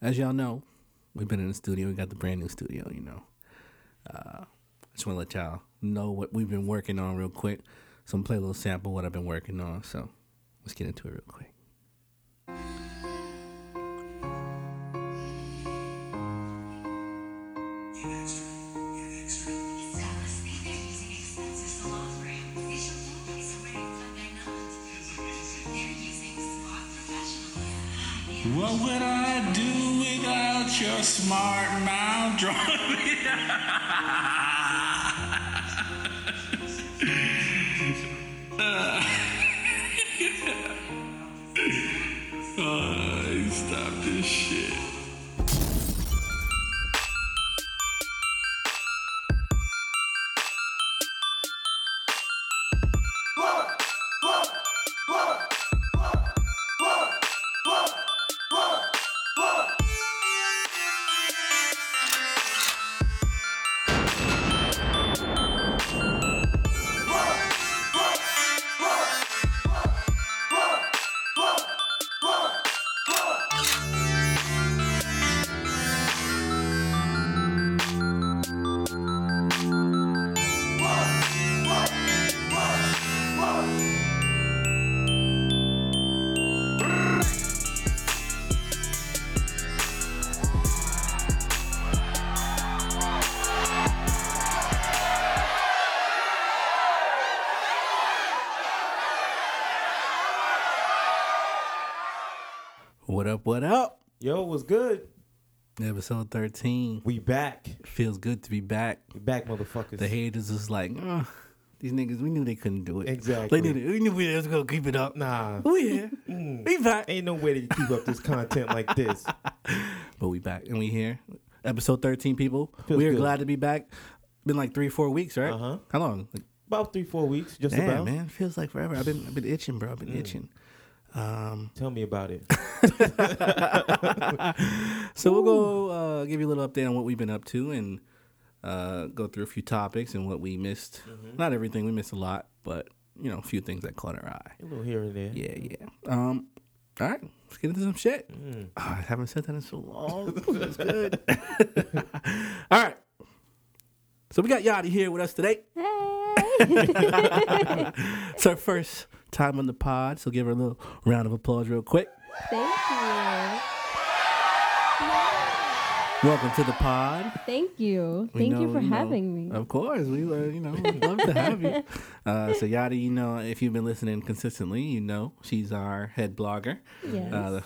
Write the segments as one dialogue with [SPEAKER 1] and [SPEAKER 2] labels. [SPEAKER 1] as y'all know, we've been in the studio. We got the brand new studio, you know. Uh, just want to let y'all know what we've been working on real quick. So I'm gonna play a little sample of what I've been working on. So let's get into it real quick.
[SPEAKER 2] What would I do without your smart mouth drawing? Uh, stop this shit.
[SPEAKER 1] What up? What up?
[SPEAKER 3] Yo, what's good?
[SPEAKER 1] Episode 13.
[SPEAKER 3] We back.
[SPEAKER 1] Feels good to be back.
[SPEAKER 3] We back, motherfuckers.
[SPEAKER 1] The haters is like, "Ugh, these niggas, we knew they couldn't do it.
[SPEAKER 3] Exactly.
[SPEAKER 1] They knew, we knew we was gonna keep it up.
[SPEAKER 3] Nah.
[SPEAKER 1] We here.
[SPEAKER 3] Mm.
[SPEAKER 1] We back.
[SPEAKER 3] Ain't no way that you keep up this content like this.
[SPEAKER 1] But we back and we here. Episode 13, people.
[SPEAKER 3] Feels
[SPEAKER 1] we are
[SPEAKER 3] good.
[SPEAKER 1] glad to be back. Been like three, four weeks, right?
[SPEAKER 3] Uh-huh.
[SPEAKER 1] How long? Like,
[SPEAKER 3] About three, four weeks, just
[SPEAKER 1] damn,
[SPEAKER 3] about.
[SPEAKER 1] man. Feels like forever. I've been I've been itching, bro. I've been itching.
[SPEAKER 3] Tell me about it.
[SPEAKER 1] So we'll go uh, give you a little update on what we've been up to and uh, go through a few topics and what we missed. Not everything, we missed a lot, but you know, a few things that caught our eye.
[SPEAKER 3] A little here and there.
[SPEAKER 1] Yeah, yeah. Um, all right, let's get into some shit. Ah, I haven't said that in so long. That's good. all right. So we got Yachty here with us today. it's her first time on the pod, so give her a little round of applause real quick.
[SPEAKER 4] Thank
[SPEAKER 1] Welcome to the pod.
[SPEAKER 4] you. Thank you.
[SPEAKER 1] We
[SPEAKER 4] Thank
[SPEAKER 1] know-
[SPEAKER 4] you for
[SPEAKER 1] know-
[SPEAKER 4] having me.
[SPEAKER 1] Of course, we uh, you know would love to have you. Uh, so Yada, you know, if you've been listening consistently, you know she's our head blogger
[SPEAKER 4] Yes.
[SPEAKER 1] uh,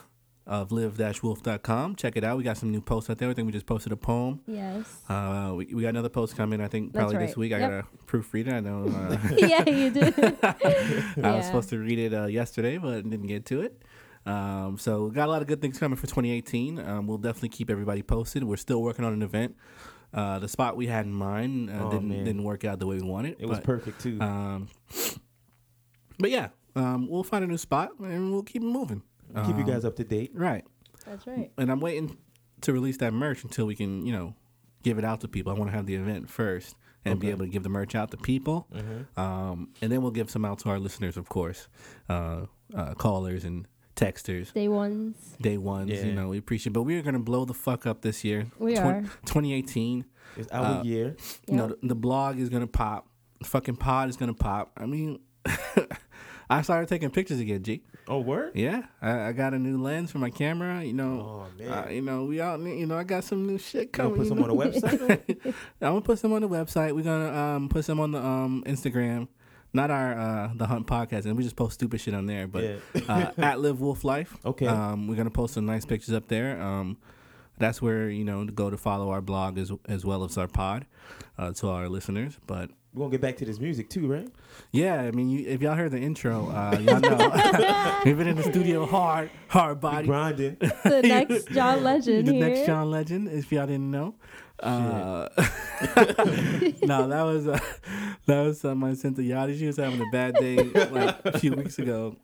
[SPEAKER 1] of live-wolf.com. Check it out. We got some new posts out there. I think we just posted a poem.
[SPEAKER 4] yes.
[SPEAKER 1] Uh, we, we got another post coming. I think probably this
[SPEAKER 4] That's right.
[SPEAKER 1] week. I
[SPEAKER 4] Yep.
[SPEAKER 1] gotta proofread it. I know uh,
[SPEAKER 4] yeah, you did.
[SPEAKER 1] I was
[SPEAKER 4] Yeah.
[SPEAKER 1] supposed to read it uh, yesterday, but didn't get to it. Um, so we got a lot of good things coming for 2018. Um, we'll definitely keep everybody posted. We're still working on an event. Uh, the spot we had in mind uh,
[SPEAKER 3] Oh,
[SPEAKER 1] didn't
[SPEAKER 3] man.
[SPEAKER 1] didn't work out the way we wanted.
[SPEAKER 3] It was
[SPEAKER 1] but,
[SPEAKER 3] perfect, too.
[SPEAKER 1] Um, but yeah, um, we'll find a new spot and we'll keep it moving.
[SPEAKER 3] keep you
[SPEAKER 1] um,
[SPEAKER 3] guys up to date.
[SPEAKER 1] Right.
[SPEAKER 4] That's right.
[SPEAKER 1] And I'm waiting to release that merch until we can, you know, give it out to people. I want to have the event first and be able to give the merch out to people.
[SPEAKER 3] Mm-hmm.
[SPEAKER 1] Um, and then we'll give some out to our listeners, of course, uh, uh, callers and texters.
[SPEAKER 4] Day ones.
[SPEAKER 1] Day ones, you
[SPEAKER 3] Yeah.
[SPEAKER 1] know, we appreciate. But we are going to blow the fuck up this year.
[SPEAKER 4] We
[SPEAKER 1] Twen-
[SPEAKER 4] are.
[SPEAKER 1] 2018.
[SPEAKER 3] It's
[SPEAKER 1] uh,
[SPEAKER 3] our year.
[SPEAKER 1] You know,
[SPEAKER 4] Yep.
[SPEAKER 1] the, the blog is going to pop. The fucking pod is going to pop. I mean, I started taking pictures again, G.
[SPEAKER 3] Oh, word?
[SPEAKER 1] Yeah, I, I got a new lens for my camera. You know,
[SPEAKER 3] Oh, man.
[SPEAKER 1] uh, you know, we out. You know, I got some new shit
[SPEAKER 3] You gonna
[SPEAKER 1] coming.
[SPEAKER 3] put some on the website?
[SPEAKER 1] I'm gonna put some on the website. We're gonna um, put some on the um, Instagram. Not our uh, the Hunt podcast, and we just post stupid shit on there. But
[SPEAKER 3] Yeah.
[SPEAKER 1] uh, at Live Wolf Life.
[SPEAKER 3] Okay.
[SPEAKER 1] Um, we're gonna post some nice pictures up there. Um, that's where you know to go to follow our blog as as well as our pod uh, to our listeners. But
[SPEAKER 3] We're going to get back to this music, too, right?
[SPEAKER 1] yeah, I mean, you, if y'all heard the intro, uh, y'all know we've been in the studio hard, hard body.
[SPEAKER 3] Grinding.
[SPEAKER 4] The next John Legend
[SPEAKER 1] the
[SPEAKER 4] here.
[SPEAKER 1] next John Legend, if y'all didn't know. Uh, no, that was uh, that was something I sent to Yadi. She was having a bad day like a few weeks ago.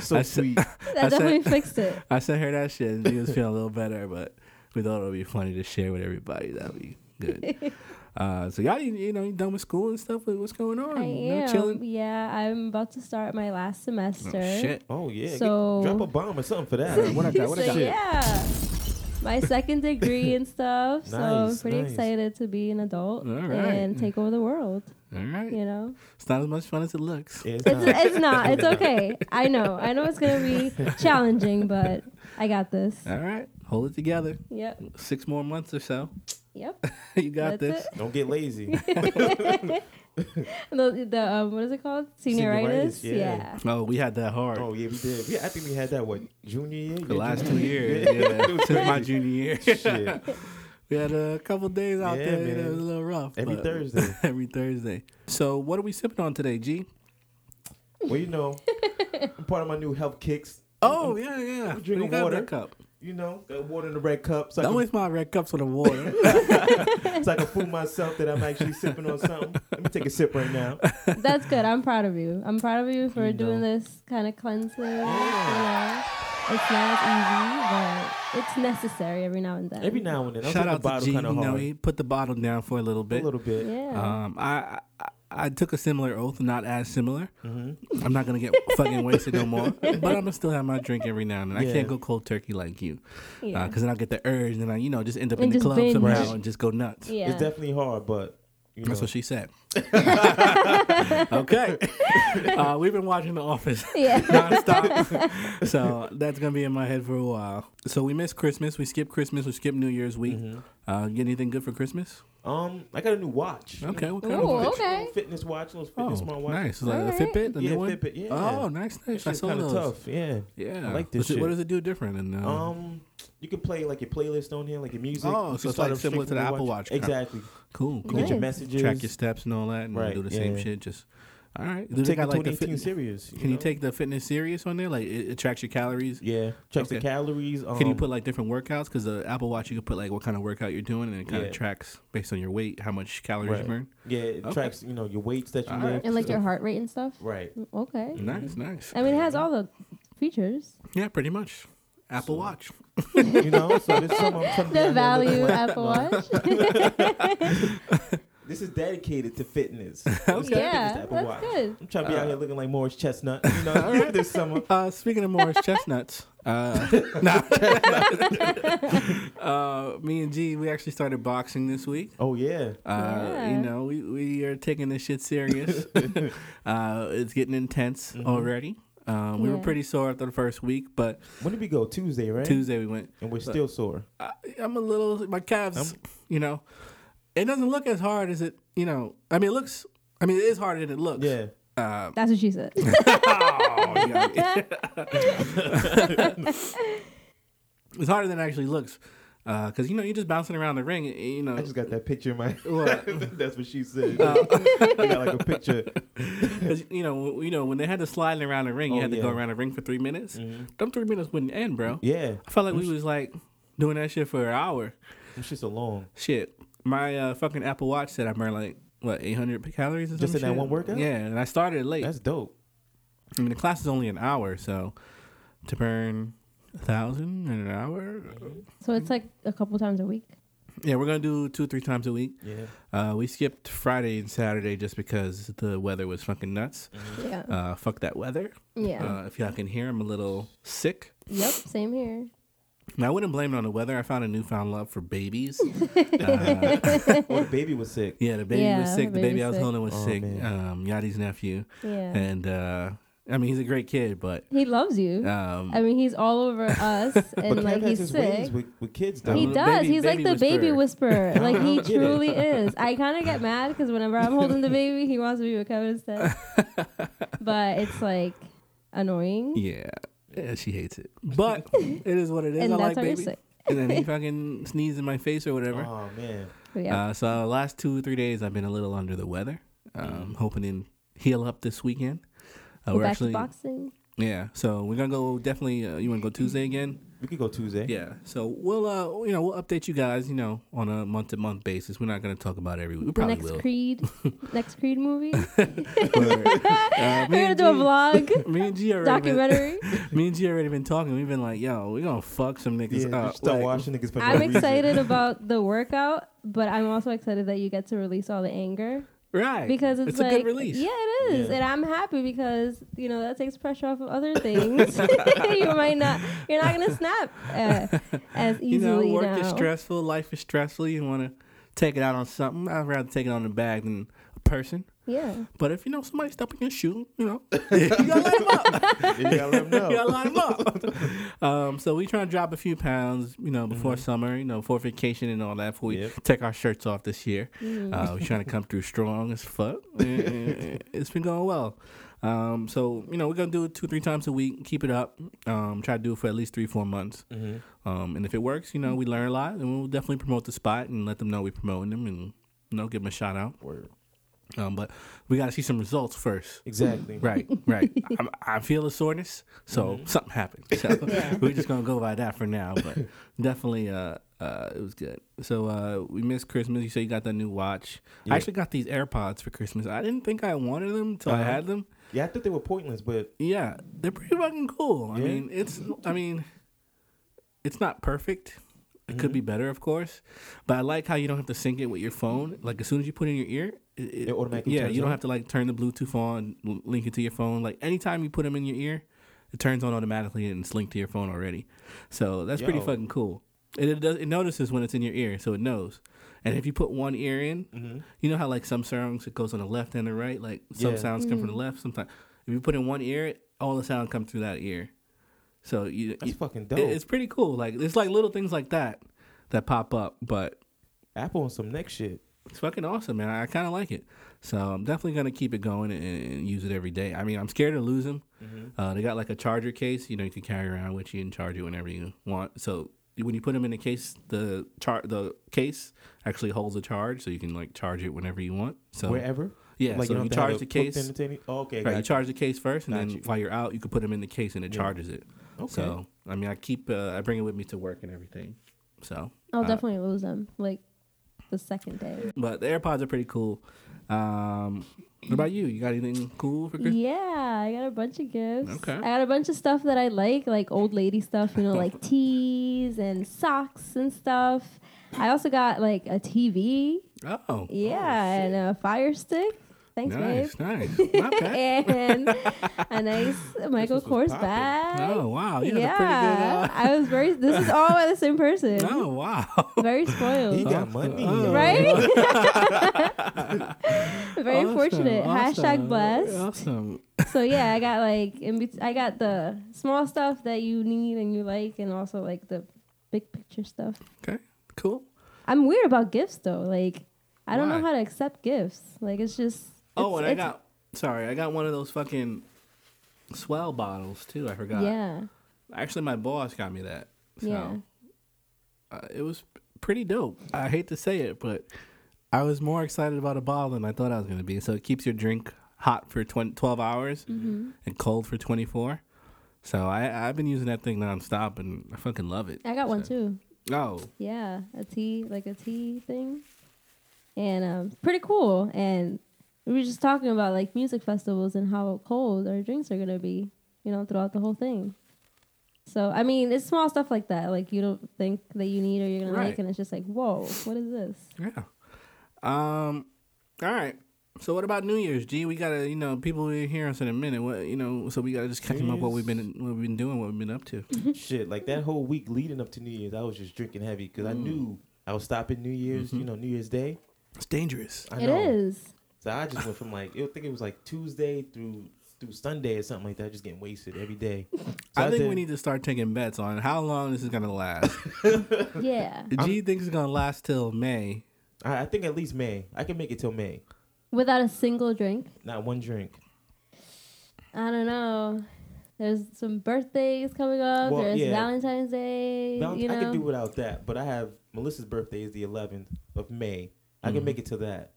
[SPEAKER 3] So
[SPEAKER 1] I said-
[SPEAKER 3] sweet.
[SPEAKER 4] that
[SPEAKER 1] I said-
[SPEAKER 4] definitely fixed it.
[SPEAKER 1] I sent her that shit, and she was feeling a little better. But we thought it would be funny to share with everybody. That'd be good. Uh, so Yadi, you know, you done with school and stuff. What- What's going on?
[SPEAKER 4] I
[SPEAKER 1] You know,
[SPEAKER 4] am.
[SPEAKER 1] Oh, chilling.
[SPEAKER 4] Yeah, I'm about to start my last semester.
[SPEAKER 1] Oh, shit.
[SPEAKER 3] Oh, yeah.
[SPEAKER 4] So-
[SPEAKER 3] Get- drop a bomb or something for that.
[SPEAKER 1] What I got? What I
[SPEAKER 4] so
[SPEAKER 1] got?
[SPEAKER 4] yeah. my second degree and stuff. so I'm
[SPEAKER 3] Nice,
[SPEAKER 4] pretty
[SPEAKER 3] nice.
[SPEAKER 4] excited to be an adult
[SPEAKER 1] All right.
[SPEAKER 4] and take over the world.
[SPEAKER 1] All right.
[SPEAKER 4] You know,
[SPEAKER 1] It's not as much fun as it looks.
[SPEAKER 3] It's
[SPEAKER 4] it's
[SPEAKER 3] not-
[SPEAKER 4] it's not. It's okay. I know. I know it's gonna be challenging, but I got this.
[SPEAKER 1] All right. Hold it together.
[SPEAKER 4] Yep.
[SPEAKER 1] Six more months or so.
[SPEAKER 4] Yep.
[SPEAKER 1] you got
[SPEAKER 4] That's
[SPEAKER 1] this.
[SPEAKER 3] don't get lazy.
[SPEAKER 4] the, the um, what is it called? Senioritis.
[SPEAKER 3] Senioritis,
[SPEAKER 4] Yeah.
[SPEAKER 3] yeah.
[SPEAKER 1] Oh, we had that hard.
[SPEAKER 3] Oh yeah, we did. Yeah, I think we had that what junior year.
[SPEAKER 1] the
[SPEAKER 3] Yeah,
[SPEAKER 1] last two
[SPEAKER 3] junior
[SPEAKER 1] years,
[SPEAKER 3] Yeah.
[SPEAKER 1] yeah,
[SPEAKER 3] It was
[SPEAKER 1] since my
[SPEAKER 3] crazy.
[SPEAKER 1] junior year,
[SPEAKER 3] Shit.
[SPEAKER 1] we had a couple days out
[SPEAKER 3] Yeah,
[SPEAKER 1] there that
[SPEAKER 3] man.
[SPEAKER 1] was a little rough.
[SPEAKER 3] Every
[SPEAKER 1] but-
[SPEAKER 3] Thursday.
[SPEAKER 1] every Thursday. So, what are we sipping on today, G?
[SPEAKER 3] Well, you know, I'm part of my new health kicks.
[SPEAKER 1] Oh yeah, yeah.
[SPEAKER 3] I'm drinking
[SPEAKER 1] You got
[SPEAKER 3] water.
[SPEAKER 1] that cup.
[SPEAKER 3] You know, got water in the red cup, so I,
[SPEAKER 1] Don't
[SPEAKER 3] can,
[SPEAKER 1] waste my red cups with the water.
[SPEAKER 3] so I can fool myself that I'm actually sipping on something. Let me take a sip right now.
[SPEAKER 4] That's good. I'm proud of you. I'm proud of you for
[SPEAKER 3] You
[SPEAKER 4] doing
[SPEAKER 3] know.
[SPEAKER 4] this kind of cleansing. You know, it's not as easy, but it's necessary every now and then.
[SPEAKER 3] Every now and then, I'll
[SPEAKER 1] Shout
[SPEAKER 3] take
[SPEAKER 1] out
[SPEAKER 3] a
[SPEAKER 1] to
[SPEAKER 3] bottle
[SPEAKER 1] G. You
[SPEAKER 3] kind of
[SPEAKER 1] know,
[SPEAKER 3] hard.
[SPEAKER 1] he put the bottle down for a little
[SPEAKER 3] a
[SPEAKER 1] bit.
[SPEAKER 3] little bit.
[SPEAKER 4] Yeah.
[SPEAKER 1] Um, I, I I took a similar oath, not as similar.
[SPEAKER 3] Mm-hmm.
[SPEAKER 1] I'm not gonna get fucking wasted no more, but I'm gonna still have my drink every now and then. I
[SPEAKER 3] Yeah.
[SPEAKER 1] can't go cold turkey like you, because
[SPEAKER 3] uh,
[SPEAKER 4] yeah.
[SPEAKER 1] then I get the urge, and then I you know just end up
[SPEAKER 4] And
[SPEAKER 1] in the
[SPEAKER 4] just
[SPEAKER 1] club
[SPEAKER 4] binge.
[SPEAKER 1] somehow
[SPEAKER 3] Right.
[SPEAKER 1] and just go nuts.
[SPEAKER 4] yeah.
[SPEAKER 3] It's definitely hard, but you know,
[SPEAKER 1] That's what she said. okay, uh, we've been watching The Office
[SPEAKER 4] yeah.
[SPEAKER 1] nonstop, so that's gonna be in my head for a while. So we missed Christmas, we skipped Christmas, we skipped New Year's week.
[SPEAKER 3] Mm-hmm.
[SPEAKER 1] Uh, get anything good for Christmas?
[SPEAKER 3] um, I got a new watch.
[SPEAKER 1] Okay, what kind of
[SPEAKER 4] Ooh,
[SPEAKER 1] watch?
[SPEAKER 4] okay.
[SPEAKER 3] Fitness watch, little
[SPEAKER 1] Oh,
[SPEAKER 3] fitness smart watch.
[SPEAKER 1] nice. Is that a
[SPEAKER 4] Alright.
[SPEAKER 1] Fitbit? The
[SPEAKER 3] Yeah,
[SPEAKER 1] new one?
[SPEAKER 3] Fitbit, yeah.
[SPEAKER 1] Oh, nice, nice.
[SPEAKER 3] It's
[SPEAKER 1] I
[SPEAKER 3] just
[SPEAKER 1] saw
[SPEAKER 3] kind of
[SPEAKER 1] those.
[SPEAKER 3] tough. Yeah.
[SPEAKER 1] Yeah.
[SPEAKER 3] I like this
[SPEAKER 1] What's it-
[SPEAKER 3] shit.
[SPEAKER 1] What does it do different? And uh,
[SPEAKER 3] Um, you can play like your playlist on here, like your music.
[SPEAKER 1] Oh,
[SPEAKER 3] You
[SPEAKER 1] so
[SPEAKER 3] can
[SPEAKER 1] it's,
[SPEAKER 3] start
[SPEAKER 1] like,
[SPEAKER 3] up
[SPEAKER 1] similar to
[SPEAKER 3] straight from
[SPEAKER 1] the
[SPEAKER 3] your
[SPEAKER 1] Apple Watch account.
[SPEAKER 3] Exactly.
[SPEAKER 1] cool,
[SPEAKER 3] You
[SPEAKER 1] cool.
[SPEAKER 3] get your
[SPEAKER 4] Nice.
[SPEAKER 3] messages.
[SPEAKER 1] Track your steps and all that, and
[SPEAKER 3] Right,
[SPEAKER 1] do the same
[SPEAKER 3] yeah.
[SPEAKER 1] shit. Just all right. Do they
[SPEAKER 3] Take
[SPEAKER 1] got like the
[SPEAKER 3] 2018
[SPEAKER 1] fitness?
[SPEAKER 3] serious.
[SPEAKER 1] Can you
[SPEAKER 3] know?
[SPEAKER 1] take the fitness serious on there? Like it, it tracks your calories.
[SPEAKER 3] Yeah. Checks
[SPEAKER 1] Okay.
[SPEAKER 3] the calories. Um,
[SPEAKER 1] Can you put like different workouts? Because the Apple Watch, you could put like what kind of workout you're doing, and it kind of
[SPEAKER 3] Yeah.
[SPEAKER 1] tracks based on your weight how much calories you
[SPEAKER 3] Right.
[SPEAKER 1] burn.
[SPEAKER 3] Yeah, it
[SPEAKER 1] Okay.
[SPEAKER 3] tracks you know your weights that you
[SPEAKER 1] All right.
[SPEAKER 3] lift.
[SPEAKER 4] and like your heart rate and stuff.
[SPEAKER 3] Right. Mm.
[SPEAKER 4] Okay.
[SPEAKER 1] Nice, nice.
[SPEAKER 4] I mean, it has all the features.
[SPEAKER 1] Yeah, pretty much. Apple Watch.
[SPEAKER 3] you know, so this is something I'm coming
[SPEAKER 4] The
[SPEAKER 3] down there looking
[SPEAKER 4] value
[SPEAKER 3] like,
[SPEAKER 4] Apple Watch.
[SPEAKER 3] This is dedicated to fitness. This is dedicated
[SPEAKER 4] Yeah,
[SPEAKER 3] to Apple
[SPEAKER 4] that's
[SPEAKER 3] Watch.
[SPEAKER 4] good.
[SPEAKER 3] I'm trying to be out here looking like Morris Chestnut, you know, this summer.
[SPEAKER 1] Uh, speaking of Morris chestnuts, uh, nah. uh, me and G, we actually started boxing this week.
[SPEAKER 3] Oh yeah.
[SPEAKER 1] Uh, You
[SPEAKER 4] Yeah.
[SPEAKER 1] know, we, we are taking this shit serious. uh, it's getting intense
[SPEAKER 3] Mm-hmm.
[SPEAKER 1] already. Um, we were
[SPEAKER 4] Yeah.
[SPEAKER 1] pretty sore after the first week, but
[SPEAKER 3] When did we go? Tuesday, right?
[SPEAKER 1] Tuesday we went.
[SPEAKER 3] And we're still sore.
[SPEAKER 1] I, I'm a little my calves. you know, it doesn't look as hard as it. You know, I mean, it looks. I mean, it is harder than it looks.
[SPEAKER 3] Yeah. Um,
[SPEAKER 1] Uh,
[SPEAKER 4] That's what she said.
[SPEAKER 1] oh, you got me. it's harder than it actually looks, because you know you're just bouncing around the ring. eh, You know,
[SPEAKER 3] I just got that picture in my
[SPEAKER 1] What? Oh.
[SPEAKER 3] That's what she said. I got like a picture.
[SPEAKER 1] Because you know, w- you know, when they had to slide around the ring, you
[SPEAKER 3] Oh,
[SPEAKER 1] had to go
[SPEAKER 3] yeah. Mm-hmm.
[SPEAKER 1] around the ring for three minutes. Them three minutes wouldn't end, bro.
[SPEAKER 3] Yeah.
[SPEAKER 1] I felt like we was like doing that shit for an hour.
[SPEAKER 3] It's just a long.
[SPEAKER 1] Shit, my uh, fucking Apple Watch said I burned like what 800 calories or
[SPEAKER 3] Just
[SPEAKER 1] some
[SPEAKER 3] in that
[SPEAKER 1] shit?
[SPEAKER 3] one workout?
[SPEAKER 1] Yeah, and I started late.
[SPEAKER 3] That's dope.
[SPEAKER 1] I mean, the class is only an hour, so to burn a thousand in an hour.
[SPEAKER 3] Mm-hmm.
[SPEAKER 4] so it's like a couple times a week.
[SPEAKER 1] Yeah, we're gonna do two, three times a week.
[SPEAKER 3] Yeah.
[SPEAKER 1] Uh, we skipped Friday and Saturday just because the weather was fucking nuts.
[SPEAKER 3] Mm-hmm.
[SPEAKER 4] Yeah.
[SPEAKER 1] Uh, fuck that weather.
[SPEAKER 4] yeah.
[SPEAKER 1] Uh, if y'all can hear, I'm a little sick.
[SPEAKER 4] yep. Same here.
[SPEAKER 1] Now, I wouldn't blame it on the weather. I found a newfound love for babies.
[SPEAKER 3] Oh, the baby was sick.
[SPEAKER 1] yeah, the baby was
[SPEAKER 4] Yeah,
[SPEAKER 1] sick.
[SPEAKER 4] the
[SPEAKER 1] The baby,
[SPEAKER 4] baby's
[SPEAKER 1] I was
[SPEAKER 4] sick.
[SPEAKER 1] holding was
[SPEAKER 3] Oh,
[SPEAKER 1] sick.
[SPEAKER 3] man.
[SPEAKER 1] Um, Yachty's nephew,
[SPEAKER 4] Yeah.
[SPEAKER 1] and uh, I mean, he's a great kid, but
[SPEAKER 4] He loves you.
[SPEAKER 1] um,
[SPEAKER 4] I mean, he's all over us, and
[SPEAKER 3] But
[SPEAKER 4] like
[SPEAKER 3] Kev has
[SPEAKER 4] he's
[SPEAKER 3] his
[SPEAKER 4] sick.
[SPEAKER 3] ways with, with kids
[SPEAKER 1] I'm
[SPEAKER 4] He
[SPEAKER 1] the
[SPEAKER 3] though.
[SPEAKER 4] does.
[SPEAKER 1] baby-
[SPEAKER 4] he's like
[SPEAKER 1] baby
[SPEAKER 4] the baby whisperer. Like he
[SPEAKER 3] don't get it.
[SPEAKER 4] truly is. I kind of get mad because whenever I'm holding the baby, he wants to be with Kevin instead. but it's like annoying.
[SPEAKER 1] yeah, yeah, she hates it, but it is what it is.
[SPEAKER 4] And
[SPEAKER 1] I like
[SPEAKER 4] that's why you're
[SPEAKER 1] baby.
[SPEAKER 4] sick.
[SPEAKER 1] And then he fucking sneezed in my face or whatever.
[SPEAKER 3] Oh man.
[SPEAKER 4] But yeah.
[SPEAKER 1] Uh, so the last two three days, I've been a little under the weather. Um, hoping to heal up this weekend. Uh,
[SPEAKER 4] Mm-hmm. Go back to boxing.
[SPEAKER 1] yeah. So we're gonna go definitely. Uh, you want to go Tuesday again?
[SPEAKER 3] We could go Tuesday.
[SPEAKER 1] Yeah. So we'll uh you know we'll update you guys you know on a month to month basis. We're not gonna talk about every week. We
[SPEAKER 4] The
[SPEAKER 1] probably
[SPEAKER 4] next
[SPEAKER 1] will.
[SPEAKER 4] Creed, next Creed movie.
[SPEAKER 1] Uh, me
[SPEAKER 4] We're gonna
[SPEAKER 1] and
[SPEAKER 4] do a
[SPEAKER 1] G-
[SPEAKER 4] vlog
[SPEAKER 1] Me and G already been,
[SPEAKER 4] documentary.
[SPEAKER 1] me and G already been talking. We've been like, yo, we're gonna fuck some
[SPEAKER 3] Yeah,
[SPEAKER 1] niggas
[SPEAKER 3] you
[SPEAKER 1] up.
[SPEAKER 3] uh, start
[SPEAKER 1] Like,
[SPEAKER 3] watching niggas for no
[SPEAKER 4] I'm
[SPEAKER 3] reason.
[SPEAKER 4] excited about the workout, but I'm also excited that you get to release all the anger.
[SPEAKER 1] Right.
[SPEAKER 4] because it's,
[SPEAKER 1] it's
[SPEAKER 4] like
[SPEAKER 1] a good release.
[SPEAKER 4] yeah it is
[SPEAKER 3] Yeah.
[SPEAKER 4] and i'm happy because you know that takes pressure off of other things you might not you're not gonna snap uh, as
[SPEAKER 1] you know,
[SPEAKER 4] easily
[SPEAKER 1] work
[SPEAKER 4] now.
[SPEAKER 1] is stressful, life is stressful. You want to take it out on something. I'd rather take it on a bag than a person.
[SPEAKER 4] yeah
[SPEAKER 1] But if you know somebody stepping in your shoe, you know, you gotta let 'em up.
[SPEAKER 3] You gotta let
[SPEAKER 1] You
[SPEAKER 3] 'em know.
[SPEAKER 1] gotta line 'em up. Um, so we trying to drop a few pounds, you know, before summer, you know, for vacation and all that. Before we
[SPEAKER 3] Yep.
[SPEAKER 1] take our shirts off this year, uh, we trying to come through strong as fuck. And it's been going well. Um, so you know, we're gonna do it two, three times a week. Keep it up. Um, try to do it for at least three, four months. Um, and if it works, you know, we learn a lot, and we'll definitely promote the spot and let them know we're promoting them, and you know, give them a shout out.
[SPEAKER 3] Word.
[SPEAKER 1] Um, but we gotta see some results first.
[SPEAKER 3] Exactly.
[SPEAKER 1] Right, right. I'm, I feel a soreness, so something happened. So we're just gonna go by that for now. But definitely, uh, uh, it was good. So uh, we missed Christmas. You say you got that new watch. I actually got these AirPods for Christmas. I didn't think I wanted them until I
[SPEAKER 3] Uh-huh.
[SPEAKER 1] had them.
[SPEAKER 3] Yeah, I thought they were pointless, but
[SPEAKER 1] Yeah, they're pretty fucking cool. I
[SPEAKER 3] Yeah.
[SPEAKER 1] mean, it's I mean, it's not perfect. It
[SPEAKER 3] Mm-hmm.
[SPEAKER 1] could be better, of course, but I like how you don't have to sync it with your phone. Like as soon as you put it in your ear, it, it-
[SPEAKER 3] It automatically
[SPEAKER 1] yeah,
[SPEAKER 3] turns
[SPEAKER 1] you don't
[SPEAKER 3] on.
[SPEAKER 1] have to like turn the Bluetooth on, l- link it to your phone. Like anytime you put them in your ear, it turns on automatically and it's linked to your phone already. So that's pretty
[SPEAKER 3] Yo.
[SPEAKER 1] fucking cool. It, it does. It notices when it's in your ear, so it knows. And if you put one ear in, you know how like some songs it goes on the left and the right. Like some
[SPEAKER 3] Mm-hmm. Yeah.
[SPEAKER 1] sounds come from the left. Sometimes if you put in one ear, all the sound comes through that ear. So you,
[SPEAKER 3] that's
[SPEAKER 1] you-
[SPEAKER 3] fucking
[SPEAKER 1] it-
[SPEAKER 3] dope.
[SPEAKER 1] it's pretty cool. Like it's like little things like that that pop up, but
[SPEAKER 3] Apple on some next shit.
[SPEAKER 1] it's fucking awesome, man. I kind of like it. So I'm definitely gonna keep it going and, and use it every day. I mean, I'm scared to lose them.
[SPEAKER 3] Mm-hmm.
[SPEAKER 1] Uh, they got like a charger case, you know, you can carry around with you and charge it whenever you want. So when you put them in the case, the char- the case actually holds a charge, so you can like charge it whenever you want. So
[SPEAKER 3] Wherever.
[SPEAKER 1] Oh. Yeah, so you
[SPEAKER 3] don't have to have
[SPEAKER 1] charge
[SPEAKER 3] it
[SPEAKER 1] the
[SPEAKER 3] hooked
[SPEAKER 1] case-
[SPEAKER 3] into any- oh, okay.
[SPEAKER 1] Right, you
[SPEAKER 3] gotcha.
[SPEAKER 1] charge the case first, and
[SPEAKER 3] Got
[SPEAKER 1] then
[SPEAKER 3] you.
[SPEAKER 1] while you're out, you can put them in the case, and it charges it.
[SPEAKER 3] Okay.
[SPEAKER 1] So I mean, I keep uh, I bring it with me to work and everything. So,
[SPEAKER 4] i'll
[SPEAKER 1] uh,
[SPEAKER 4] definitely lose them like the second day
[SPEAKER 1] but the AirPods are pretty cool. Um, what about you? You got anything cool for Christmas?
[SPEAKER 4] yeah i got a bunch of gifts
[SPEAKER 1] Okay.
[SPEAKER 4] i got a bunch of stuff that i like like old lady stuff you know like teas and socks and stuff i also got like a tv
[SPEAKER 1] Oh,
[SPEAKER 4] yeah and a fire stick thanks babe
[SPEAKER 1] nice, nice, not bad.
[SPEAKER 4] and a nice Michael
[SPEAKER 3] was
[SPEAKER 4] Kors
[SPEAKER 3] popping.
[SPEAKER 4] bag.
[SPEAKER 1] Oh wow, you
[SPEAKER 4] yeah,
[SPEAKER 1] had a uh,
[SPEAKER 4] I was very. This is all by the same person.
[SPEAKER 1] pretty good. Uh, oh wow.
[SPEAKER 4] Very
[SPEAKER 3] He
[SPEAKER 4] spoiled,
[SPEAKER 3] got money.
[SPEAKER 1] Oh.
[SPEAKER 4] right? very
[SPEAKER 1] Awesome,
[SPEAKER 4] fortunate.
[SPEAKER 1] awesome,
[SPEAKER 4] Hashtag blessed.
[SPEAKER 1] Awesome.
[SPEAKER 4] So yeah, I got like in bet- I got the small stuff that you need and you like, and also like the big picture stuff.
[SPEAKER 1] Okay, cool.
[SPEAKER 4] I'm weird about gifts though. Like I don't know
[SPEAKER 1] Why?
[SPEAKER 4] how to accept gifts. Like it's just.
[SPEAKER 1] Oh,
[SPEAKER 4] it's-
[SPEAKER 1] and I
[SPEAKER 4] it's-
[SPEAKER 1] got sorry, I got one of those fucking swell bottles too. I forgot.
[SPEAKER 4] Yeah.
[SPEAKER 1] Actually, my boss got me that. So
[SPEAKER 4] Yeah.
[SPEAKER 1] uh, it was pretty dope. I hate to say it, but I was more excited about a bottle than I thought I was going to be. So it keeps your drink hot for 20, 12 hours and cold for 24. So I, I've been using that thing nonstop and I fucking love it.
[SPEAKER 4] I got one too.
[SPEAKER 1] Oh,
[SPEAKER 4] Yeah, a tea, like a tea thing. And um, pretty cool. And we were just talking about like music festivals and how cold our drinks are going to be, you know, throughout the whole thing. So, I mean, it's small stuff like that. Like, you don't think that you need or you're going to
[SPEAKER 1] Right.
[SPEAKER 4] like, and it's just like, whoa, what is this?
[SPEAKER 1] yeah. Um, all right. So what about New Year's, G? We gotta, you know, people will hear us in a minute. What, you know, so we gotta just catch them up. What we've been, what we've been doing, what we've been up to.
[SPEAKER 3] shit, like that whole week leading up to New Year's, I was just drinking heavy because
[SPEAKER 1] Mm.
[SPEAKER 3] I knew I was stopping New Year's,
[SPEAKER 1] Mm-hmm.
[SPEAKER 3] you know, New Year's Day.
[SPEAKER 1] It's dangerous.
[SPEAKER 3] I
[SPEAKER 4] It
[SPEAKER 3] know.
[SPEAKER 4] is.
[SPEAKER 3] So I just went from like, I think it was like Tuesday through through Sunday or something like that, just getting wasted every day. So
[SPEAKER 1] I think
[SPEAKER 3] did-
[SPEAKER 1] we need to start taking bets on how long this is gonna last.
[SPEAKER 4] Yeah.
[SPEAKER 1] G thinks it's gonna last till May.
[SPEAKER 3] I, I think at least May. I can make it till May.
[SPEAKER 4] Without a single drink.
[SPEAKER 3] Not one drink.
[SPEAKER 4] I don't know. There's some birthdays coming up.
[SPEAKER 3] Well,
[SPEAKER 4] There's
[SPEAKER 3] yeah.
[SPEAKER 4] Valentine's Day.
[SPEAKER 3] Val-
[SPEAKER 4] you know?
[SPEAKER 3] I can do without that, but I have Melissa's birthday is the 11th of May. I
[SPEAKER 1] Mm-hmm.
[SPEAKER 3] can make it to that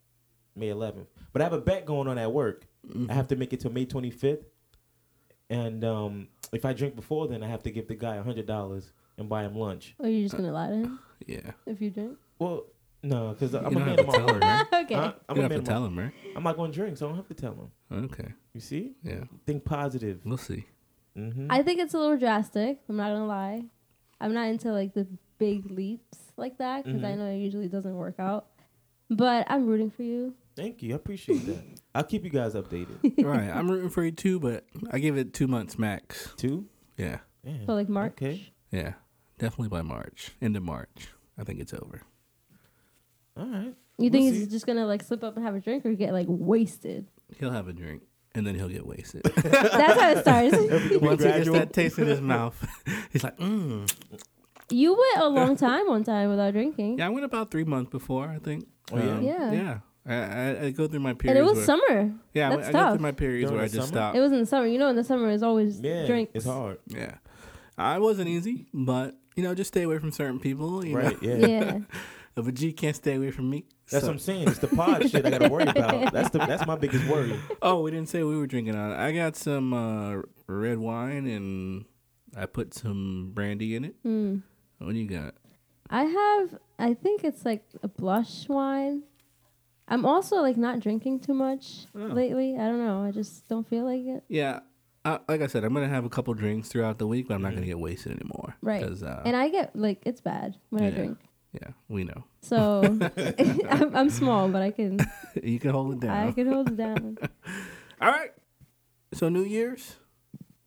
[SPEAKER 3] May 11th, but I have a bet going on at work. I have to make it till May 25th, and um, if I drink before then, I have to give the guy hundred dollars and buy him lunch.
[SPEAKER 4] Or you're just going to lie to him
[SPEAKER 1] Yeah.
[SPEAKER 4] if you drink?
[SPEAKER 3] Well, no, because I'm
[SPEAKER 1] You
[SPEAKER 3] a
[SPEAKER 1] don't
[SPEAKER 3] man
[SPEAKER 1] have to
[SPEAKER 3] of my
[SPEAKER 1] tell her,
[SPEAKER 3] word.
[SPEAKER 1] right?
[SPEAKER 4] Okay.
[SPEAKER 3] Huh? I'm
[SPEAKER 1] You don't
[SPEAKER 3] a
[SPEAKER 1] have
[SPEAKER 3] man of
[SPEAKER 1] to
[SPEAKER 3] my-
[SPEAKER 1] tell him, right?
[SPEAKER 3] I'm not going to drink, so I don't have to tell him.
[SPEAKER 1] Okay.
[SPEAKER 3] You see,
[SPEAKER 1] Yeah.
[SPEAKER 3] think positive.
[SPEAKER 1] We'll see.
[SPEAKER 3] Mm-hmm.
[SPEAKER 4] I think it's a little drastic. I'm not gonna lie. I'm not into like the big leaps like that because I know it usually doesn't work out. But I'm rooting for you.
[SPEAKER 3] Thank you. I appreciate that. I'll keep you guys updated.
[SPEAKER 1] right. I'm rooting for you too, but I give it two months max.
[SPEAKER 3] Two.
[SPEAKER 1] Yeah.
[SPEAKER 3] Yeah.
[SPEAKER 4] So like March.
[SPEAKER 3] Okay.
[SPEAKER 1] Yeah. Definitely by March. End of March. I think it's over.
[SPEAKER 3] All right.
[SPEAKER 4] You think
[SPEAKER 3] We'll
[SPEAKER 4] he's
[SPEAKER 3] see.
[SPEAKER 4] just gonna like slip up and have a drink or get like wasted?
[SPEAKER 1] He'll have a drink and then he'll get wasted.
[SPEAKER 4] That's how it starts.
[SPEAKER 1] Once he gets
[SPEAKER 3] gradual.
[SPEAKER 1] that taste in his mouth, he's like, mm.
[SPEAKER 4] you went a long time one time without drinking.
[SPEAKER 1] Yeah, I went about three months before, I think. Um,
[SPEAKER 3] Oh, yeah?
[SPEAKER 4] Yeah.
[SPEAKER 1] Yeah. I, I, I go through my
[SPEAKER 4] And
[SPEAKER 1] periods.
[SPEAKER 4] it was
[SPEAKER 1] where,
[SPEAKER 4] summer.
[SPEAKER 1] Yeah, I
[SPEAKER 4] That's
[SPEAKER 1] went- I, go
[SPEAKER 4] tough.
[SPEAKER 1] through my periods
[SPEAKER 3] During
[SPEAKER 1] where I
[SPEAKER 3] the
[SPEAKER 1] just
[SPEAKER 3] summer?
[SPEAKER 1] stopped.
[SPEAKER 4] It was in the summer. You know, in the summer it's always
[SPEAKER 3] Yeah.
[SPEAKER 4] drinks.
[SPEAKER 3] It's hard.
[SPEAKER 1] yeah. I wasn't easy, but, you know, just stay away from certain people. You
[SPEAKER 3] Right.
[SPEAKER 1] Know?
[SPEAKER 3] Yeah.
[SPEAKER 4] Yeah.
[SPEAKER 1] But G can't stay away from me.
[SPEAKER 3] That's
[SPEAKER 1] so-
[SPEAKER 3] what I'm saying. It's the pod shit I gotta worry about. That's the that's my biggest worry.
[SPEAKER 1] Oh, we didn't say we were drinking on it. I got some uh, red wine and I put some brandy in it.
[SPEAKER 4] Mm.
[SPEAKER 1] What do you got?
[SPEAKER 4] I have. I think it's like a blush wine. I'm also like not drinking too much
[SPEAKER 1] Oh.
[SPEAKER 4] lately. I don't know. I just don't feel like it.
[SPEAKER 1] Yeah. I, like I said, I'm gonna have a couple drinks throughout the week, but I'm not gonna get wasted anymore.
[SPEAKER 4] Right.
[SPEAKER 1] 'Cause, Uh,
[SPEAKER 4] and I get like it's bad when I
[SPEAKER 1] Yeah.
[SPEAKER 4] drink.
[SPEAKER 1] yeah, we know.
[SPEAKER 4] So I'm, I'm small, but I can
[SPEAKER 1] you can hold it down.
[SPEAKER 4] I can hold it down.
[SPEAKER 1] All right. So New Year's.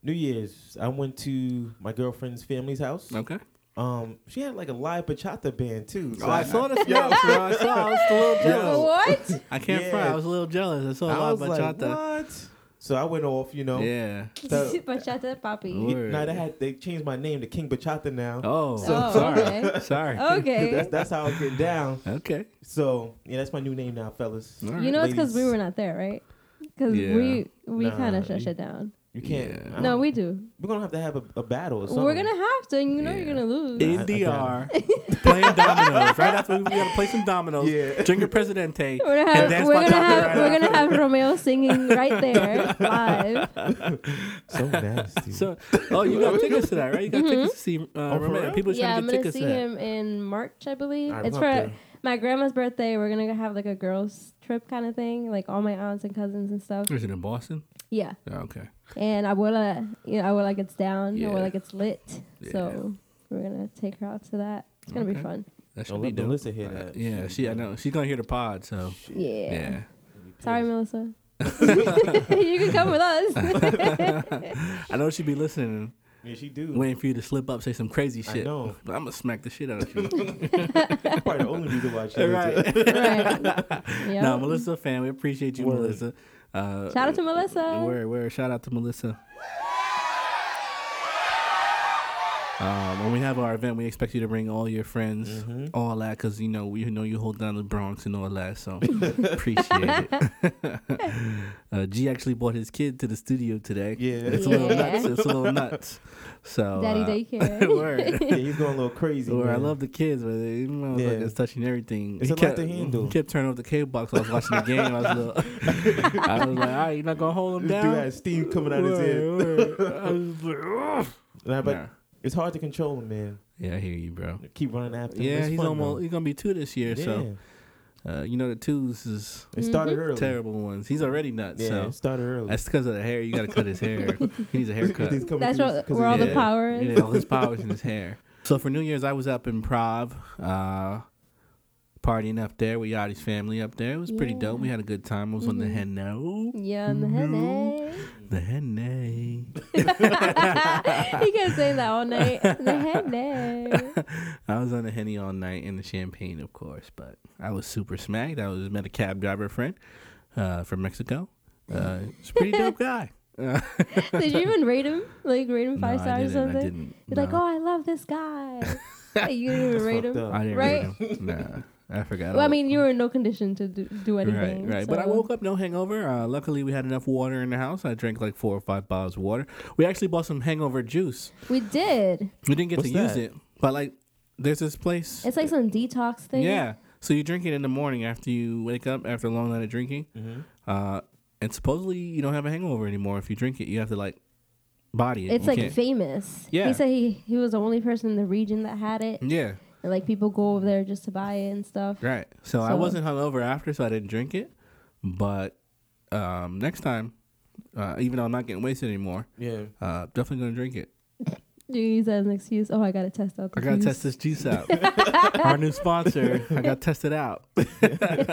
[SPEAKER 3] New Year's, I went to my girlfriend's family's house.
[SPEAKER 1] Okay.
[SPEAKER 3] Um, she had like a live bachata band too. So
[SPEAKER 1] Oh, I saw the snaps. bro. I saw. I was a little jealous.
[SPEAKER 4] What?
[SPEAKER 1] I can't
[SPEAKER 3] Yeah.
[SPEAKER 1] front. I was a little jealous. I saw a
[SPEAKER 3] I
[SPEAKER 1] lot of
[SPEAKER 3] was like,
[SPEAKER 1] bachata.
[SPEAKER 3] what? So I went off, you know.
[SPEAKER 1] yeah.
[SPEAKER 3] So-
[SPEAKER 4] Bachata
[SPEAKER 1] Ooh.
[SPEAKER 4] Papi.
[SPEAKER 1] Word.
[SPEAKER 3] Now they had they changed my name to King Bachata now.
[SPEAKER 1] Oh.
[SPEAKER 4] Oh,
[SPEAKER 1] sorry.
[SPEAKER 4] okay.
[SPEAKER 1] Sorry.
[SPEAKER 4] Okay.
[SPEAKER 3] That's that's how it get down.
[SPEAKER 1] Okay.
[SPEAKER 3] So yeah, that's my new name now, fellas.
[SPEAKER 1] All right.
[SPEAKER 4] You know it's because we
[SPEAKER 3] Ladies.
[SPEAKER 4] were not there, right? Because
[SPEAKER 1] Yeah.
[SPEAKER 4] we we
[SPEAKER 3] Nah,
[SPEAKER 4] kind of shut
[SPEAKER 3] you-
[SPEAKER 4] shut down.
[SPEAKER 3] You can't.
[SPEAKER 1] Yeah.
[SPEAKER 3] I
[SPEAKER 4] No,
[SPEAKER 3] don't-
[SPEAKER 4] we do.
[SPEAKER 3] we're gonna have to have a, a battle. Or something.
[SPEAKER 4] We're gonna have to, and you know
[SPEAKER 1] Yeah.
[SPEAKER 4] you're gonna lose.
[SPEAKER 3] I- I
[SPEAKER 1] NDR playing dominoes. Right after we gotta play some dominoes.
[SPEAKER 3] Yeah.
[SPEAKER 1] Drink a Presidente.
[SPEAKER 4] We're gonna
[SPEAKER 1] and
[SPEAKER 4] have
[SPEAKER 1] dance
[SPEAKER 4] we're
[SPEAKER 1] bachata
[SPEAKER 4] gonna have
[SPEAKER 1] right
[SPEAKER 4] we're
[SPEAKER 1] after.
[SPEAKER 4] gonna have Romeo singing right there live.
[SPEAKER 3] so nasty.
[SPEAKER 1] So, oh, you got tickets to that, right? You got tickets to see uh,
[SPEAKER 3] for
[SPEAKER 1] Roman.
[SPEAKER 3] real?
[SPEAKER 1] People
[SPEAKER 4] Mm-hmm. yeah,
[SPEAKER 1] trying
[SPEAKER 4] I'm
[SPEAKER 1] to get
[SPEAKER 4] gonna
[SPEAKER 1] tickets
[SPEAKER 4] see
[SPEAKER 1] to that.
[SPEAKER 4] him in March, I believe.
[SPEAKER 3] I'm
[SPEAKER 4] it's
[SPEAKER 3] up
[SPEAKER 4] for
[SPEAKER 3] there.
[SPEAKER 4] my grandma's birthday. We're gonna have like a girls trip kind of thing, like all my aunts and cousins and stuff.
[SPEAKER 1] Is it in Boston?
[SPEAKER 4] Yeah,
[SPEAKER 1] Oh, okay.
[SPEAKER 4] and Abuela, you know, Abuela gets down.
[SPEAKER 1] Yeah.
[SPEAKER 4] Abuela gets lit.
[SPEAKER 1] Yeah.
[SPEAKER 4] So we're gonna take her out to that. It's gonna
[SPEAKER 1] Okay.
[SPEAKER 4] be fun.
[SPEAKER 1] That should
[SPEAKER 3] Don't
[SPEAKER 1] be
[SPEAKER 3] let
[SPEAKER 1] dope.
[SPEAKER 3] Melissa hear that.
[SPEAKER 1] Yeah, she. I know she's gonna hear the pod. So
[SPEAKER 4] Yeah.
[SPEAKER 1] yeah.
[SPEAKER 4] Sorry, Melissa. you can come with us.
[SPEAKER 1] I know she be listening,
[SPEAKER 3] Yeah, she do.
[SPEAKER 1] waiting for you to slip up, say some crazy
[SPEAKER 3] I
[SPEAKER 1] shit.
[SPEAKER 3] know.
[SPEAKER 1] But I'm gonna smack the shit out of you.
[SPEAKER 3] That's probably the only reason why she
[SPEAKER 1] All
[SPEAKER 3] right.
[SPEAKER 1] right.
[SPEAKER 4] right.
[SPEAKER 1] No,
[SPEAKER 4] Yep.
[SPEAKER 1] Melissa fan, we appreciate you,
[SPEAKER 3] Word.
[SPEAKER 1] Melissa. Uh,
[SPEAKER 4] Shout out to Melissa.
[SPEAKER 1] Where, where? Shout out to Melissa. Um, when we have our event, we expect you to bring all your friends,
[SPEAKER 3] Mm-hmm.
[SPEAKER 1] all that, because you know we know you hold down the Bronx and all that. So appreciate it. uh, G actually brought his kid to the studio today.
[SPEAKER 3] Yeah.
[SPEAKER 1] it's a little
[SPEAKER 4] Yeah.
[SPEAKER 1] nuts. It's a little nuts. So
[SPEAKER 4] Daddy
[SPEAKER 1] uh,
[SPEAKER 4] daycare.
[SPEAKER 1] word.
[SPEAKER 3] Yeah, he's going a little crazy.
[SPEAKER 1] Where I
[SPEAKER 3] man.
[SPEAKER 1] love the kids, but they you know,
[SPEAKER 3] Yeah.
[SPEAKER 1] like it's touching everything.
[SPEAKER 3] It's
[SPEAKER 1] He
[SPEAKER 3] a lot
[SPEAKER 1] kept,
[SPEAKER 3] to handle.
[SPEAKER 1] he kept turning off the cable box. while I was watching the game. I was, little, I was like, all right, you're not gonna hold him
[SPEAKER 3] This dude
[SPEAKER 1] down.
[SPEAKER 3] had steam coming out his head.
[SPEAKER 1] Word, word. I was like, "Ugh."
[SPEAKER 3] Nah, but
[SPEAKER 1] Nah.
[SPEAKER 3] it's hard to control him, man.
[SPEAKER 1] Yeah, I hear you, bro.
[SPEAKER 3] Keep running after him.
[SPEAKER 1] Yeah,
[SPEAKER 3] It's
[SPEAKER 1] he's
[SPEAKER 3] fun,
[SPEAKER 1] almost
[SPEAKER 3] though.
[SPEAKER 1] he's gonna be two this year.
[SPEAKER 3] Yeah.
[SPEAKER 1] So uh, you know the twos is
[SPEAKER 3] It
[SPEAKER 4] Mm-hmm.
[SPEAKER 3] started early.
[SPEAKER 1] terrible ones. He's already nuts.
[SPEAKER 3] Yeah,
[SPEAKER 1] So
[SPEAKER 3] it started early.
[SPEAKER 1] that's because of the hair. You gotta cut his hair. he needs a haircut.
[SPEAKER 3] He's coming
[SPEAKER 4] That's
[SPEAKER 3] through
[SPEAKER 4] where,
[SPEAKER 3] 'cause of
[SPEAKER 4] where all
[SPEAKER 1] yeah.
[SPEAKER 4] the power is.
[SPEAKER 1] Yeah, all his powers in his hair. So for New Year's, I was up in Prague, uh, partying up there with Yachty's family up there. It was pretty
[SPEAKER 4] Yeah. Mm-hmm.
[SPEAKER 1] dope. We had a good time. I was on the Henne.
[SPEAKER 4] Yeah, and the
[SPEAKER 1] No.
[SPEAKER 4] henna.
[SPEAKER 1] The Henne.
[SPEAKER 4] he kept saying that all night. The henna.
[SPEAKER 1] I was on the Henny all night and the champagne, of course, but I was super smacked. I was met a cab driver friend uh, from Mexico. Uh, he's a pretty dope guy. Uh,
[SPEAKER 4] Did you even rate him? Like rate him five
[SPEAKER 1] no, I
[SPEAKER 4] stars or
[SPEAKER 1] didn't.
[SPEAKER 4] something?
[SPEAKER 1] I didn't.
[SPEAKER 4] You're like,
[SPEAKER 1] no.
[SPEAKER 4] oh, I love this guy. Like, you didn't even
[SPEAKER 3] That's
[SPEAKER 4] rate
[SPEAKER 3] fucked
[SPEAKER 4] him.
[SPEAKER 3] up.
[SPEAKER 1] I didn't
[SPEAKER 4] right?
[SPEAKER 1] read him. Nah, I forgot.
[SPEAKER 4] Well, I
[SPEAKER 1] all-
[SPEAKER 4] mean, you were in no condition to do, do
[SPEAKER 1] Right,
[SPEAKER 4] anything.
[SPEAKER 1] right. But I
[SPEAKER 4] so-
[SPEAKER 1] woke up no hangover. Uh, luckily, we had enough water in the house. I drank like four or five bottles of water. We actually bought some hangover juice.
[SPEAKER 4] We did.
[SPEAKER 1] We didn't get
[SPEAKER 3] What's
[SPEAKER 1] to use
[SPEAKER 3] that?
[SPEAKER 1] it, but like, there's this place.
[SPEAKER 4] It's like some detox thing.
[SPEAKER 1] yeah. So you drink it in the morning after you wake up after a long night of drinking,
[SPEAKER 4] Mm-hmm.
[SPEAKER 1] uh, and supposedly you don't have a hangover anymore if you drink it. You have to like body it.
[SPEAKER 4] It's
[SPEAKER 1] You
[SPEAKER 4] like
[SPEAKER 1] can't-
[SPEAKER 4] famous.
[SPEAKER 1] Yeah.
[SPEAKER 4] He said he, he was the only person in the region that had it.
[SPEAKER 1] yeah,
[SPEAKER 4] And like people go over there just to buy it and stuff.
[SPEAKER 1] right. So, I
[SPEAKER 4] So-
[SPEAKER 1] wasn't hungover after, so I didn't drink it. But um, next time, uh, even though I'm not getting wasted anymore,
[SPEAKER 3] Yeah.
[SPEAKER 1] uh, definitely gonna drink it.
[SPEAKER 4] Do you use that as an excuse? Oh, I gotta test out. The
[SPEAKER 1] I gotta
[SPEAKER 4] juice.
[SPEAKER 1] test this juice out. Our new sponsor. I gotta test it out.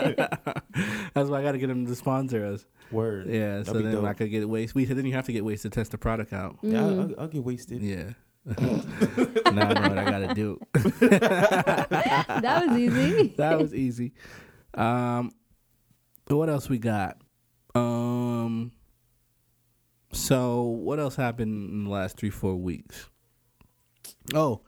[SPEAKER 1] That's why I gotta get them to sponsor us.
[SPEAKER 3] Word.
[SPEAKER 1] Yeah,
[SPEAKER 3] That'd
[SPEAKER 1] so
[SPEAKER 3] be
[SPEAKER 1] then
[SPEAKER 3] dope.
[SPEAKER 1] I could get waste. We then you have to get waste to test the product out.
[SPEAKER 3] Yeah, I'll,
[SPEAKER 4] Mm.
[SPEAKER 3] I'll, I'll get wasted.
[SPEAKER 1] Yeah. now I know what I gotta do.
[SPEAKER 4] that was easy.
[SPEAKER 1] that was easy. Um, what else we got? Um, so what else happened in the last three four weeks? Oh,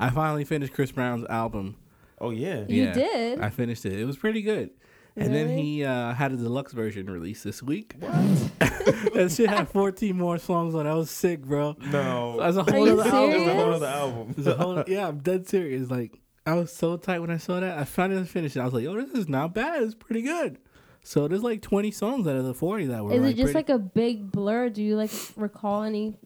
[SPEAKER 1] I finally finished Chris Brown's album.
[SPEAKER 3] Oh yeah.
[SPEAKER 4] You did?
[SPEAKER 1] I finished it. It was pretty good. And then
[SPEAKER 4] Really?
[SPEAKER 1] he uh, had a deluxe version released this week. that shit had 14 more songs on. it. I was sick, bro.
[SPEAKER 3] No.
[SPEAKER 1] That's a
[SPEAKER 4] Are
[SPEAKER 1] whole
[SPEAKER 4] you
[SPEAKER 1] other album.
[SPEAKER 3] That's a whole
[SPEAKER 4] serious?
[SPEAKER 3] other album.
[SPEAKER 1] It's a whole- yeah, I'm dead serious. Like I was so tight when I saw that. I finally finished it. I was like, "Yo, this is not bad. It's pretty good." So there's like 20 songs out of the 40 that were.
[SPEAKER 4] Is
[SPEAKER 1] like
[SPEAKER 4] it just
[SPEAKER 1] pretty-
[SPEAKER 4] like a big blur? Do you like recall any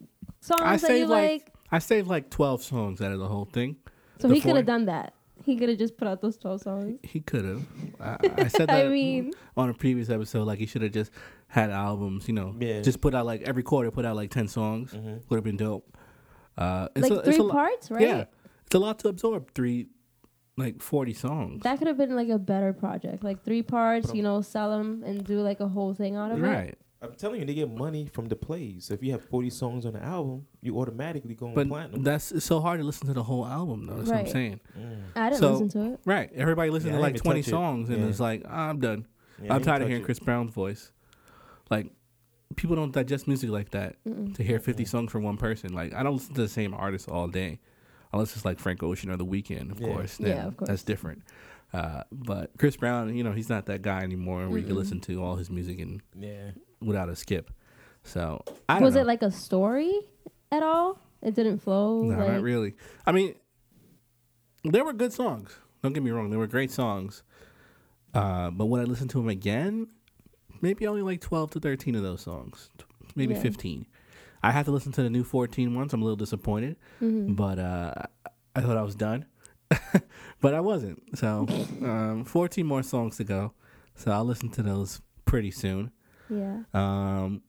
[SPEAKER 4] songs
[SPEAKER 1] I
[SPEAKER 4] that you
[SPEAKER 1] saved
[SPEAKER 4] like?
[SPEAKER 1] like, I saved like 12 songs out of the whole thing.
[SPEAKER 4] so
[SPEAKER 1] the
[SPEAKER 4] he could
[SPEAKER 1] 40.
[SPEAKER 4] have done that. He could have just put out those twelve songs.
[SPEAKER 1] He could have. I, I said
[SPEAKER 4] I
[SPEAKER 1] that
[SPEAKER 4] mean-
[SPEAKER 1] on a previous episode. Like he should have just had albums. You know,
[SPEAKER 3] Yeah. Mm-hmm.
[SPEAKER 1] just put out like every quarter, put out like 10 songs. Would have been dope. Uh, it's
[SPEAKER 4] like
[SPEAKER 1] a- it's
[SPEAKER 4] three
[SPEAKER 1] a lo-
[SPEAKER 4] parts, right?
[SPEAKER 1] Yeah, it's a lot to absorb. Three, like 40 songs.
[SPEAKER 4] That could have been like a better project, like three parts. You know, sell them and do like a whole thing out of it.
[SPEAKER 1] right.
[SPEAKER 3] I'm telling you, they get money from the plays. So if you have 40 songs on the album, you automatically go on
[SPEAKER 1] But
[SPEAKER 3] platinum. Mm.
[SPEAKER 1] that's it's so hard to listen to the whole album though. That's what I'm
[SPEAKER 4] Right.
[SPEAKER 1] saying.
[SPEAKER 4] I didn't
[SPEAKER 1] So-
[SPEAKER 4] listen to it.
[SPEAKER 1] Right. Everybody listens
[SPEAKER 3] Yeah, I
[SPEAKER 1] to
[SPEAKER 3] didn't
[SPEAKER 1] like 20
[SPEAKER 3] even touch it.
[SPEAKER 1] songs and
[SPEAKER 3] Yeah.
[SPEAKER 1] it's like "Ah, I'm done.
[SPEAKER 3] Yeah, I
[SPEAKER 1] I'm
[SPEAKER 3] didn't
[SPEAKER 1] tired of
[SPEAKER 3] touch
[SPEAKER 1] hearing
[SPEAKER 3] it.
[SPEAKER 1] Chris Brown's voice. Like people don't digest music like that to hear 50 songs from one person. Like I don't listen to the same artist all day, unless it's like Frank Ocean or The Weeknd, of
[SPEAKER 3] Yeah.
[SPEAKER 1] course.
[SPEAKER 4] Yeah,
[SPEAKER 1] Then
[SPEAKER 4] of course.
[SPEAKER 1] That's different. Uh, but Chris Brown, you know, he's not that guy anymore where you can listen to all his music and
[SPEAKER 3] yeah.
[SPEAKER 1] without a skip. So I don't
[SPEAKER 4] Was
[SPEAKER 1] know.
[SPEAKER 4] it like a story at all? It didn't flow.
[SPEAKER 1] No,
[SPEAKER 4] like,
[SPEAKER 1] not really. I mean, there were good songs. Don't get me wrong; there were great songs. Uh, but when I listened to them again, maybe only like twelve to thirteen of those songs, t- maybe
[SPEAKER 4] Yeah.
[SPEAKER 1] fifteen. I had to listen to the new 14 ones. I'm a little disappointed,
[SPEAKER 4] Mm-hmm.
[SPEAKER 1] but uh, I thought I was done, but I wasn't. So, um, 14 more songs to go. So I'll listen to those pretty soon.
[SPEAKER 4] Yeah.
[SPEAKER 1] Um,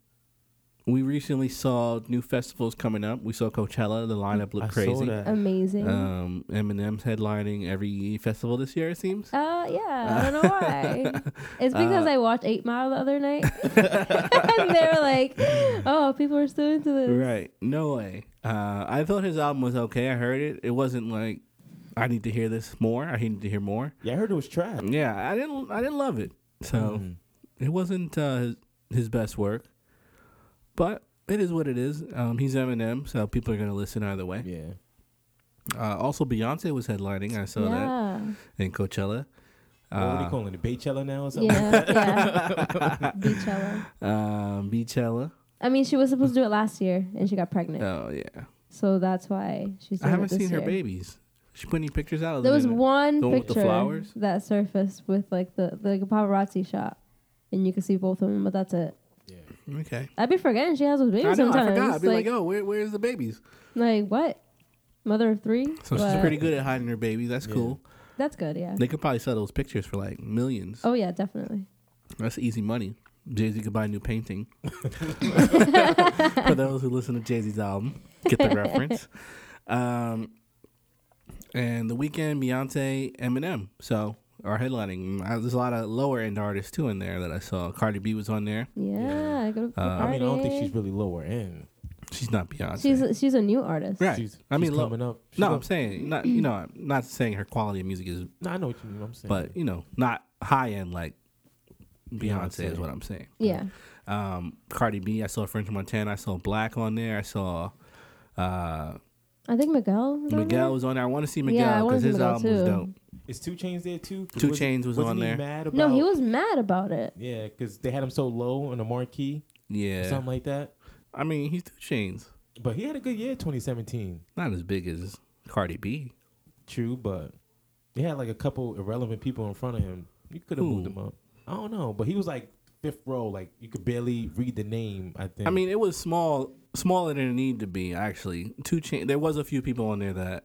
[SPEAKER 1] we recently saw new festivals coming up. We saw Coachella. The lineup looked
[SPEAKER 3] I
[SPEAKER 1] crazy.
[SPEAKER 3] saw that.
[SPEAKER 4] Amazing. Uh,
[SPEAKER 1] Um, Eminem's headlining every festival this year. It seems.
[SPEAKER 4] Uh, yeah, I don't know why. It's
[SPEAKER 1] Uh.
[SPEAKER 4] because I watched Eight Mile the other night, and they were like, "Oh, people are still into this."
[SPEAKER 1] Right. No way. Uh, I thought his album was okay. I heard it. It wasn't like I need to hear this more. I need to hear more.
[SPEAKER 3] Yeah, I heard it was trash.
[SPEAKER 1] Yeah, I didn't. I didn't love it. So
[SPEAKER 3] Mm-hmm.
[SPEAKER 1] it wasn't uh, his, his best work, but it is what it is. Um, he's Eminem, so people are gonna listen either way.
[SPEAKER 3] Yeah.
[SPEAKER 1] Uh, also, Beyonce was headlining. I saw
[SPEAKER 4] yeah.
[SPEAKER 1] that in Coachella. Uh,
[SPEAKER 3] what are you calling it? Baychella now or something?
[SPEAKER 4] Yeah. Yeah. Beachella.
[SPEAKER 1] Um, Beachella.
[SPEAKER 4] I mean, she was supposed to do it last year, and she got pregnant,
[SPEAKER 1] Oh yeah.
[SPEAKER 4] so that's why she's.
[SPEAKER 1] I
[SPEAKER 4] doing it
[SPEAKER 1] haven't
[SPEAKER 4] this
[SPEAKER 1] seen her
[SPEAKER 4] year.
[SPEAKER 1] babies. She put any pictures out? other
[SPEAKER 4] There was
[SPEAKER 1] than the-
[SPEAKER 4] one
[SPEAKER 1] the one with the
[SPEAKER 4] picture
[SPEAKER 1] flowers?
[SPEAKER 4] that surfaced with like the the paparazzi shot, and you could see both of them, but that's it.
[SPEAKER 1] Okay.
[SPEAKER 4] I'd be forgetting she has
[SPEAKER 1] I
[SPEAKER 4] those
[SPEAKER 1] know.
[SPEAKER 4] babies
[SPEAKER 1] I
[SPEAKER 4] sometimes.
[SPEAKER 1] forgot. I'd be like,
[SPEAKER 4] like,
[SPEAKER 1] oh, where, where's the babies?
[SPEAKER 4] like, what? Mother of three.
[SPEAKER 1] So she's
[SPEAKER 4] But
[SPEAKER 1] pretty good at hiding her babies. That's cool.
[SPEAKER 4] That's good. Yeah.
[SPEAKER 1] They could probably sell those pictures for like millions.
[SPEAKER 4] Oh yeah, definitely.
[SPEAKER 1] That's easy money. Jay Z could buy a new painting. for those who listen to Jay Z's album, get the reference. Um, and the weekend, Beyonce, Eminem. So are headlining. Uh, There's a lot of lower end artists too in there that I saw. Cardi B was on there.
[SPEAKER 4] Yeah. I,
[SPEAKER 1] Uh,
[SPEAKER 4] go to the
[SPEAKER 3] I mean, I don't think
[SPEAKER 4] party.
[SPEAKER 3] she's really lower end.
[SPEAKER 1] She's not Beyonce.
[SPEAKER 4] She's she's a new artist.
[SPEAKER 1] right.
[SPEAKER 3] She's,
[SPEAKER 1] I mean,
[SPEAKER 3] she's
[SPEAKER 1] lo-
[SPEAKER 3] coming up. She's
[SPEAKER 1] no,
[SPEAKER 3] up-
[SPEAKER 1] I'm saying not. You know, I'm not saying her quality of music is,
[SPEAKER 3] No, I know what you mean. I'm saying.
[SPEAKER 1] but you know, not high end like Beyonce,
[SPEAKER 3] Beyonce.
[SPEAKER 1] is what I'm saying.
[SPEAKER 4] Yeah.
[SPEAKER 1] Um, Cardi B, I saw French Montana, I saw Black on there, I saw uh,
[SPEAKER 4] I think Miguel. is on
[SPEAKER 1] Miguel
[SPEAKER 4] there.
[SPEAKER 1] was on there. I want to see
[SPEAKER 4] Yeah, I
[SPEAKER 1] Miguel
[SPEAKER 4] wanna
[SPEAKER 1] because
[SPEAKER 4] see
[SPEAKER 1] his
[SPEAKER 4] Miguel
[SPEAKER 1] album was
[SPEAKER 4] too.
[SPEAKER 1] dope.
[SPEAKER 3] is Two Chains there too? 'Cause
[SPEAKER 1] Two
[SPEAKER 3] wasn't-
[SPEAKER 1] Chains was
[SPEAKER 3] wasn't
[SPEAKER 1] on
[SPEAKER 3] he
[SPEAKER 1] there.
[SPEAKER 3] Mad
[SPEAKER 4] No, he
[SPEAKER 3] about-
[SPEAKER 4] was mad about it.
[SPEAKER 3] Yeah, because they had him so low on the marquee, or
[SPEAKER 1] Yeah,
[SPEAKER 3] something like that.
[SPEAKER 1] I mean he's two chains,
[SPEAKER 3] But he had a good year, 2017.
[SPEAKER 1] not as big as Cardi B.
[SPEAKER 3] True, but he had like a couple irrelevant people in front of him. You could have
[SPEAKER 1] Who?
[SPEAKER 3] moved him up. I don't know, but he was like fifth row. Like you could barely read the name. I think.
[SPEAKER 1] I mean it was small, smaller than it needed to be actually. Two chain. There was a few people on there that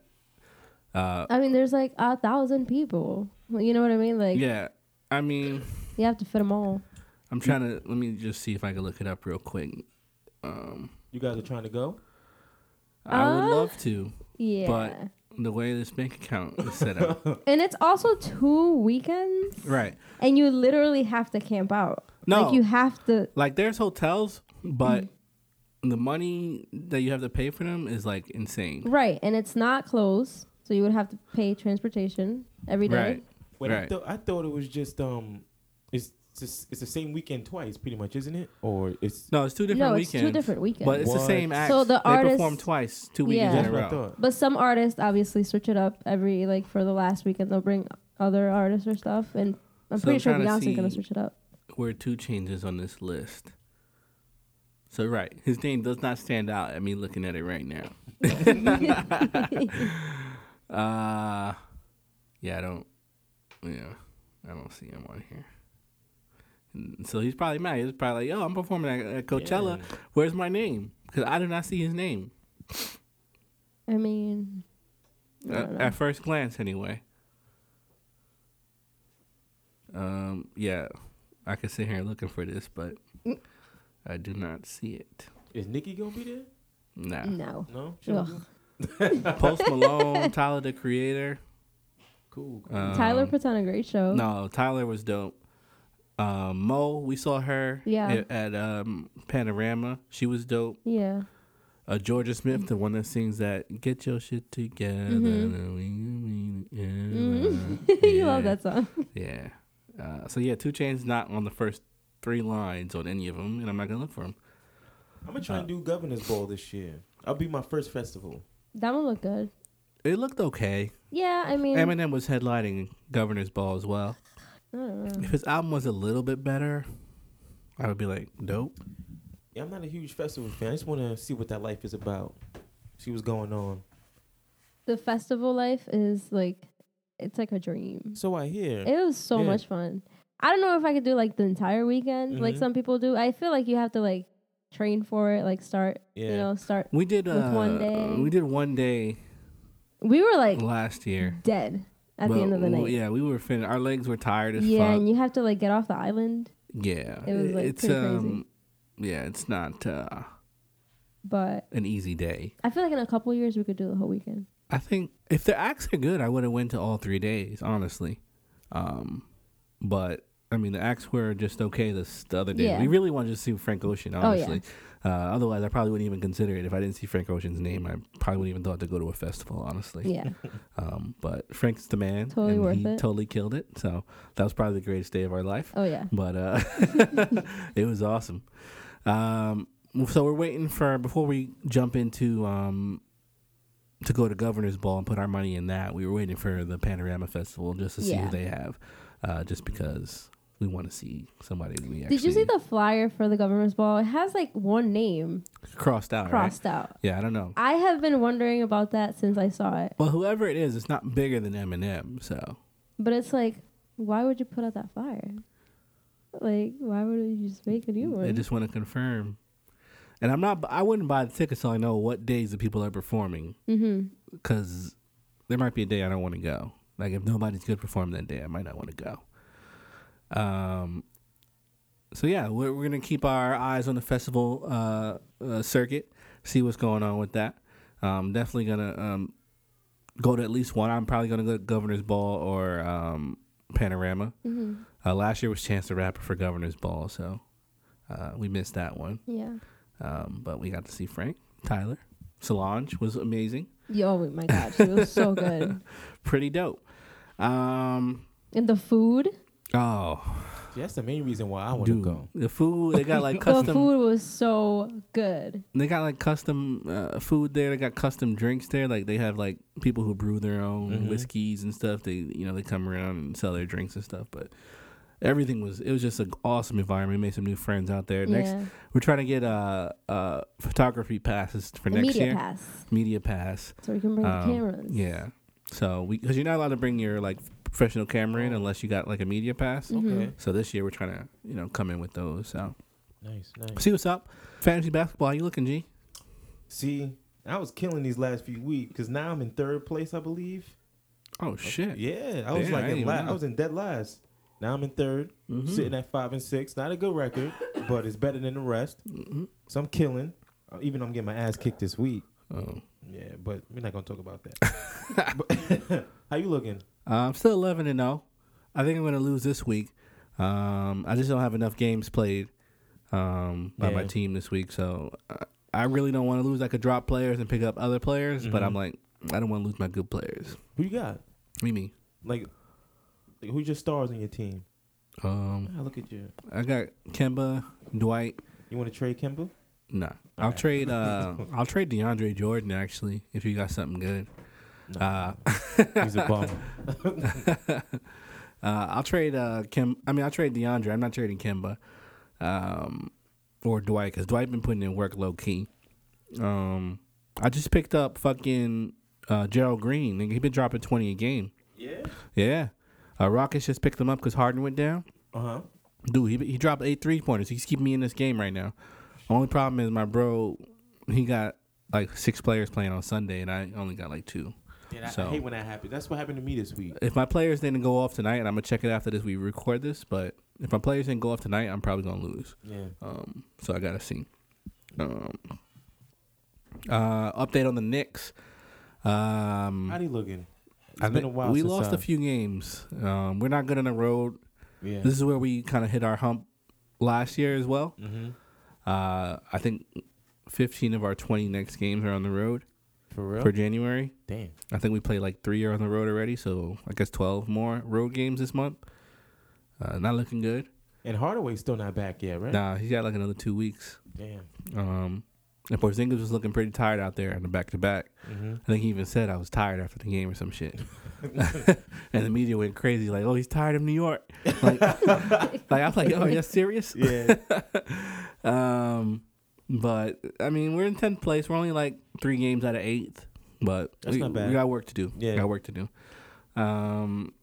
[SPEAKER 1] uh,
[SPEAKER 4] I mean, there's like a thousand people. Like, You know what I mean? Like,
[SPEAKER 1] yeah. I mean
[SPEAKER 4] you have to fit them all.
[SPEAKER 1] I'm trying to let me just see if I can look it up real quick.
[SPEAKER 3] you guys are trying to go.
[SPEAKER 1] I would
[SPEAKER 4] Uh,
[SPEAKER 1] love to,
[SPEAKER 4] Yeah.
[SPEAKER 1] but the way this bank account is set up,
[SPEAKER 4] and it's also two weekends,
[SPEAKER 1] right?
[SPEAKER 4] and you literally have to camp out.
[SPEAKER 1] No.
[SPEAKER 4] Like you have to.
[SPEAKER 1] Like there's hotels, but
[SPEAKER 4] Mm-hmm.
[SPEAKER 1] the money that you have to pay for them is like insane.
[SPEAKER 4] Right, and it's not close, so you would have to pay transportation every day.
[SPEAKER 1] Right.
[SPEAKER 3] Wait, I,
[SPEAKER 1] Right.
[SPEAKER 3] thought I thought it was just um, it's just, it's the same weekend twice, pretty much, isn't it? Or it's
[SPEAKER 1] No, it's two different
[SPEAKER 4] No, it's
[SPEAKER 1] weekends.
[SPEAKER 4] two different weekends.
[SPEAKER 1] But it's the
[SPEAKER 3] What?
[SPEAKER 1] same act.
[SPEAKER 4] So the
[SPEAKER 1] they perform
[SPEAKER 4] artist-
[SPEAKER 1] twice, two weekends
[SPEAKER 4] Yeah.
[SPEAKER 1] in
[SPEAKER 3] that's
[SPEAKER 1] a
[SPEAKER 3] what I
[SPEAKER 1] row.
[SPEAKER 3] thought.
[SPEAKER 4] But some artists obviously switch it up every like for the last weekend. They'll bring other artists or stuff, and I'm
[SPEAKER 1] So
[SPEAKER 4] pretty
[SPEAKER 1] I'm
[SPEAKER 4] sure
[SPEAKER 1] trying to
[SPEAKER 4] Beyonce's gonna
[SPEAKER 1] see-
[SPEAKER 4] switch it up.
[SPEAKER 1] Where two changes on this list. So right, his name does not stand out at me looking at it right now. uh yeah, I don't. Yeah, I don't see him on here. And so he's probably mad. He's probably like, "Yo, I'm performing at, at Coachella.
[SPEAKER 3] Yeah.
[SPEAKER 1] Where's my name? Because I do not see his name
[SPEAKER 4] I mean, I
[SPEAKER 1] at,
[SPEAKER 4] don't know.
[SPEAKER 1] at first glance, anyway." Um. Yeah, I could sit here looking for this, but I do not see it.
[SPEAKER 3] Is Nikki gonna be there?
[SPEAKER 1] Nah.
[SPEAKER 4] no.
[SPEAKER 3] No. She won't be
[SPEAKER 4] Ugh.
[SPEAKER 1] no. Post Malone, Tyler the Creator.
[SPEAKER 3] Cool.
[SPEAKER 4] Uh,
[SPEAKER 3] cool.
[SPEAKER 1] Um,
[SPEAKER 4] Tyler puts on a great show.
[SPEAKER 1] No, Tyler was dope. Um, Mo, we saw her
[SPEAKER 4] Yeah.
[SPEAKER 1] at, at, um, Panorama. She was dope.
[SPEAKER 4] Yeah.
[SPEAKER 1] Uh, Georgia Smith, the one that sings that "Get Your Shit Together."
[SPEAKER 4] Mm-hmm. you love that song.
[SPEAKER 1] Yeah. Uh, so yeah, Two Chain's not on the first three lines on any of them, and I'm not gonna look for him.
[SPEAKER 3] I'm gonna try and do Governor's Ball this year. I'll be my first festival.
[SPEAKER 4] That one looked good.
[SPEAKER 1] It looked okay.
[SPEAKER 4] Yeah, I mean,
[SPEAKER 1] Eminem was headlining Governor's Ball as well.
[SPEAKER 4] I don't know.
[SPEAKER 1] If his album was a little bit better, I would be like, dope.
[SPEAKER 3] Yeah, I'm not a huge festival fan. I just want to see what that life is about. See what's going on.
[SPEAKER 4] The festival life is like, it's like a dream.
[SPEAKER 3] So I hear.
[SPEAKER 4] It was so
[SPEAKER 3] Yeah.
[SPEAKER 4] much fun. I don't know if I could do like the entire weekend, like
[SPEAKER 3] Mhm.
[SPEAKER 4] some people do. I feel like you have to like train for it, like start,
[SPEAKER 3] Yeah.
[SPEAKER 4] you know, start.
[SPEAKER 1] We did uh,
[SPEAKER 4] With one day.
[SPEAKER 1] We did one day
[SPEAKER 4] We were like
[SPEAKER 1] last year.
[SPEAKER 4] dead at
[SPEAKER 1] Well,
[SPEAKER 4] the end of the
[SPEAKER 1] well,
[SPEAKER 4] night. Yeah,
[SPEAKER 1] Yeah, we were finished. Our legs were tired as fuck.
[SPEAKER 4] and you have to like get off the island,
[SPEAKER 1] yeah, um,
[SPEAKER 4] it was, like, pretty crazy.
[SPEAKER 1] yeah, it's not uh,
[SPEAKER 4] but
[SPEAKER 1] an easy day.
[SPEAKER 4] I feel like in a couple years we could do the whole weekend.
[SPEAKER 1] I think if the acts are good, I would have went to all three days, honestly. Um, but I mean, the acts were just okay. This the other day,
[SPEAKER 4] Yeah. Oh,
[SPEAKER 1] we really wanted to see Frank Ocean,
[SPEAKER 4] yeah.
[SPEAKER 1] honestly. uh, otherwise, I probably wouldn't even consider it. If I didn't see Frank Ocean's name, I probably wouldn't even thought to go to a festival, honestly.
[SPEAKER 4] Yeah,
[SPEAKER 1] Um, but Frank's the man.
[SPEAKER 4] Totally
[SPEAKER 1] and
[SPEAKER 4] worth
[SPEAKER 1] he
[SPEAKER 4] it.
[SPEAKER 1] Totally killed it. So that was probably the greatest day of our life.
[SPEAKER 4] oh yeah,
[SPEAKER 1] But uh, it was awesome. Um, so we're waiting for before we jump into um, to go to Governor's Ball and put our money in that. We were waiting for the Panorama Festival just to see
[SPEAKER 4] Yeah.
[SPEAKER 1] who they have, uh, just because we want to see somebody we actually
[SPEAKER 4] Did you see the flyer for the government's ball? It has like one name
[SPEAKER 1] crossed out. Right?
[SPEAKER 4] crossed out.
[SPEAKER 1] Yeah, I don't know.
[SPEAKER 4] I have been wondering about that since I saw it,
[SPEAKER 1] Well, whoever it is, it's not bigger than Eminem. So
[SPEAKER 4] but it's like, why would you put out that flyer? Like, why would you just make a new
[SPEAKER 1] They
[SPEAKER 4] one?
[SPEAKER 1] just want to confirm. And I'm not. I wouldn't buy the tickets till I know what days the people are performing. Because there might be a day I don't want to go. Like if nobody's good perform that day, I might not want to go. Um. So yeah, we're, we're gonna keep our eyes on the festival uh, uh, circuit, see what's going on with that. Um, definitely gonna um, go to at least one. I'm probably gonna go to Governor's Ball or um, Panorama. Uh, last year was Chance the Rapper for Governor's Ball, so uh, we missed that one.
[SPEAKER 4] yeah.
[SPEAKER 1] Um, but we got to see Frank, Tyler, Solange was amazing,
[SPEAKER 4] Yo, oh my gosh, it was so good.
[SPEAKER 1] pretty dope. Um,
[SPEAKER 4] And the food,
[SPEAKER 1] oh,
[SPEAKER 3] That's the main reason why I want to
[SPEAKER 1] dude,
[SPEAKER 3] go.
[SPEAKER 1] the food they got like
[SPEAKER 4] the
[SPEAKER 1] custom.
[SPEAKER 4] food was so good.
[SPEAKER 1] They got like custom uh, food there. They got custom drinks there. Like they have like people who brew their own whiskeys and stuff. They you know they come around and sell their drinks and stuff. But everything was it was just an awesome environment. Made some new friends out there. Next,
[SPEAKER 4] Yeah.
[SPEAKER 1] we're trying to get uh uh photography passes for
[SPEAKER 4] The
[SPEAKER 1] next
[SPEAKER 4] media
[SPEAKER 1] year.
[SPEAKER 4] pass,
[SPEAKER 1] Media pass.
[SPEAKER 4] so we can bring
[SPEAKER 1] Um,
[SPEAKER 4] the cameras.
[SPEAKER 1] Yeah. So we because you're not allowed to bring your like professional camera in unless you got like a media pass.
[SPEAKER 4] Mm-hmm.
[SPEAKER 3] Okay.
[SPEAKER 1] So this year we're trying to you know come in with those. So
[SPEAKER 3] Nice, nice.
[SPEAKER 1] see what's up. Fantasy basketball. How you looking, G?
[SPEAKER 3] See, I was killing these last few weeks because now I'm in third place, I believe.
[SPEAKER 1] Oh shit.
[SPEAKER 3] Yeah, I was
[SPEAKER 1] Damn, I
[SPEAKER 3] like
[SPEAKER 1] didn't
[SPEAKER 3] in
[SPEAKER 1] even
[SPEAKER 3] la-
[SPEAKER 1] know. Mm-hmm.
[SPEAKER 3] I was in dead last. Now I'm in 3rd sitting at five and six. Not a good
[SPEAKER 1] Mm-hmm.
[SPEAKER 3] record, but it's better than the rest. So I'm killing. Uh, Even though I'm getting my ass kicked this week.
[SPEAKER 1] Oh.
[SPEAKER 3] Yeah, but we're not gonna talk about that. But- how you looking?
[SPEAKER 1] Uh, I'm still 11 and 0. I think I'm going to lose this week. Um, I just don't have enough games played um, by my
[SPEAKER 3] Yeah.
[SPEAKER 1] team this week, so I, I really don't want to lose. I could drop players and pick up other players, but
[SPEAKER 3] Mm-hmm.
[SPEAKER 1] I'm like, I don't want to lose my good players.
[SPEAKER 3] Who you got?
[SPEAKER 1] Me, me.
[SPEAKER 3] Like, like who's your stars on your team?
[SPEAKER 1] Um,
[SPEAKER 3] Ah, look at you.
[SPEAKER 1] I got Kemba, Dwight.
[SPEAKER 3] You want to trade Kimba?
[SPEAKER 1] Nah, I'll trade. Uh, I'll trade DeAndre Jordan actually if you got something good. Uh,
[SPEAKER 3] He's a bum.
[SPEAKER 1] Uh, I'll trade uh, Kim. I mean, I'll trade DeAndre. I'm not trading Kimba um, or Dwight because Dwight been putting in work low key. Um, I just picked up fucking uh, Gerald Green. Nigga, He been dropping twenty a game.
[SPEAKER 3] yeah.
[SPEAKER 1] Yeah, uh, Rockets just picked him up because Harden went down.
[SPEAKER 3] Uh huh.
[SPEAKER 1] Dude, he he dropped eight three pointers. He's keeping me in this game right now. Only problem is my bro. He got like six players playing on Sunday, and I only got like two.
[SPEAKER 3] And I,
[SPEAKER 1] So-
[SPEAKER 3] I hate when that happens. That's what happened to me this week.
[SPEAKER 1] If my players didn't go off tonight, and I'm gonna check it after this. We record this, but if my players didn't go off tonight, I'm probably gonna lose.
[SPEAKER 3] Yeah.
[SPEAKER 1] Um, so I gotta see. Um, uh, update on the Knicks. Um,
[SPEAKER 3] How you looking? It's
[SPEAKER 1] I
[SPEAKER 3] been
[SPEAKER 1] thi-
[SPEAKER 3] a while.
[SPEAKER 1] We
[SPEAKER 3] since
[SPEAKER 1] lost
[SPEAKER 3] I-
[SPEAKER 1] a few games. Um, we're not good on the road.
[SPEAKER 3] Yeah.
[SPEAKER 1] This is where we kind of hit our hump last year as well.
[SPEAKER 3] mm-hmm.
[SPEAKER 1] Uh, I think 15 of our 20 next games are on the road
[SPEAKER 3] For real.
[SPEAKER 1] for January.
[SPEAKER 3] Damn.
[SPEAKER 1] I think we played like three are on the road already, so I guess 12 more road games this month. Uh, not looking good.
[SPEAKER 3] And Hardaway's still not back yet, right?
[SPEAKER 1] Nah, he's got like another two weeks.
[SPEAKER 3] Damn.
[SPEAKER 1] Um, and Porzingis was looking pretty tired out there in the back to back.
[SPEAKER 3] Mm-hmm.
[SPEAKER 1] I think he even said I was tired after the game or some shit. and the media went crazy, like, "Oh, he's tired of New York." Like, like I'm like, "Oh, you're serious?"
[SPEAKER 3] Yeah.
[SPEAKER 1] Um, but I mean, we're in tenth place. We're only like three games out of eighth, but
[SPEAKER 3] That's
[SPEAKER 1] we,
[SPEAKER 3] not bad.
[SPEAKER 1] we got work to do.
[SPEAKER 3] Yeah.
[SPEAKER 1] got work to do. Um,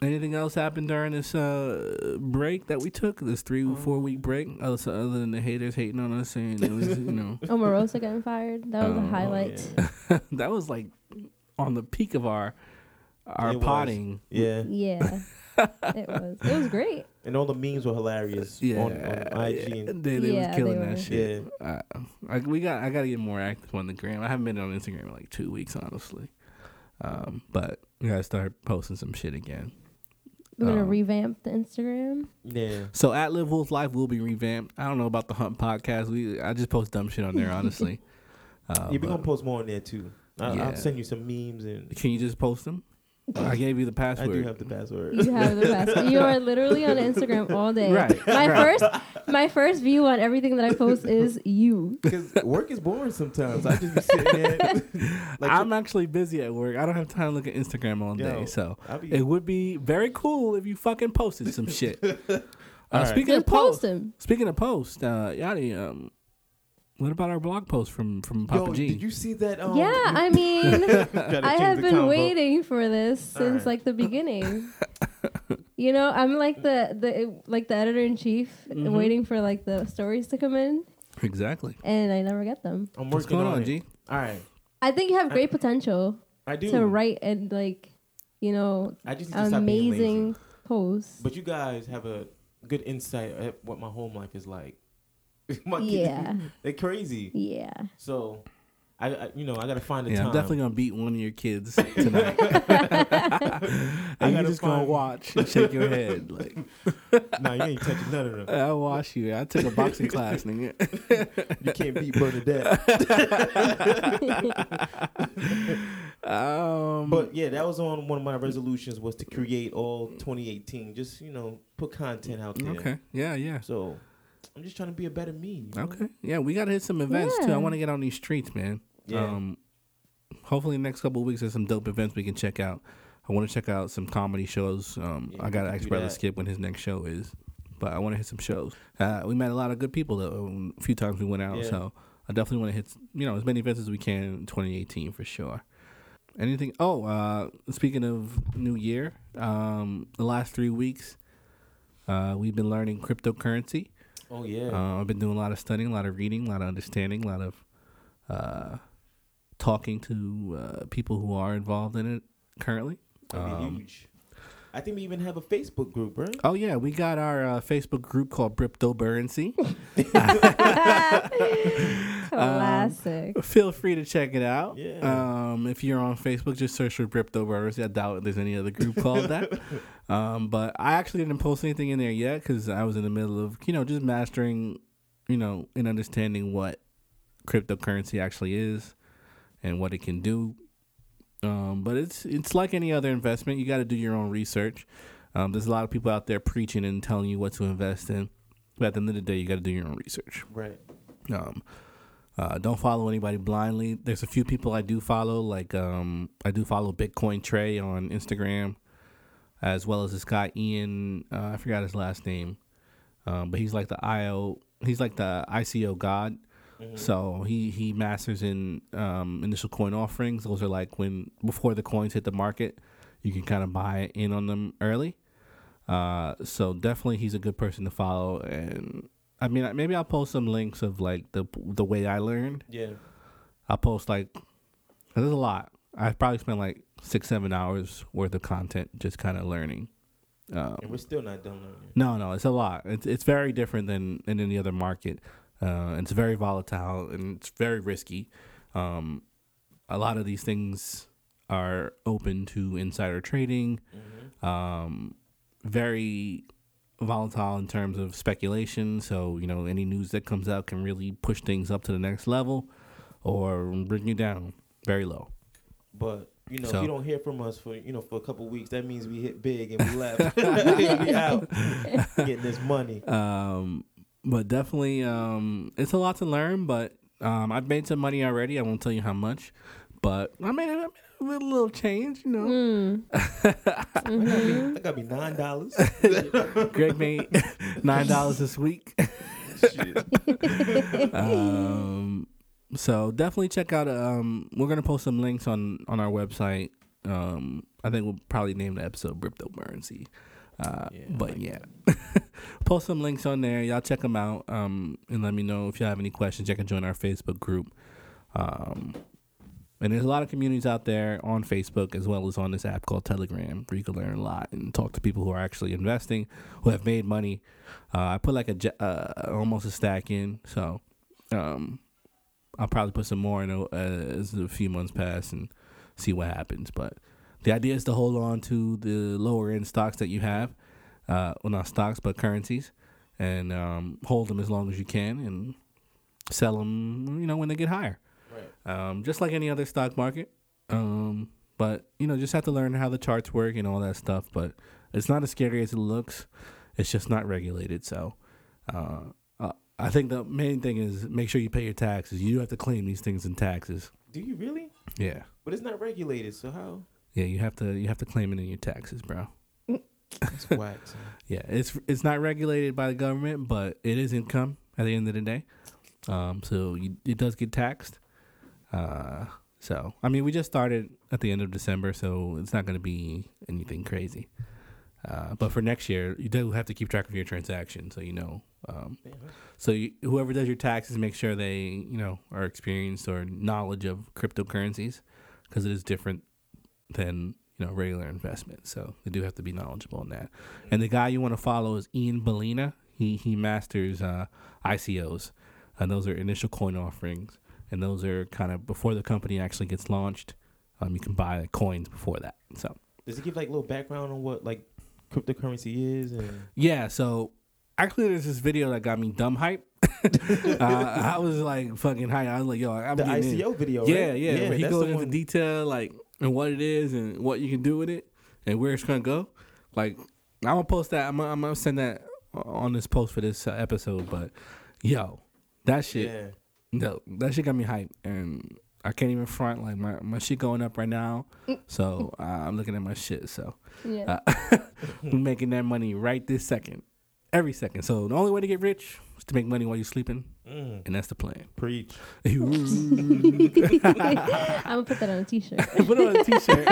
[SPEAKER 1] anything else happened during this uh break that we took? This three
[SPEAKER 4] Um,
[SPEAKER 1] four week break, other so other than the haters hating on us saying it was, you know,
[SPEAKER 4] Omarosa getting fired. That was
[SPEAKER 1] Oh,
[SPEAKER 4] a highlight.
[SPEAKER 3] Yeah.
[SPEAKER 1] that was like on the peak of our our
[SPEAKER 3] It was.
[SPEAKER 1] potting.
[SPEAKER 3] Yeah.
[SPEAKER 4] Yeah. it was. It was great.
[SPEAKER 3] And all the memes were hilarious
[SPEAKER 1] Yeah,
[SPEAKER 3] on, on IG.
[SPEAKER 1] yeah,
[SPEAKER 3] And,
[SPEAKER 1] they, they
[SPEAKER 4] Yeah,
[SPEAKER 1] was
[SPEAKER 4] they
[SPEAKER 1] killing
[SPEAKER 4] were.
[SPEAKER 1] that
[SPEAKER 3] yeah.
[SPEAKER 1] shit. I, I, we got. I got to get more active on the gram. I haven't been on Instagram in like two weeks, honestly. Um, but we gotta start posting some shit again.
[SPEAKER 4] We're gonna
[SPEAKER 1] Um,
[SPEAKER 4] revamp the Instagram.
[SPEAKER 3] Yeah.
[SPEAKER 1] So at Live Wolf Life will be revamped. I don't know about the Hunt podcast. We I just post dumb shit on there, honestly. Uh,
[SPEAKER 3] yeah, we're gonna
[SPEAKER 1] but
[SPEAKER 3] post more on there too. I,
[SPEAKER 1] Yeah.
[SPEAKER 3] I'll send you some memes and
[SPEAKER 1] can you just post them? I gave you the
[SPEAKER 3] I
[SPEAKER 1] password.
[SPEAKER 3] do have the password.
[SPEAKER 4] You have the best. You are literally on Instagram all day.
[SPEAKER 1] Right,
[SPEAKER 4] My first, my first view on everything that I post is you.
[SPEAKER 3] Because work is boring sometimes. I just be sitting there. like,
[SPEAKER 1] I'm actually busy at work. I don't have time to look at Instagram all day.
[SPEAKER 3] Yo,
[SPEAKER 1] so
[SPEAKER 3] I be-
[SPEAKER 1] it would be very cool if you fucking posted some shit. Uh,
[SPEAKER 3] right.
[SPEAKER 1] Speaking
[SPEAKER 4] Just
[SPEAKER 1] of posts,
[SPEAKER 4] post them.
[SPEAKER 1] Speaking of post, uh, Yadi, um, what about our blog post from from Papa
[SPEAKER 3] yo,
[SPEAKER 1] G?
[SPEAKER 3] did you see that? Um,
[SPEAKER 4] yeah, I mean,
[SPEAKER 3] gotta
[SPEAKER 4] I
[SPEAKER 3] change
[SPEAKER 4] have
[SPEAKER 3] the
[SPEAKER 4] been
[SPEAKER 3] combo.
[SPEAKER 4] waiting for this
[SPEAKER 3] All
[SPEAKER 4] since
[SPEAKER 3] right.
[SPEAKER 4] like the beginning. you know, I'm like the the like the editor in chief,
[SPEAKER 3] Mm-hmm.
[SPEAKER 4] waiting for like the stories to come in,
[SPEAKER 1] exactly.
[SPEAKER 4] and I never get them.
[SPEAKER 3] I'm working
[SPEAKER 1] What's going on,
[SPEAKER 3] it.
[SPEAKER 1] G?
[SPEAKER 3] All right,
[SPEAKER 4] I think you have great potential
[SPEAKER 3] I do.
[SPEAKER 4] to write and like, you know,
[SPEAKER 3] I just need to stop being lazy.
[SPEAKER 4] amazing posts.
[SPEAKER 3] But you guys have a good insight at what my home life is like. My kids-
[SPEAKER 4] Yeah.
[SPEAKER 3] they're crazy.
[SPEAKER 4] Yeah.
[SPEAKER 3] So, I, I you know I gotta find the
[SPEAKER 1] Yeah,
[SPEAKER 3] time.
[SPEAKER 1] I'm definitely gonna beat one of your kids tonight. and you're
[SPEAKER 3] gotta
[SPEAKER 1] just gonna
[SPEAKER 3] find-
[SPEAKER 1] watch and shake your head like
[SPEAKER 3] nah, you ain't touching none of them.
[SPEAKER 1] I watch you. I took a boxing class, nigga.
[SPEAKER 3] You can't beat Bernadette.
[SPEAKER 1] Um,
[SPEAKER 3] But yeah, that was on one of my resolutions was to create all 2018. Just you know, put content out there.
[SPEAKER 1] okay, yeah, yeah.
[SPEAKER 3] So I'm just trying to be a better me. you know?
[SPEAKER 1] Okay. Yeah, we gotta hit some events too.
[SPEAKER 4] Yeah.
[SPEAKER 1] I want to get on these streets, man.
[SPEAKER 3] Yeah.
[SPEAKER 1] Um, hopefully, the next couple of weeks there's some dope events we can check out. I want to check out some comedy shows. Um,
[SPEAKER 3] Yeah,
[SPEAKER 1] I gotta
[SPEAKER 3] do
[SPEAKER 1] ask brother
[SPEAKER 3] that.
[SPEAKER 1] Skip when his next show is, but I want to hit some shows. Uh, we met a lot of good people though. um, A few times we went out,
[SPEAKER 3] Yeah.
[SPEAKER 1] so I definitely want to hit you know as many events as we can in 2018 for sure. Anything? Oh, uh, speaking of New Year, um, the last three weeks uh, we've been learning cryptocurrency.
[SPEAKER 3] Oh yeah.
[SPEAKER 1] Uh, I've been doing a lot of studying, a lot of reading, a lot of understanding, a lot of uh, talking to uh, people who are involved in it currently.
[SPEAKER 3] That'd be
[SPEAKER 1] Um,
[SPEAKER 3] huge. I think we even have a Facebook group, right?
[SPEAKER 1] Oh yeah, we got our uh, Facebook group called Cryptocurrency.
[SPEAKER 3] Um,
[SPEAKER 4] Classic.
[SPEAKER 1] Feel free to check it out.
[SPEAKER 3] Yeah.
[SPEAKER 1] Um, if you're on Facebook, just search for Cryptocurrency. I doubt there's any other group called that. Um, but I actually didn't post anything in there yet because I was in the middle of you know just mastering, you know, and understanding what cryptocurrency actually is and what it can do. Um, but it's it's like any other investment. You got to do your own research. Um, there's a lot of people out there preaching and telling you what to invest in, but at the end of the day, you got to do your own research.
[SPEAKER 3] Right.
[SPEAKER 1] Um, uh, don't follow anybody blindly. There's a few people I do follow. Like um, I do follow Bitcoin Trey on Instagram, as well as this guy Ian. Uh, I forgot his last name, um, but he's like the IO. He's like the ICO god. So he he masters in um, initial coin offerings. Those are like when before the coins hit the market, you can kind of buy in on them early. Uh, so definitely he's a good person to follow. And I mean, I- maybe I'll post some links of like the the way I learned.
[SPEAKER 3] Yeah.
[SPEAKER 1] I'll post like 'cause there's a lot. I probably spent like six seven hours worth of content just kind of learning. Um,
[SPEAKER 3] And we're still not done learning.
[SPEAKER 1] No, no, it's a lot. It's it's very different than in any other market. Uh, it's very volatile and it's very risky. Um, a lot of these things are open to insider trading. Um, very volatile in terms of speculation. So you know, any news that comes out can really push things up to the next level, or bring you down very low.
[SPEAKER 3] But you know,
[SPEAKER 1] So-
[SPEAKER 3] if you don't hear from us for you know for a couple weeks, that means we hit big and we left. we out getting this money.
[SPEAKER 1] Um, but definitely, um, it's a lot to learn. But um, I've made some money already. I won't tell you how much, but I made a, I made a little change. You know,
[SPEAKER 4] Mm. Mm-hmm.
[SPEAKER 3] That gotta be nine dollars.
[SPEAKER 1] Greg made nine dollars this week. um, so definitely check out. Um, we're gonna post some links on on our website. Um, I think we'll probably name the episode "Cryptocurrency." Uh,
[SPEAKER 3] Yeah, I
[SPEAKER 1] but yeah, post some links on there. Y'all check them out. Um, and let me know if y'all have any questions. Y'all can join our Facebook group. Um, and there's a lot of communities out there on Facebook as well as on this app called Telegram where you can learn a lot and talk to people who are actually investing, who have made money. Uh, I put like a j- uh, almost a stack in, so um, I'll probably put some more in uh, as a few months pass and see what happens. But the idea is to hold on to the lower end stocks that you have, uh, well not stocks but currencies, and um, hold them as long as you can and sell them, you know, when they get higher
[SPEAKER 3] Right.
[SPEAKER 1] um, just like any other stock market. Um, but you know, just have to learn how the charts work and all that stuff. But it's not as scary as it looks. It's just not regulated. So, uh, uh, I think the main thing is make sure you pay your taxes. You do have to claim these things in taxes.
[SPEAKER 3] Do you really?
[SPEAKER 1] Yeah,
[SPEAKER 3] But it's not regulated, so how?
[SPEAKER 1] yeah. You have to you have to claim it in your taxes, bro.
[SPEAKER 3] That's whack. son.
[SPEAKER 1] Yeah, it's it's not regulated by the government, but it is income at the end of the day. Um, so you, it does get taxed. Uh, so I mean, we just started at the end of December, so it's not going to be anything crazy. Uh, but for next year, you do have to keep track of your transactions, so you know. Um,
[SPEAKER 3] Damn, that's-
[SPEAKER 1] so you, whoever does your taxes, make sure they you know are experienced or knowledge of cryptocurrencies, because it is different than you know regular investment. So they do have to be knowledgeable in that. And the guy you want to follow is Ian Bellina. He he masters uh, ICOs, and those are initial coin offerings, and those are kind of before the company actually gets launched. Um, you can buy coins before that. So
[SPEAKER 3] Does it give like a little background on what like cryptocurrency is and
[SPEAKER 1] yeah, so actually, there's this video that got me dumb hype. uh, I was like fucking hype. I was like, yo, I'm
[SPEAKER 3] the
[SPEAKER 1] getting in.
[SPEAKER 3] ICO video?
[SPEAKER 1] Yeah,
[SPEAKER 3] right?
[SPEAKER 1] yeah. where he
[SPEAKER 3] that's
[SPEAKER 1] goes
[SPEAKER 3] the
[SPEAKER 1] into
[SPEAKER 3] one-
[SPEAKER 1] detail like and what it is and what you can do with it and where it's gonna go. Like I'm gonna post that. I'm gonna, I'm gonna send that on this post for this uh, episode. But yo, that shit,
[SPEAKER 3] Yeah.
[SPEAKER 1] no, that shit got me hyped and. I can't even front like my, my shit going up right now, so uh, I'm looking at my shit. So
[SPEAKER 4] Yeah.
[SPEAKER 1] uh, we're making that money right this second, every second. So the only way to get rich is to make money while you're sleeping,
[SPEAKER 3] Mm.
[SPEAKER 1] and that's the plan.
[SPEAKER 3] Preach.
[SPEAKER 4] I'm gonna put that on a t-shirt.
[SPEAKER 1] Put on a t-shirt.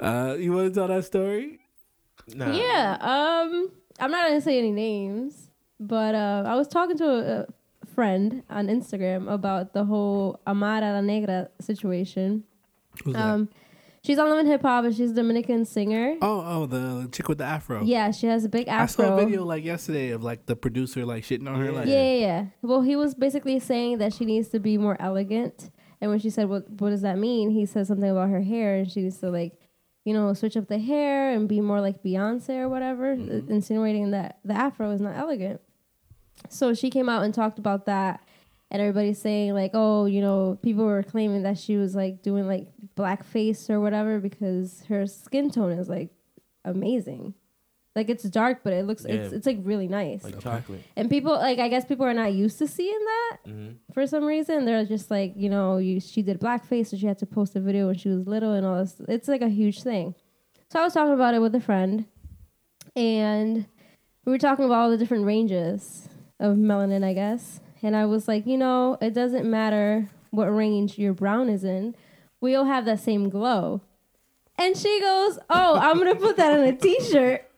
[SPEAKER 1] uh, you want to tell that story?
[SPEAKER 3] Nah.
[SPEAKER 4] Yeah. Um, I'm not gonna say any names, but uh, I was talking to a, a friend on Instagram about the whole Amara La Negra situation.
[SPEAKER 1] Who's that?
[SPEAKER 4] Um, She's on Love and Hip Hop, and she's a Dominican singer.
[SPEAKER 1] Oh, oh, the chick with the afro.
[SPEAKER 4] Yeah, she has a big afro.
[SPEAKER 1] Oh. I saw a video like yesterday of like the producer like shitting on her like
[SPEAKER 4] Yeah, yeah, yeah. Well, he was basically saying that she needs to be more elegant. And when she said, "What what does that mean?" he said something about her hair, and she was to like, you know, switch up the hair and be more like Beyonce or whatever, uh,
[SPEAKER 3] Mm-hmm.
[SPEAKER 4] insinuating that the afro is not elegant. So she came out and talked about that, and everybody's saying like, "Oh, you know," people were claiming that she was like doing like blackface or whatever because her skin tone is like amazing. Like it's dark, but it looks it's
[SPEAKER 3] Yeah.
[SPEAKER 4] it's like really nice.
[SPEAKER 3] Like chocolate.
[SPEAKER 4] And people like I guess people are not used to seeing that
[SPEAKER 3] Mhm.
[SPEAKER 4] for some reason. They're just like, you know, you she did blackface so she had to post a video when she was little and all this. It's like a huge thing. So I was talking about it with a friend and we were talking about all the different ranges of melanin, I guess. And I was like, you know, it doesn't matter what range your brown is in. We all have that same glow. And she goes, "Oh, I'm going to put that on a t-shirt."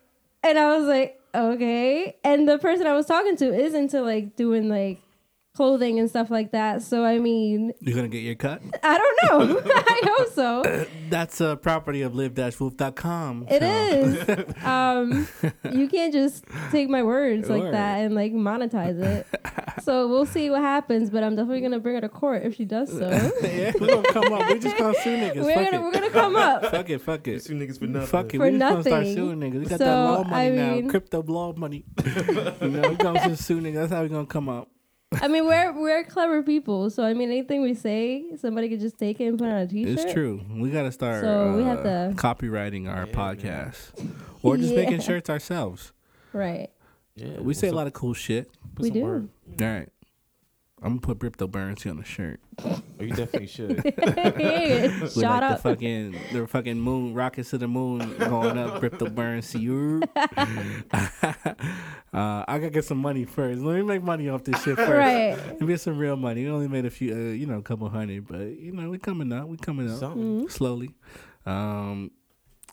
[SPEAKER 4] And I was like, okay. And the person I was talking to is into like doing like clothing and stuff like that. So I mean,
[SPEAKER 1] You're gonna get your cut.
[SPEAKER 4] I don't know. I hope so.
[SPEAKER 1] That's a property of live-wolf.com.
[SPEAKER 4] It
[SPEAKER 1] so-
[SPEAKER 4] is. Um, you can't just take my words like
[SPEAKER 1] Word.
[SPEAKER 4] that and like monetize it. So we'll see what happens. But I'm definitely gonna bring her to court if she does so.
[SPEAKER 1] yeah, we're gonna come up. We're just gonna sue niggas.
[SPEAKER 4] we're
[SPEAKER 1] fuck,
[SPEAKER 4] gonna
[SPEAKER 1] it.
[SPEAKER 4] we're gonna come up.
[SPEAKER 1] fuck it. Fuck it.
[SPEAKER 3] These two niggas for nothing.
[SPEAKER 1] Fuck it.
[SPEAKER 4] For
[SPEAKER 1] we're just gonna start
[SPEAKER 4] nothing.
[SPEAKER 1] suing niggas. We got
[SPEAKER 4] So,
[SPEAKER 1] that law money
[SPEAKER 4] I mean-
[SPEAKER 1] now. Crypto law money. you know, we gonna just sue niggas. That's how we gonna come up.
[SPEAKER 4] I mean, we're we're clever people. So I mean, anything we say, somebody could just take it and put it on a t-shirt.
[SPEAKER 1] It's true. We gotta start
[SPEAKER 4] So, we
[SPEAKER 1] uh,
[SPEAKER 4] have to-
[SPEAKER 1] copywriting our podcast. Or just
[SPEAKER 4] Yeah.
[SPEAKER 1] making shirts ourselves.
[SPEAKER 4] right?
[SPEAKER 3] Yeah,
[SPEAKER 1] We say a lot of cool shit.
[SPEAKER 4] we do.
[SPEAKER 1] All right. I'm gonna put cryptocurrency on the shirt.
[SPEAKER 3] Oh, you definitely should.
[SPEAKER 1] We
[SPEAKER 4] Shut
[SPEAKER 1] like
[SPEAKER 4] up.
[SPEAKER 1] the fucking the fucking moon rockets to the moon going up cryptocurrency. You- uh, I gotta get some money first. Let me make money off this shit first.
[SPEAKER 4] Right.
[SPEAKER 1] Let me get some real money. We only made a few, uh, you know, a couple hundred, but you know, we coming up. We coming up
[SPEAKER 3] Something.
[SPEAKER 1] slowly. Um,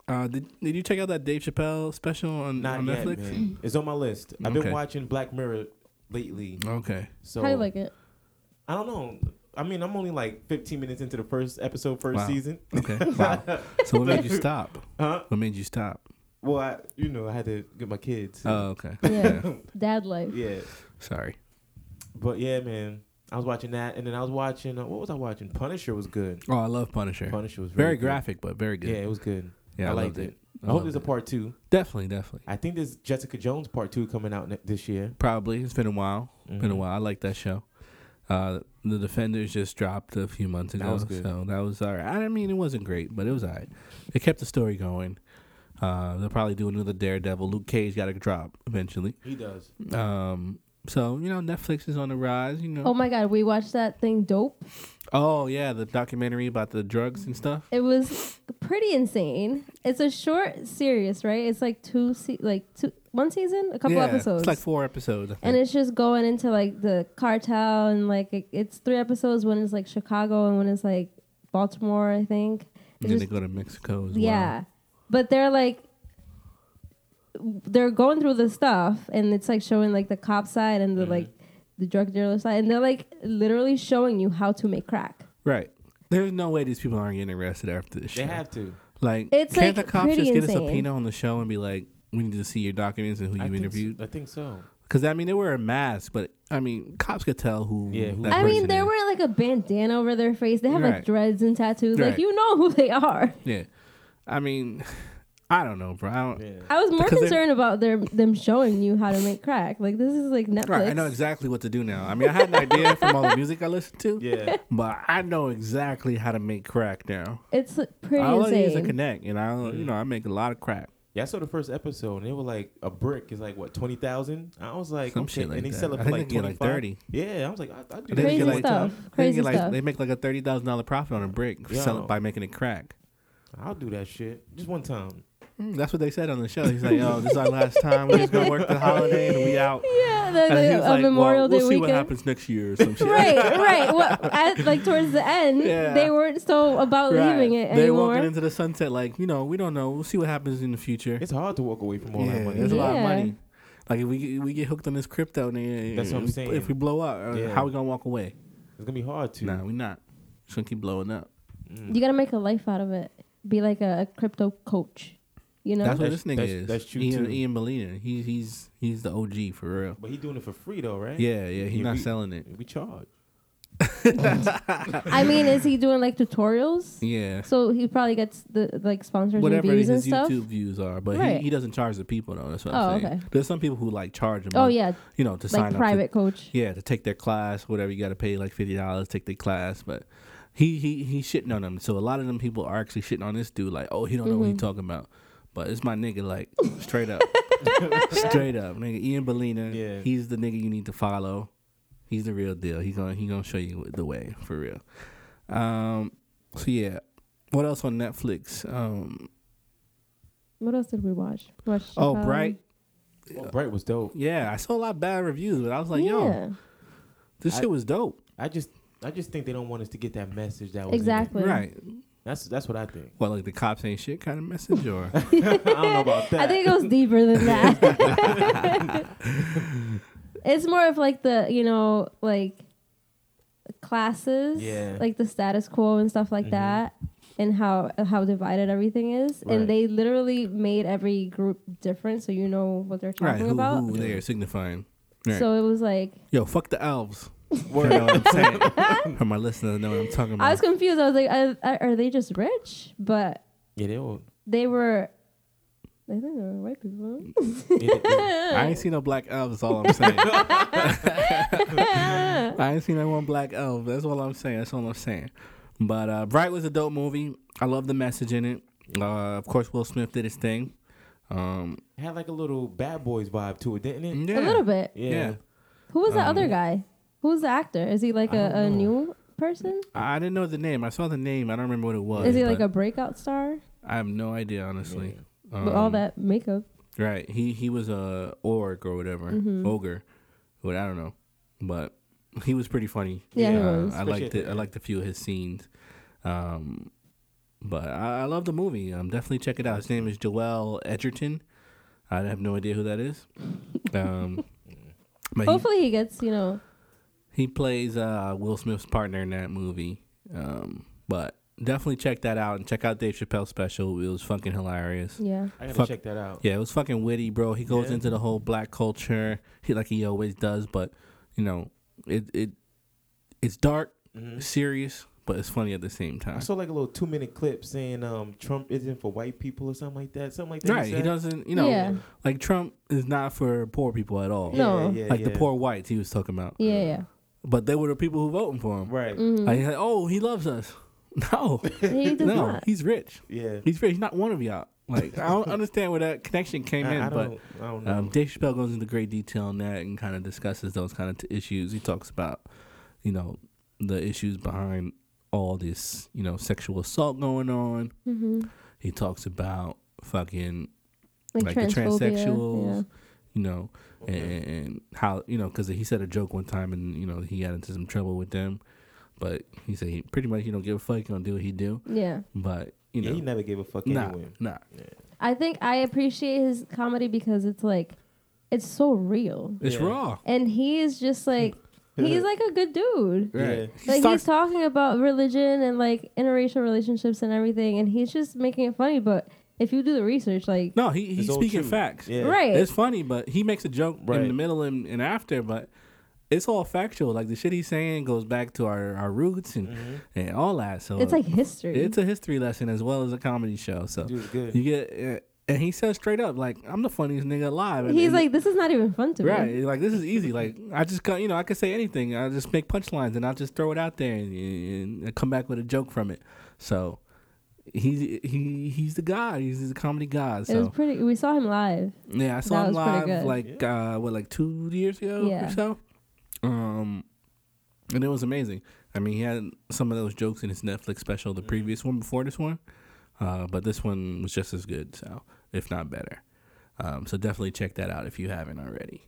[SPEAKER 1] uh, did did you check out that Dave Chappelle special on,
[SPEAKER 3] Not
[SPEAKER 1] on
[SPEAKER 3] yet,
[SPEAKER 1] Netflix?
[SPEAKER 3] man. It's on my list. I've been
[SPEAKER 1] Okay.
[SPEAKER 3] watching Black Mirror lately.
[SPEAKER 1] Okay.
[SPEAKER 3] So
[SPEAKER 4] How do you like it?
[SPEAKER 3] I don't know. I mean, I'm only like 15 minutes into the first episode, first
[SPEAKER 1] Wow.
[SPEAKER 3] season.
[SPEAKER 1] Okay. Wow. so what made you stop?
[SPEAKER 3] Huh?
[SPEAKER 1] What made you stop?
[SPEAKER 3] Well, I, you know, I had to get my kids.
[SPEAKER 1] Oh, okay.
[SPEAKER 4] Yeah. Dad life.
[SPEAKER 3] yeah.
[SPEAKER 1] Sorry.
[SPEAKER 3] But yeah, man, I was watching that, and then I was watching. Uh, what was I watching? Punisher was good.
[SPEAKER 1] Oh, I love Punisher.
[SPEAKER 3] Punisher was
[SPEAKER 1] very
[SPEAKER 3] really good.
[SPEAKER 1] graphic, but very good.
[SPEAKER 3] Yeah, it was good.
[SPEAKER 1] Yeah,
[SPEAKER 3] I,
[SPEAKER 1] I loved
[SPEAKER 3] liked it.
[SPEAKER 1] it.
[SPEAKER 3] I,
[SPEAKER 1] I
[SPEAKER 3] hope
[SPEAKER 1] loved
[SPEAKER 3] there's a
[SPEAKER 1] it.
[SPEAKER 3] part two.
[SPEAKER 1] Definitely, definitely.
[SPEAKER 3] I think there's Jessica Jones part two coming out ne- this year.
[SPEAKER 1] Probably. It's been a while. Been a
[SPEAKER 3] Mhm.
[SPEAKER 1] while. I like that show. Uh, the Defenders just dropped a few months
[SPEAKER 3] That
[SPEAKER 1] ago,
[SPEAKER 3] was good.
[SPEAKER 1] so that was all right. I mean, it wasn't great, but it was all right. It kept the story going. Uh, they'll probably do another Daredevil. Luke Cage got to drop eventually.
[SPEAKER 3] He does.
[SPEAKER 1] Um, so you know, Netflix is on the rise. You know,
[SPEAKER 4] Oh my god, we watched that thing dope.
[SPEAKER 1] oh yeah, the documentary about the drugs and stuff.
[SPEAKER 4] It was pretty insane. It's a short series, right? It's like two se- like two one season, a couple
[SPEAKER 1] yeah,
[SPEAKER 4] episodes.
[SPEAKER 1] It's like four episodes. I
[SPEAKER 4] and
[SPEAKER 1] think.
[SPEAKER 4] it's just going into like the cartel and like it- it's three episodes, one is like Chicago and one is like Baltimore, I think. It's
[SPEAKER 1] and then
[SPEAKER 4] just-
[SPEAKER 1] they go to Mexico as
[SPEAKER 4] Yeah. But they're like they're going through the stuff and it's like showing like the cop side and
[SPEAKER 1] Mm-hmm.
[SPEAKER 4] the like the drug dealer side and they're like literally showing you how to make crack.
[SPEAKER 1] well. Right. There's no way these people aren't getting arrested after this.
[SPEAKER 3] They
[SPEAKER 1] shit.
[SPEAKER 3] have to.
[SPEAKER 1] Like,
[SPEAKER 4] It's,
[SPEAKER 1] can't
[SPEAKER 4] like,
[SPEAKER 1] the cops
[SPEAKER 4] pretty
[SPEAKER 1] just get a
[SPEAKER 4] insane.
[SPEAKER 1] subpoena on the show and be like, "We need to see your documents and who
[SPEAKER 3] I
[SPEAKER 1] you
[SPEAKER 3] think so-
[SPEAKER 1] interviewed"?
[SPEAKER 3] I think so.
[SPEAKER 1] Because I mean, they wear a mask, but I mean, cops could tell who.
[SPEAKER 3] Yeah, who-
[SPEAKER 1] that
[SPEAKER 4] I mean,
[SPEAKER 1] person
[SPEAKER 4] they're
[SPEAKER 1] is.
[SPEAKER 4] wearing like a bandana over their face. They have like
[SPEAKER 1] Right.
[SPEAKER 4] dreads and tattoos. Like
[SPEAKER 1] Right.
[SPEAKER 4] you know who they are.
[SPEAKER 1] Yeah, I mean, I don't know, bro. I don't.
[SPEAKER 3] Yeah.
[SPEAKER 4] I was more
[SPEAKER 1] Because they're-
[SPEAKER 4] concerned about their them showing you how to make crack. Like this is like Netflix.
[SPEAKER 1] Right, I know exactly what to do now. I mean, I had an idea from all the music I listened to,
[SPEAKER 3] Yeah.
[SPEAKER 1] but I know exactly how to make crack now.
[SPEAKER 4] It's like, pretty
[SPEAKER 1] all I use is a
[SPEAKER 4] insane.
[SPEAKER 1] connect, and I, you know, I make a lot of crack.
[SPEAKER 3] Yeah, I saw the first episode, and they were like a brick is like what twenty thousand. I was like,
[SPEAKER 1] Some
[SPEAKER 3] okay,
[SPEAKER 1] shit like
[SPEAKER 3] and they
[SPEAKER 1] that.
[SPEAKER 3] sell it
[SPEAKER 1] I
[SPEAKER 3] for
[SPEAKER 1] think
[SPEAKER 3] like
[SPEAKER 1] they get, like,
[SPEAKER 3] twenty five.
[SPEAKER 1] 30.
[SPEAKER 3] Yeah, I was like, I, I
[SPEAKER 1] They make
[SPEAKER 3] do that
[SPEAKER 4] Crazy
[SPEAKER 1] it
[SPEAKER 3] shit
[SPEAKER 1] like-
[SPEAKER 4] stuff.
[SPEAKER 1] They
[SPEAKER 4] Crazy
[SPEAKER 1] get like
[SPEAKER 4] stuff.
[SPEAKER 1] they make like a thirty thousand dollar profit on a brick, sell
[SPEAKER 3] Yo.
[SPEAKER 1] it by making it crack.
[SPEAKER 3] I'll do that shit just one time.
[SPEAKER 1] Mm, That's what they said on the show. He's like, "Oh, this is our last time. We're just gonna work the holiday and we out."
[SPEAKER 4] Yeah, the,
[SPEAKER 1] And he
[SPEAKER 4] the,
[SPEAKER 1] was
[SPEAKER 4] a
[SPEAKER 1] like,
[SPEAKER 4] Memorial
[SPEAKER 1] well, we'll
[SPEAKER 4] Day
[SPEAKER 1] see
[SPEAKER 4] weekend.
[SPEAKER 1] what happens next year or some shit.
[SPEAKER 4] right, right. Well, at, like towards the end,
[SPEAKER 1] Yeah.
[SPEAKER 4] they weren't so about
[SPEAKER 1] Right.
[SPEAKER 4] leaving it
[SPEAKER 1] They're
[SPEAKER 4] anymore.
[SPEAKER 1] walking into the sunset like, you know, we don't know. We'll see what happens in the future.
[SPEAKER 3] It's hard to walk away from all that
[SPEAKER 1] yeah,
[SPEAKER 3] money.
[SPEAKER 1] there's a lot
[SPEAKER 4] Yeah.
[SPEAKER 1] of money. Like if we we get hooked on this crypto, and
[SPEAKER 3] That's what I'm
[SPEAKER 1] if-
[SPEAKER 3] saying.
[SPEAKER 1] If we blow up, uh,
[SPEAKER 3] Yeah.
[SPEAKER 1] how we gonna walk away?
[SPEAKER 3] It's gonna be hard to.
[SPEAKER 1] Nah, we not. Just gonna keep blowing up.
[SPEAKER 4] you gotta make a life out of it. be like a, a crypto coach. You know,
[SPEAKER 1] That's what
[SPEAKER 3] That's-
[SPEAKER 1] this nigga
[SPEAKER 3] that's-
[SPEAKER 1] is.
[SPEAKER 3] that's true,
[SPEAKER 1] Ian,
[SPEAKER 3] too.
[SPEAKER 1] Ian Molina. He, he's he's the OG for real.
[SPEAKER 3] But he doing it for free though, right?
[SPEAKER 1] Yeah, yeah. He's
[SPEAKER 3] Yeah,
[SPEAKER 1] not
[SPEAKER 3] we-
[SPEAKER 1] selling it.
[SPEAKER 3] We charge.
[SPEAKER 4] I mean, is he doing like tutorials?
[SPEAKER 1] Yeah.
[SPEAKER 4] So he probably gets the like sponsors
[SPEAKER 1] Whatever
[SPEAKER 4] and views
[SPEAKER 1] his
[SPEAKER 4] and
[SPEAKER 1] YouTube
[SPEAKER 4] stuff.
[SPEAKER 1] views are, but
[SPEAKER 4] Right.
[SPEAKER 1] he, he doesn't charge the people though. That's what
[SPEAKER 4] Oh,
[SPEAKER 1] I'm saying.
[SPEAKER 4] okay.
[SPEAKER 1] There's some people who like charge him.
[SPEAKER 4] Oh
[SPEAKER 1] on-
[SPEAKER 4] yeah,
[SPEAKER 1] You know to sign
[SPEAKER 4] like
[SPEAKER 1] up.
[SPEAKER 4] private
[SPEAKER 1] To,
[SPEAKER 4] coach.
[SPEAKER 1] yeah, to take their class, whatever you got to pay like fifty dollars, take their class. But he he he's shitting on them. So a lot of them people are actually shitting on this dude. Like, oh, he don't know
[SPEAKER 4] Mm-hmm.
[SPEAKER 1] what he's talking about. But it's my nigga, like straight up, straight up, nigga. Ian Bellina,
[SPEAKER 3] Yeah.
[SPEAKER 1] he's the nigga you need to follow. He's the real deal. He gonna he gonna show you the way for real. Um, so yeah, what else on Netflix? Um,
[SPEAKER 4] What else did we watch? Watch.
[SPEAKER 1] oh,
[SPEAKER 4] um,
[SPEAKER 1] Bright.
[SPEAKER 3] Oh, Bright was dope.
[SPEAKER 1] Yeah, I saw a lot of bad reviews, but I was like, yo,
[SPEAKER 4] yeah,
[SPEAKER 1] this
[SPEAKER 3] I-
[SPEAKER 1] shit was dope.
[SPEAKER 3] I just I just think they don't want us to get that message that was in it.
[SPEAKER 4] exactly.
[SPEAKER 1] Right.
[SPEAKER 3] That's that's what I think.
[SPEAKER 1] Well, like the cops ain't shit kind of message, or
[SPEAKER 3] I don't know about that.
[SPEAKER 4] I think it goes deeper than that. it's more of like the you know like classes,
[SPEAKER 3] Yeah.
[SPEAKER 4] like the status quo and stuff
[SPEAKER 1] Mm-hmm.
[SPEAKER 4] like that, and how how divided everything is.
[SPEAKER 3] Right.
[SPEAKER 4] And they literally made every group different, so you know what they're
[SPEAKER 1] right?
[SPEAKER 4] talking
[SPEAKER 1] Who,
[SPEAKER 4] about.
[SPEAKER 1] who they are signifying? Right.
[SPEAKER 4] So it was like
[SPEAKER 1] yo, fuck the elves. You
[SPEAKER 3] Word.
[SPEAKER 1] know what I'm saying? For my listeners, know what I'm talking about.
[SPEAKER 4] I was confused. I was like, are, are they just rich? But
[SPEAKER 3] yeah, they all.
[SPEAKER 4] they were. I think they were white people.
[SPEAKER 3] yeah, they-
[SPEAKER 1] I ain't seen no black elves. That's all I'm saying. I ain't seen no one black elf. That's all I'm saying. That's all I'm saying. But uh, Bright was a dope movie. I love the message in it. Uh, of course, Will Smith did his thing. Um,
[SPEAKER 3] it had like a little Bad Boys vibe to it, didn't it?
[SPEAKER 1] yeah,
[SPEAKER 4] A little bit.
[SPEAKER 3] Yeah.
[SPEAKER 1] Mm, yeah.
[SPEAKER 4] Who was the
[SPEAKER 1] Um,
[SPEAKER 4] other guy? Who's the actor? Is he like a, a new person?
[SPEAKER 1] I I didn't know the name. I saw the name. I don't remember what it was.
[SPEAKER 4] Is he like
[SPEAKER 1] but
[SPEAKER 4] a breakout star?
[SPEAKER 1] I have no idea, honestly. Um,
[SPEAKER 4] With all that makeup.
[SPEAKER 1] Right. He he was a orc or whatever,
[SPEAKER 4] Mm-hmm.
[SPEAKER 1] ogre, what I don't know, but he was pretty funny.
[SPEAKER 4] Yeah, he
[SPEAKER 1] Uh,
[SPEAKER 4] was.
[SPEAKER 1] I liked it. I liked a few of his scenes. Um, but I, I love the movie. Um, definitely check it out. His name is Joel Edgerton. I have no idea who that is. Um, but he-
[SPEAKER 4] Hopefully he gets, you know,
[SPEAKER 1] he plays uh, Will Smith's partner in that movie. Um, but definitely check that out and check out Dave Chappelle's special. It was fucking hilarious.
[SPEAKER 4] yeah.
[SPEAKER 3] I gotta
[SPEAKER 1] Fuck.
[SPEAKER 3] check that out.
[SPEAKER 1] Yeah, it was fucking witty, bro. He goes into the whole black culture, he like he always does, but you know, it it it's dark,
[SPEAKER 3] Mm-hmm. Hmm?
[SPEAKER 1] serious, but it's funny at the same
[SPEAKER 3] I
[SPEAKER 1] time.
[SPEAKER 3] saw like a little two minute clip saying um, Trump isn't for white people or something like that. Something like that.
[SPEAKER 1] Right? He
[SPEAKER 3] said.
[SPEAKER 1] doesn't, you know,
[SPEAKER 4] Yeah.
[SPEAKER 1] like Trump is not for poor people at all.
[SPEAKER 4] No.
[SPEAKER 1] like the poor whites he was talking about,
[SPEAKER 4] Yeah, yeah. Mm-hmm.
[SPEAKER 1] but they were the people who voting for him.
[SPEAKER 3] Right.
[SPEAKER 4] Mm.
[SPEAKER 1] Like, he's like, oh, he loves us. No,
[SPEAKER 4] He does
[SPEAKER 1] no,
[SPEAKER 4] not.
[SPEAKER 1] he's rich.
[SPEAKER 3] Yeah.
[SPEAKER 1] He's rich. He's not one of y'all. Like I don't understand where that connection came in,
[SPEAKER 3] I, I
[SPEAKER 1] but
[SPEAKER 3] don't. I don't know.
[SPEAKER 1] Um, Dave Chappelle goes into great detail on that and kind of discusses those kind of t- issues. He talks about, you know, the issues behind all this, you know, sexual assault going on.
[SPEAKER 4] Mm-hmm.
[SPEAKER 1] He talks about fucking
[SPEAKER 4] Like,
[SPEAKER 1] like, the
[SPEAKER 4] transphobia.
[SPEAKER 1] transsexuals,
[SPEAKER 4] Yeah.
[SPEAKER 1] you know, and, and how you know because he said a joke one time and you know he got into some trouble with them, but he said he pretty much he don't give a fuck. He gonna do what he do,
[SPEAKER 4] yeah.
[SPEAKER 1] but you
[SPEAKER 3] yeah,
[SPEAKER 1] know,
[SPEAKER 3] he never gave a fuck
[SPEAKER 1] nah,
[SPEAKER 3] anyway.
[SPEAKER 1] nah,
[SPEAKER 4] I think I appreciate his comedy because it's like it's so real.
[SPEAKER 1] it's
[SPEAKER 3] Yeah.
[SPEAKER 1] raw.
[SPEAKER 4] And he is just like he's like a good dude.
[SPEAKER 1] Right.
[SPEAKER 3] Yeah.
[SPEAKER 1] He
[SPEAKER 4] Like
[SPEAKER 1] starts-
[SPEAKER 4] he's talking about religion and like interracial relationships and everything and he's just making it funny, but if you do the research, like
[SPEAKER 1] no, he, he's
[SPEAKER 3] It's all
[SPEAKER 1] speaking
[SPEAKER 3] true.
[SPEAKER 1] facts.
[SPEAKER 3] Yeah.
[SPEAKER 4] Right.
[SPEAKER 1] It's funny, but he makes a joke in the
[SPEAKER 3] Right.
[SPEAKER 1] middle and, and after, but it's all factual. Like the shit he's saying goes back to our, our roots and,
[SPEAKER 3] Mm-hmm.
[SPEAKER 1] and all that. So
[SPEAKER 4] it's like history.
[SPEAKER 1] it's a history lesson as well as a comedy show. So
[SPEAKER 3] Dude, good.
[SPEAKER 1] you get uh, and he says straight up like I'm the funniest nigga alive. And,
[SPEAKER 4] He's
[SPEAKER 1] and-
[SPEAKER 4] like, this is not even fun to
[SPEAKER 1] right,
[SPEAKER 4] me.
[SPEAKER 1] like this is easy. Like I just got you know I could say anything. I just make punchlines and I'll just throw it out there and, and, and come back with a joke from it. So. He's he he's the god. He's the comedy god. So
[SPEAKER 4] It was pretty. We saw him live.
[SPEAKER 1] yeah, I saw
[SPEAKER 4] That
[SPEAKER 1] him
[SPEAKER 4] was pretty
[SPEAKER 1] live
[SPEAKER 4] good.
[SPEAKER 1] like uh what like two years ago or
[SPEAKER 4] Yeah.
[SPEAKER 1] so. Um and it was amazing. I mean he had some of those jokes in his Netflix special, the previous one before this one. Uh but this one was just as good, so if not better. Um so definitely check that out if you haven't already.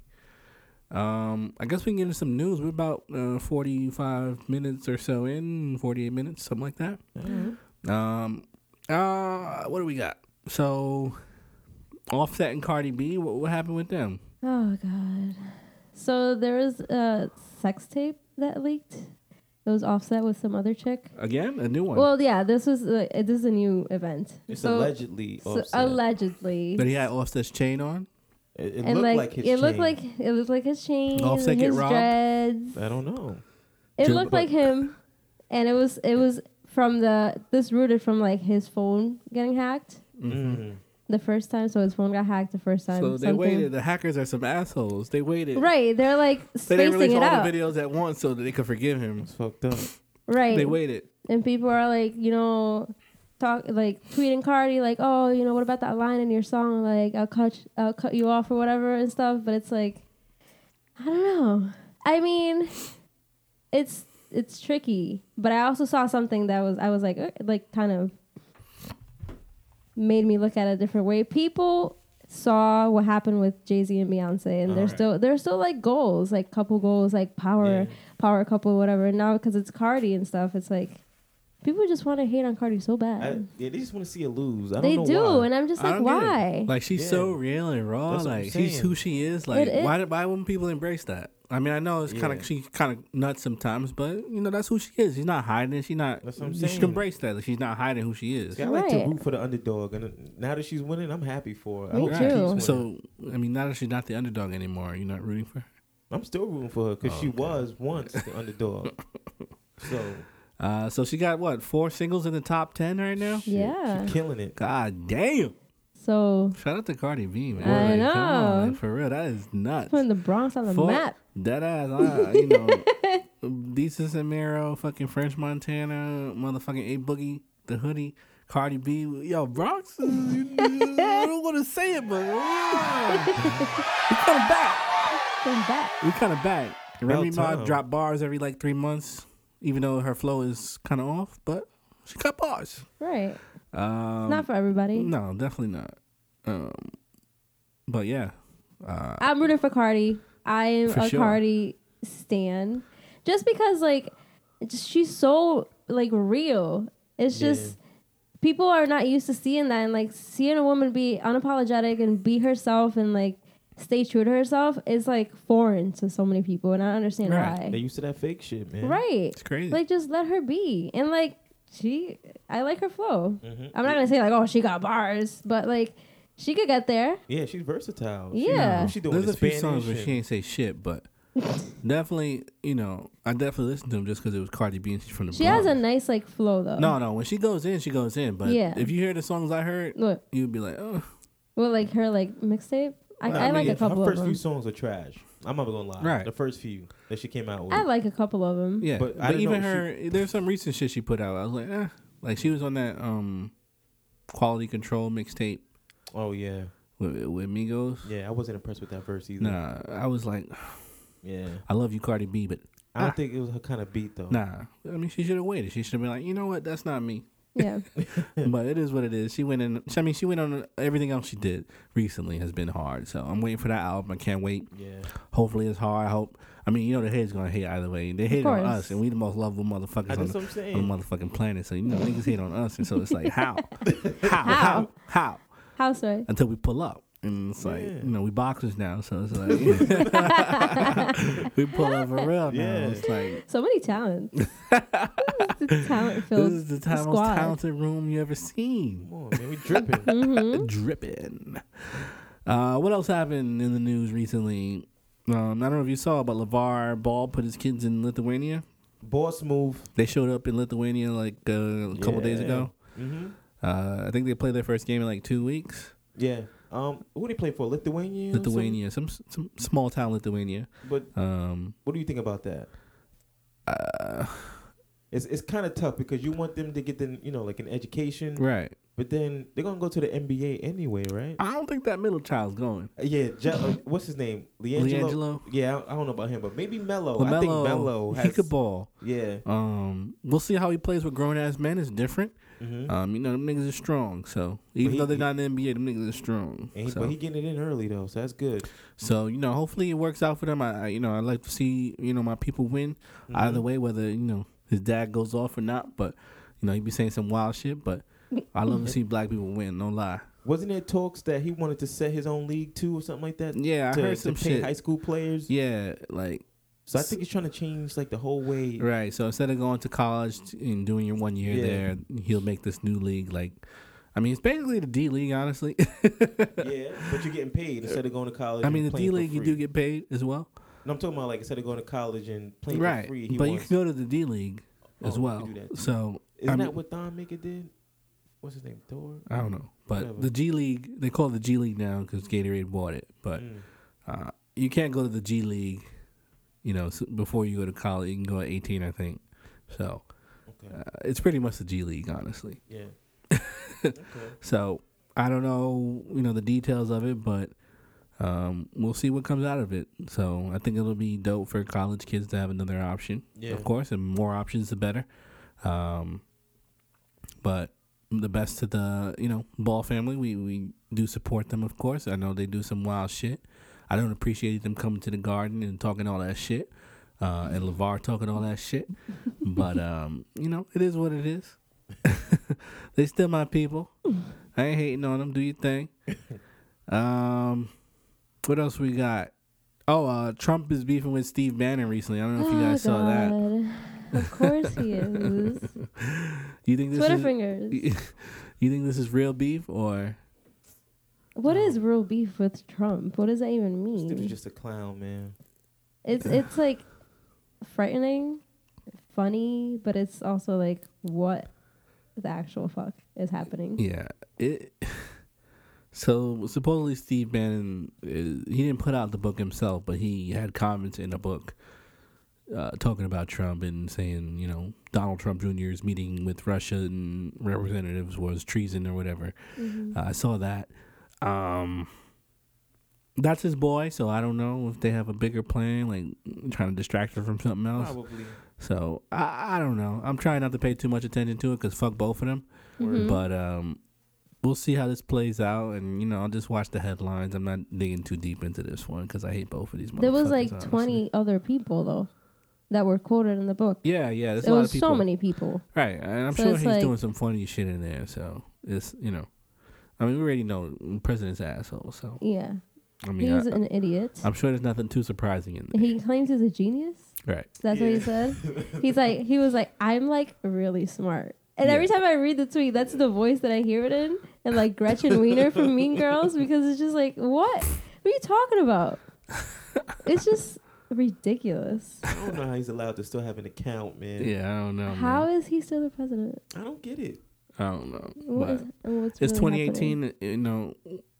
[SPEAKER 1] Um, I guess we can get into some news. We're about uh, 45 minutes or so in, 48 minutes, something like that. Um, uh, what do we got? So, Offset and Cardi B, what, what happened with them?
[SPEAKER 4] Oh God. So there was a sex tape that leaked, Those offset with some other chick.
[SPEAKER 1] Again, a new one.
[SPEAKER 4] Well, yeah, this was uh, this is a new event.
[SPEAKER 3] It's
[SPEAKER 4] So-
[SPEAKER 3] allegedly.
[SPEAKER 4] so
[SPEAKER 3] offset.
[SPEAKER 4] allegedly.
[SPEAKER 1] but he had Offset's chain on.
[SPEAKER 3] it it
[SPEAKER 4] and
[SPEAKER 3] looked
[SPEAKER 4] like,
[SPEAKER 3] like, his
[SPEAKER 4] it looked
[SPEAKER 3] chain.
[SPEAKER 4] like it looked like his chain,
[SPEAKER 1] Offset
[SPEAKER 4] and
[SPEAKER 1] get
[SPEAKER 4] his
[SPEAKER 1] robbed?
[SPEAKER 4] dreads.
[SPEAKER 3] I don't know.
[SPEAKER 4] It
[SPEAKER 1] Dude,
[SPEAKER 4] looked
[SPEAKER 1] but-
[SPEAKER 4] like him, and it was it was from the this rooted from like his phone getting hacked
[SPEAKER 3] Mm.
[SPEAKER 4] the first time. So his phone got hacked the first time.
[SPEAKER 1] Mm-hmm. So they
[SPEAKER 4] Um, something.
[SPEAKER 1] waited. The hackers are some assholes. They waited.
[SPEAKER 4] Right, they're like
[SPEAKER 1] They didn't
[SPEAKER 4] spacing
[SPEAKER 1] release
[SPEAKER 4] it
[SPEAKER 1] all
[SPEAKER 4] out.
[SPEAKER 1] the videos at once so that they could forgive him.
[SPEAKER 3] It's fucked up.
[SPEAKER 4] Right,
[SPEAKER 1] They waited.
[SPEAKER 4] and people are like, you know, talk like tweeting Cardi like, oh, you know, what about that line in your song? Like, I'll cut, you- I'll cut you off or whatever and stuff. But it's like, I don't know. I mean, it's it's tricky. But I also saw something that was I was like, eh, like kind of made me look at it a different way. People saw what happened with Jay Z and Beyonce, and they're still they're still like goals, like couple goals, like power
[SPEAKER 3] Yeah.
[SPEAKER 4] power couple, whatever. And now because it's Cardi and stuff, it's like people just want to hate on Cardi so bad.
[SPEAKER 3] I, yeah, they just want to see it lose. I don't
[SPEAKER 4] Um, they
[SPEAKER 3] know
[SPEAKER 4] do,
[SPEAKER 3] why.
[SPEAKER 4] and I'm just
[SPEAKER 1] I
[SPEAKER 4] like,
[SPEAKER 1] don't get it.
[SPEAKER 4] why?
[SPEAKER 1] Like she's
[SPEAKER 3] Yeah.
[SPEAKER 1] so real and raw.
[SPEAKER 3] That's what I'm
[SPEAKER 1] like she's
[SPEAKER 3] saying.
[SPEAKER 1] who she is. Like
[SPEAKER 4] It is.
[SPEAKER 1] why? Why wouldn't people embrace that? I mean, I know it's kind
[SPEAKER 3] Yeah.
[SPEAKER 1] of she kind of nuts sometimes, but you know that's who she is. She's not hiding. She's not.
[SPEAKER 3] That's what I'm
[SPEAKER 1] she
[SPEAKER 3] saying.
[SPEAKER 1] should embrace that. Like, she's not hiding who she is.
[SPEAKER 3] See, I like
[SPEAKER 4] Right.
[SPEAKER 3] to root for the underdog, and uh, now that she's winning, I'm happy for her. I
[SPEAKER 4] Me
[SPEAKER 3] hope she
[SPEAKER 4] too.
[SPEAKER 3] keeps winning.
[SPEAKER 1] So I mean, now that she's not the underdog anymore, you're not rooting for her.
[SPEAKER 3] I'm still rooting for her because she was once the underdog. So
[SPEAKER 1] Uh, so she got what four singles in the top ten right now.
[SPEAKER 4] yeah.
[SPEAKER 3] killing it.
[SPEAKER 1] God damn!
[SPEAKER 4] So
[SPEAKER 1] Shout out to Cardi B, man.
[SPEAKER 4] I
[SPEAKER 1] Like, come on,
[SPEAKER 4] know.
[SPEAKER 1] like, for real, that is nuts.
[SPEAKER 4] putting the Bronx on the
[SPEAKER 1] Fuck
[SPEAKER 4] map.
[SPEAKER 1] That ass, I, you know, Desus and Mero, fucking French Montana, motherfucking A Boogie, the hoodie, Cardi B. Yo, Bronx, is- you- you- I don't want to say it, but yeah. we kind of back.
[SPEAKER 4] Putting back.
[SPEAKER 1] We kind of back. Remy Ma
[SPEAKER 3] time.
[SPEAKER 1] drop bars every like three months, even though her flow is kind of off, but she got bars.
[SPEAKER 4] Right.
[SPEAKER 1] Um,
[SPEAKER 4] Not for everybody.
[SPEAKER 1] no, definitely not. Um, but yeah, uh,
[SPEAKER 4] I'm rooting for Cardi. I am
[SPEAKER 1] For
[SPEAKER 4] a
[SPEAKER 1] sure.
[SPEAKER 4] Cardi stan. Just because like it's just, she's so like real. It's
[SPEAKER 3] Yeah.
[SPEAKER 4] just people are not used to seeing that and like seeing a woman be unapologetic and be herself and like stay true to herself is like foreign to so many people and I understand
[SPEAKER 1] Right.
[SPEAKER 4] why.
[SPEAKER 3] They used to that fake shit, man.
[SPEAKER 4] Right.
[SPEAKER 1] it's crazy.
[SPEAKER 4] Like just let her be. And like she I like her flow.
[SPEAKER 3] Mhm.
[SPEAKER 4] I'm not gonna say like, oh she got bars, but like she could get there.
[SPEAKER 3] Yeah, she's versatile.
[SPEAKER 4] Yeah.
[SPEAKER 3] She, she doing
[SPEAKER 1] There's a
[SPEAKER 3] Spanish
[SPEAKER 1] few songs where
[SPEAKER 3] and,
[SPEAKER 1] she ain't say shit, but definitely, you know, I definitely listened to them just because it was Cardi B and she's from the
[SPEAKER 4] She
[SPEAKER 1] Bronx.
[SPEAKER 4] has a nice like flow though.
[SPEAKER 1] no, no. When she goes in, she goes in. But
[SPEAKER 4] Yeah.
[SPEAKER 1] if you hear the songs I heard,
[SPEAKER 4] Look,
[SPEAKER 1] you'd be like, oh,
[SPEAKER 4] Well, like her like mixtape. I,
[SPEAKER 3] Nah,
[SPEAKER 4] I, like
[SPEAKER 3] mean,
[SPEAKER 4] a couple
[SPEAKER 3] Her
[SPEAKER 4] of
[SPEAKER 3] first
[SPEAKER 4] them.
[SPEAKER 3] few songs are trash. I'm not gonna lie.
[SPEAKER 1] Right.
[SPEAKER 3] The first few that she came out with.
[SPEAKER 4] I like a couple of them.
[SPEAKER 1] yeah.
[SPEAKER 3] But
[SPEAKER 1] But,
[SPEAKER 3] I didn't
[SPEAKER 1] even
[SPEAKER 3] know
[SPEAKER 1] her, there's some recent shit she put out. I was like, eh. like she was on that um, quality control mixtape
[SPEAKER 3] oh yeah,
[SPEAKER 1] with, with Migos.
[SPEAKER 3] yeah. I wasn't impressed with that verse either.
[SPEAKER 1] Nah, I was like,
[SPEAKER 3] Yeah.
[SPEAKER 1] I love you, Cardi B, but
[SPEAKER 3] I don't
[SPEAKER 1] Ah.
[SPEAKER 3] think it was her kind of beat though.
[SPEAKER 1] nah. I mean, she should have waited. She should have been like, you know what? That's not me.
[SPEAKER 4] Yeah.
[SPEAKER 1] but it is what it is. She went in. I mean, she went on everything else she did recently has been hard. So I'm waiting for that album. I can't wait.
[SPEAKER 3] Yeah.
[SPEAKER 1] Hopefully it's hard. I hope. I mean, you know, the hate's gonna hate either way. They hate on
[SPEAKER 4] course.
[SPEAKER 1] us, and we the most lovable motherfuckers
[SPEAKER 3] I,
[SPEAKER 1] on,
[SPEAKER 3] that's
[SPEAKER 1] the,
[SPEAKER 3] what I'm saying.
[SPEAKER 1] on the motherfucking planet. So you know, niggas hate on us, and so it's like how, how,
[SPEAKER 4] How?
[SPEAKER 1] how, how,
[SPEAKER 4] Housewife.
[SPEAKER 1] until we pull up. And it's like,
[SPEAKER 3] Yeah.
[SPEAKER 1] you know, we boxers now, so it's like we pull up for real now.
[SPEAKER 3] Yeah.
[SPEAKER 1] It's like
[SPEAKER 4] So many talents. it's a talent
[SPEAKER 1] this
[SPEAKER 4] filled
[SPEAKER 1] is the time most
[SPEAKER 4] squad.
[SPEAKER 1] talented room you ever seen.
[SPEAKER 3] Come on, man. We
[SPEAKER 4] Mm-hmm.
[SPEAKER 3] dripping.
[SPEAKER 1] dripping. Uh, what else happened in the news recently? Um, I don't know if you saw, but LeVar Ball put his kids in Lithuania.
[SPEAKER 3] Boss move.
[SPEAKER 1] They showed up in Lithuania like uh, a couple days
[SPEAKER 3] Yeah.
[SPEAKER 1] ago.
[SPEAKER 3] Mm-hmm.
[SPEAKER 1] Uh, I think they played their first game in like two weeks.
[SPEAKER 3] Yeah. Um. Who they play for? Lithuania. or something?
[SPEAKER 1] Lithuania, some some small town Lithuania.
[SPEAKER 3] But
[SPEAKER 1] Um, uh,
[SPEAKER 3] what do you think about that? It's it's kind of tough because you want them to get the you know like an education,
[SPEAKER 1] right.
[SPEAKER 3] but then they're gonna go to the NBA anyway, right?
[SPEAKER 1] I don't think that middle child's going.
[SPEAKER 3] Uh, Yeah, Je- uh, what's his name? Leangelo.
[SPEAKER 1] Leangelo?
[SPEAKER 3] Yeah, I, I don't know about him, but maybe Mello. Oh, I think
[SPEAKER 1] LaMelo,
[SPEAKER 3] Mello has.
[SPEAKER 1] he could ball.
[SPEAKER 3] Yeah.
[SPEAKER 1] Um, we'll see how he plays with grown ass men. It's different.
[SPEAKER 3] hmm
[SPEAKER 1] Um, you know, them niggas are strong. So even
[SPEAKER 3] he-
[SPEAKER 1] though they're not in the NBA, them niggas are strong.
[SPEAKER 3] and he,
[SPEAKER 1] so.
[SPEAKER 3] But he getting it in early though, so that's good.
[SPEAKER 1] So you know, hopefully it works out for them. I, I you know I like to see you know my people win either
[SPEAKER 3] Mm-hmm.
[SPEAKER 1] way, whether you know his dad goes off or not. But you know he be saying some wild shit. But I love to see black people win. No lie.
[SPEAKER 3] Wasn't there talks that he wanted to set his own league too, or something like that?
[SPEAKER 1] Yeah, I
[SPEAKER 3] to,
[SPEAKER 1] heard
[SPEAKER 3] to
[SPEAKER 1] some
[SPEAKER 3] pay
[SPEAKER 1] shit.
[SPEAKER 3] High school players.
[SPEAKER 1] Yeah, like
[SPEAKER 3] So I think it's trying to change like the whole way.
[SPEAKER 1] Right. So instead of going to college t- and doing your one year
[SPEAKER 3] Yeah.
[SPEAKER 1] there, he'll make this new league. Like, I mean, it's basically the D League, honestly.
[SPEAKER 3] Yeah, but you're getting paid instead of going to college.
[SPEAKER 1] I
[SPEAKER 3] and
[SPEAKER 1] mean, the D
[SPEAKER 3] playing for
[SPEAKER 1] League, you
[SPEAKER 3] free.
[SPEAKER 1] do get paid as well.
[SPEAKER 3] No, I'm talking about like instead of going to college and playing
[SPEAKER 1] right.
[SPEAKER 3] for free, he
[SPEAKER 1] but
[SPEAKER 3] wants.
[SPEAKER 1] you can go to the D League as
[SPEAKER 3] Oh, you
[SPEAKER 1] well.
[SPEAKER 3] could do that too.
[SPEAKER 1] So,
[SPEAKER 3] Isn't
[SPEAKER 1] I, mean,
[SPEAKER 3] that what Don Maker did? What's his name? Thor.
[SPEAKER 1] I don't know. But
[SPEAKER 3] Whatever.
[SPEAKER 1] the G League, they call it the G League now because Gatorade bought it. But
[SPEAKER 3] Mm.
[SPEAKER 1] uh, you can't go to the G League, you know, s before you go to college. You can go at 18, I think. So
[SPEAKER 3] Okay.
[SPEAKER 1] uh, it's pretty much the G League, honestly.
[SPEAKER 3] Yeah. okay.
[SPEAKER 1] So I don't know, you know, the details of it, but um, we'll see what comes out of it. So I think it'll be dope for college kids to have another option,
[SPEAKER 3] Yeah.
[SPEAKER 1] of course, and more options the better. Um, but the best to the you know ball family, we we do support them, of course. I know they do some wild shit. I don't appreciate them coming to the garden and talking all that shit, uh, and Levar talking all that shit. But um, you know, it is what it is. they still my people. I ain't hating on them. Do your thing. Um, what else we got? Oh, uh, Trump is beefing with Steve Bannon recently. I don't know if you guys
[SPEAKER 4] Oh,
[SPEAKER 1] saw that.
[SPEAKER 4] that. Of course he is.
[SPEAKER 1] You think this
[SPEAKER 4] Twitter
[SPEAKER 1] is
[SPEAKER 4] fingers.
[SPEAKER 1] you think this is real beef or
[SPEAKER 4] What is real beef with Trump? What does that even
[SPEAKER 3] This dude is
[SPEAKER 4] mean?
[SPEAKER 3] just a clown, man.
[SPEAKER 4] It's it's like frightening, funny, but it's also like what the actual fuck is happening.
[SPEAKER 1] yeah? It so supposedly Steve Bannon is, he didn't put out the book himself, but he had comments in a book uh, talking about Trump and saying you know Donald Trump Jr.'s meeting with Russian representatives was treason or whatever. Uh, I saw that. Um, that's his boy, so I don't know if they have a bigger plan, like trying to distract her from something else.
[SPEAKER 3] Probably.
[SPEAKER 1] So I, I don't know. I'm trying not to pay too much attention to it because fuck both of them.
[SPEAKER 4] Mm-hmm.
[SPEAKER 1] But um, we'll see how this plays out, and you know, I'll just watch the headlines. I'm not digging too deep into this one because I hate both of these.
[SPEAKER 4] There was
[SPEAKER 1] motherfuckers,
[SPEAKER 4] like
[SPEAKER 1] honestly.
[SPEAKER 4] twenty other people though that were quoted in the book.
[SPEAKER 1] Yeah, yeah. There's
[SPEAKER 4] It
[SPEAKER 1] a lot
[SPEAKER 4] was
[SPEAKER 1] of people.
[SPEAKER 4] so many people.
[SPEAKER 1] Right, and I'm
[SPEAKER 4] So
[SPEAKER 1] sure
[SPEAKER 4] it's
[SPEAKER 1] he's
[SPEAKER 4] like-
[SPEAKER 1] doing some funny shit in there. So it's you know, I mean, we already know the president's an asshole. So
[SPEAKER 4] Yeah,
[SPEAKER 1] I mean, I,
[SPEAKER 4] he's an idiot.
[SPEAKER 1] I'm sure there's nothing too surprising in
[SPEAKER 4] he claims he's a genius.
[SPEAKER 1] there. Right.
[SPEAKER 4] That's what he said. He's like, he was like, I'm like really smart. And every time I read the tweet, that's the voice that I hear it in, and like Gretchen Wiener from Mean Girls, because it's just like, what? What are you talking about? It's just ridiculous.
[SPEAKER 3] I don't know how he's allowed to still have an account, man.
[SPEAKER 1] Yeah, I don't know.
[SPEAKER 4] How
[SPEAKER 1] man.
[SPEAKER 4] is he still the president?
[SPEAKER 3] I don't get it.
[SPEAKER 1] I don't know.
[SPEAKER 4] What
[SPEAKER 1] but
[SPEAKER 4] is- what's
[SPEAKER 1] it's
[SPEAKER 4] really
[SPEAKER 1] 2018. You know,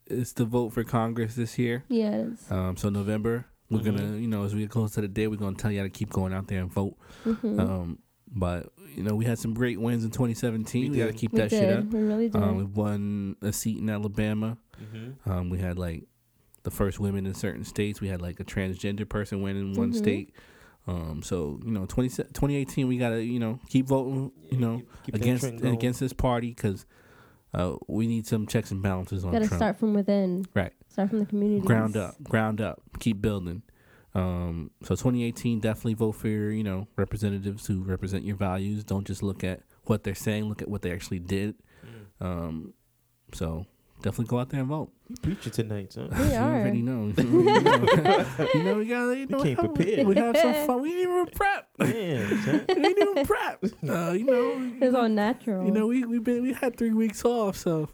[SPEAKER 1] it's the vote for Congress this year.
[SPEAKER 4] happening? Yeah, it is.
[SPEAKER 1] Um, so November, we're
[SPEAKER 3] Mhm.
[SPEAKER 4] Mm-hmm.
[SPEAKER 1] gonna, you know, as we get close to the day, we're gonna tell y'all to keep going out there and vote.
[SPEAKER 4] Mhm.
[SPEAKER 1] Um, but you know, we had some great wins in 2017. We,
[SPEAKER 3] We
[SPEAKER 1] gotta
[SPEAKER 3] did.
[SPEAKER 1] keep
[SPEAKER 4] we
[SPEAKER 1] that
[SPEAKER 4] did.
[SPEAKER 1] shit up.
[SPEAKER 4] We really did.
[SPEAKER 1] Um, we won a seat in Alabama.
[SPEAKER 3] Mm-hmm.
[SPEAKER 1] Um, we had like the first women in certain states. We had like a transgender person win in one
[SPEAKER 4] Mhm.
[SPEAKER 1] state. Um, so you know, 20, 2018, we gotta, you know, keep voting. You know, against against this party because uh, we need some checks and balances on
[SPEAKER 4] Got to
[SPEAKER 1] Trump.
[SPEAKER 4] start from within.
[SPEAKER 1] Right.
[SPEAKER 4] Start from the community.
[SPEAKER 1] ground up, ground up, keep building. Um, so 2018, definitely vote for your, you know representatives who represent your values. Don't just look at what they're saying; look at what they actually did.
[SPEAKER 3] Mm.
[SPEAKER 1] Um, so definitely go out there and vote.
[SPEAKER 3] preacher tonight, son.
[SPEAKER 4] We
[SPEAKER 1] you
[SPEAKER 4] are.
[SPEAKER 1] already know. you know we got. You know,
[SPEAKER 3] came prepared.
[SPEAKER 1] We have some fun. We didn't even prep. we
[SPEAKER 3] Man, son.
[SPEAKER 1] didn't even prep. Uh, you know,
[SPEAKER 4] It's all natural.
[SPEAKER 1] you know, we we been we had three weeks off, so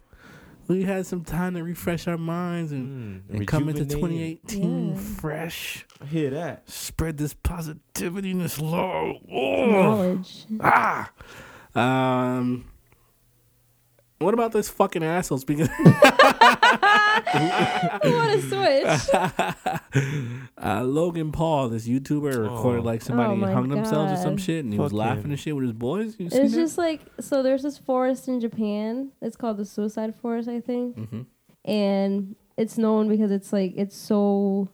[SPEAKER 1] we had some time to refresh our minds and.
[SPEAKER 3] Mm,
[SPEAKER 1] And come into
[SPEAKER 3] rejuvenating.
[SPEAKER 1] 2018
[SPEAKER 4] Yeah.
[SPEAKER 1] fresh.
[SPEAKER 3] I hear that.
[SPEAKER 1] spread this positivity and this love. Oh,
[SPEAKER 4] knowledge.
[SPEAKER 1] ah. Um. What about those fucking assholes? Because
[SPEAKER 4] what a switch.
[SPEAKER 1] uh, Logan Paul, this YouTuber, recorded
[SPEAKER 3] Oh.
[SPEAKER 1] like somebody
[SPEAKER 4] Oh my
[SPEAKER 1] hung themselves or some
[SPEAKER 4] God.
[SPEAKER 1] shit, and he was
[SPEAKER 3] Fuck
[SPEAKER 1] laughing
[SPEAKER 3] him.
[SPEAKER 1] and shit with his boys. You seen
[SPEAKER 4] It's
[SPEAKER 1] that?
[SPEAKER 4] just like so. There's this forest in Japan. It's called the Suicide Forest, I think,
[SPEAKER 1] Mhm.
[SPEAKER 4] and it's known because it's like it's so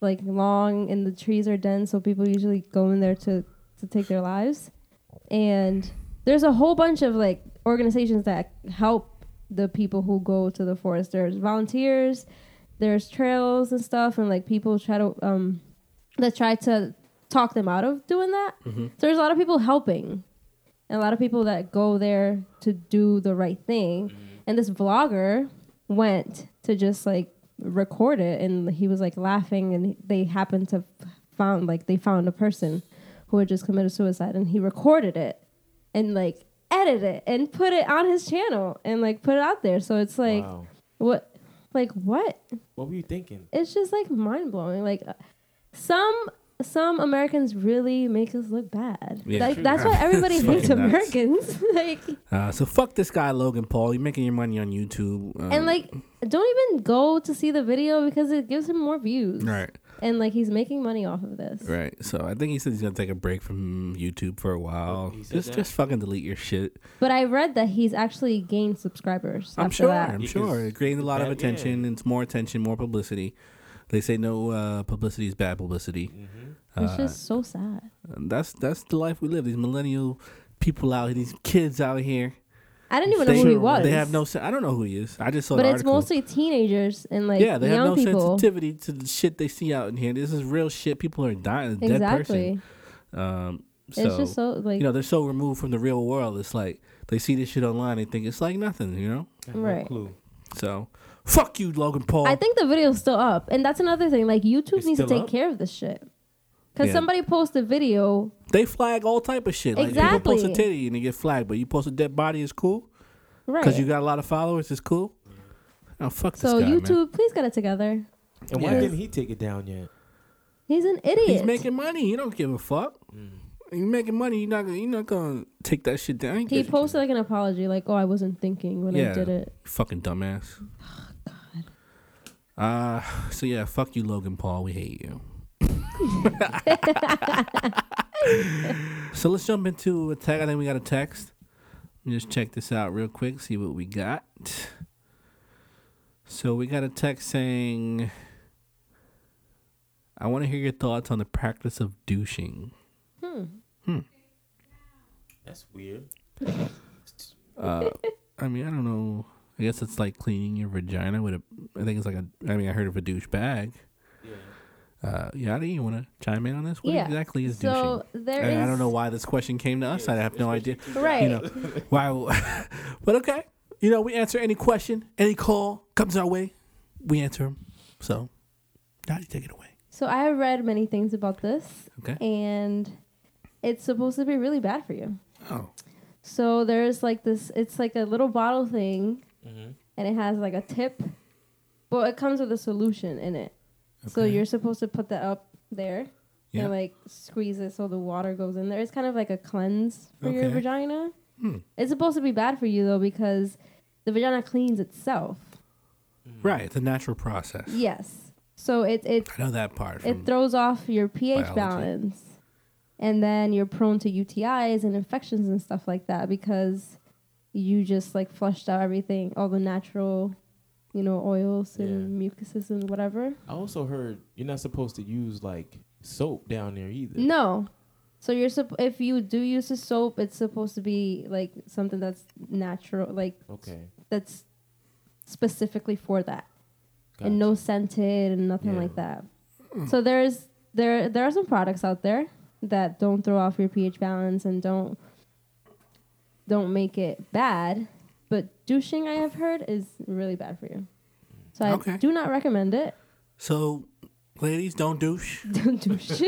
[SPEAKER 4] like long and the trees are dense, so people usually go in there to to take their lives. And there's a whole bunch of like organizations that help the people who go to the forest. There's volunteers, there's trails and stuff, and like people try to um that try to talk them out of doing that. So there's a lot of people helping and a lot of people that go there to do the right thing. And this vlogger went to just like record it, and he was like laughing, and they happened to found like they found a person who had just committed suicide and he recorded it and like edited it and put it on his channel and like put it out there. So it's like
[SPEAKER 3] wow.
[SPEAKER 4] what like what?
[SPEAKER 3] What were you thinking?
[SPEAKER 4] It's just like mind blowing. Like uh, some some Americans really make us look bad.
[SPEAKER 1] Yeah.
[SPEAKER 4] like that's why everybody
[SPEAKER 1] It's
[SPEAKER 4] hates
[SPEAKER 1] fucking nuts.
[SPEAKER 4] Americans. like
[SPEAKER 1] Uh, so fuck this guy, Logan Paul. You're making your money on YouTube. Um,
[SPEAKER 4] and like don't even go to see the video because it gives him more views.
[SPEAKER 1] right,
[SPEAKER 4] And like he's making money off of this.
[SPEAKER 1] right. So I think he said he's gonna take a break from YouTube for a while.
[SPEAKER 3] He said
[SPEAKER 1] Just,
[SPEAKER 3] that?
[SPEAKER 1] just fucking delete your shit.
[SPEAKER 4] But I read that he's actually gained subscribers.
[SPEAKER 1] I'm
[SPEAKER 4] after
[SPEAKER 1] sure.
[SPEAKER 4] That.
[SPEAKER 1] I'm
[SPEAKER 3] Because
[SPEAKER 1] sure. It gained a lot of
[SPEAKER 3] that-
[SPEAKER 1] attention. It's more attention, more publicity. They say no uh, publicity is bad publicity.
[SPEAKER 3] Mm-hmm.
[SPEAKER 4] It's just
[SPEAKER 1] Uh,
[SPEAKER 4] so sad.
[SPEAKER 1] And that's that's the life we live. These millennial people out here, these kids out here.
[SPEAKER 4] I didn't even know who he was.
[SPEAKER 1] They have no. sen- I don't know who he is. I just saw.
[SPEAKER 4] But
[SPEAKER 1] the
[SPEAKER 4] it's
[SPEAKER 1] article.
[SPEAKER 4] mostly teenagers and like
[SPEAKER 1] yeah. They have
[SPEAKER 4] young
[SPEAKER 1] no
[SPEAKER 4] people.
[SPEAKER 1] sensitivity to the shit they see out in here. This is real shit. People are dying. a Dead person.
[SPEAKER 4] Exactly.
[SPEAKER 1] Um, so,
[SPEAKER 4] It's just so like
[SPEAKER 1] you know they're so removed from the real world. It's like they see this shit online. They think it's like nothing. You know.
[SPEAKER 3] I have no
[SPEAKER 4] Right.
[SPEAKER 3] clue.
[SPEAKER 1] So fuck you, Logan Paul.
[SPEAKER 4] I think the video's still up, and that's another thing. Like YouTube
[SPEAKER 3] It's
[SPEAKER 4] needs to
[SPEAKER 3] still
[SPEAKER 4] take
[SPEAKER 3] up?
[SPEAKER 4] care of this shit. Cause
[SPEAKER 1] Yeah.
[SPEAKER 4] somebody posts a video,
[SPEAKER 1] they flag all type of shit. Like people post a
[SPEAKER 4] Exactly.
[SPEAKER 1] titty and they get flagged, but you post a dead body is cool
[SPEAKER 4] right?
[SPEAKER 1] because you got a lot of followers. It's cool. Oh fuck
[SPEAKER 4] so
[SPEAKER 1] this guy, man.
[SPEAKER 4] YouTube, please get it together.
[SPEAKER 3] And why
[SPEAKER 1] Yeah.
[SPEAKER 3] didn't he take it down yet?
[SPEAKER 4] He's an idiot.
[SPEAKER 1] He's making money. You don't give a fuck. You making money. You're not gonna. You're not gonna take that shit down. You
[SPEAKER 4] he
[SPEAKER 1] get-
[SPEAKER 4] posted like an apology, like, "Oh, I wasn't thinking when
[SPEAKER 1] Yeah.
[SPEAKER 4] I did it."
[SPEAKER 1] Fucking dumbass. God. Uh, so yeah, fuck you, Logan Paul. We hate you. so let's jump into a text. I think we got a text. Let me just check this out real quick. See what we got. So we got a text saying, "I want to hear your thoughts on the practice of douching."
[SPEAKER 3] That's weird.
[SPEAKER 1] Uh, I mean, I don't know. I guess it's like cleaning your vagina with a. I think it's like a. I mean, I heard of a douche bag.
[SPEAKER 3] Yeah.
[SPEAKER 1] Uh, Yadi, you want to chime in on this? What
[SPEAKER 4] Yeah.
[SPEAKER 1] exactly is
[SPEAKER 4] So there
[SPEAKER 1] douching?
[SPEAKER 4] is.
[SPEAKER 1] And I don't know why this question came to us. I have no idea.
[SPEAKER 4] Right.
[SPEAKER 1] You know, why? but okay. You know, we answer any question, any call comes our way, we answer them. So, Yadi, take it away.
[SPEAKER 4] So I have read many things about this,
[SPEAKER 1] Okay.
[SPEAKER 4] and it's supposed to be really bad for you.
[SPEAKER 1] Oh,
[SPEAKER 4] So there's like this. It's like a little bottle thing, and it has like a tip, but it comes with a solution in it. So
[SPEAKER 1] Okay.
[SPEAKER 4] you're supposed to put that up there
[SPEAKER 1] Yeah.
[SPEAKER 4] and like squeeze it so the water goes in there. It's kind of like a cleanse for your
[SPEAKER 1] Okay. Hmm.
[SPEAKER 4] vagina. It's supposed to be bad for you though because the vagina cleans itself.
[SPEAKER 1] right. It's a natural process.
[SPEAKER 4] Yes. So it it
[SPEAKER 1] I know that part. From,
[SPEAKER 4] it throws off your
[SPEAKER 1] biology.
[SPEAKER 4] pH balance. And then you're prone to UTIs and infections and stuff like that because you just like flushed out everything, all the natural, you know, oils and mucuses and whatever.
[SPEAKER 3] I also heard you're not supposed to use like soap down there either.
[SPEAKER 4] No. So you're supp- if you do use a soap, it's supposed to be like something that's natural, like
[SPEAKER 3] Okay.
[SPEAKER 4] that's specifically for that,
[SPEAKER 3] Gotcha.
[SPEAKER 4] and no scented and nothing
[SPEAKER 3] Yeah.
[SPEAKER 4] like that. So there's there there are some products out there that don't throw off your pH balance and don't don't make it bad, but douching I have heard is really bad for you. So I
[SPEAKER 1] Okay.
[SPEAKER 4] do not recommend it.
[SPEAKER 1] so, ladies, don't douche.
[SPEAKER 4] Don't douche.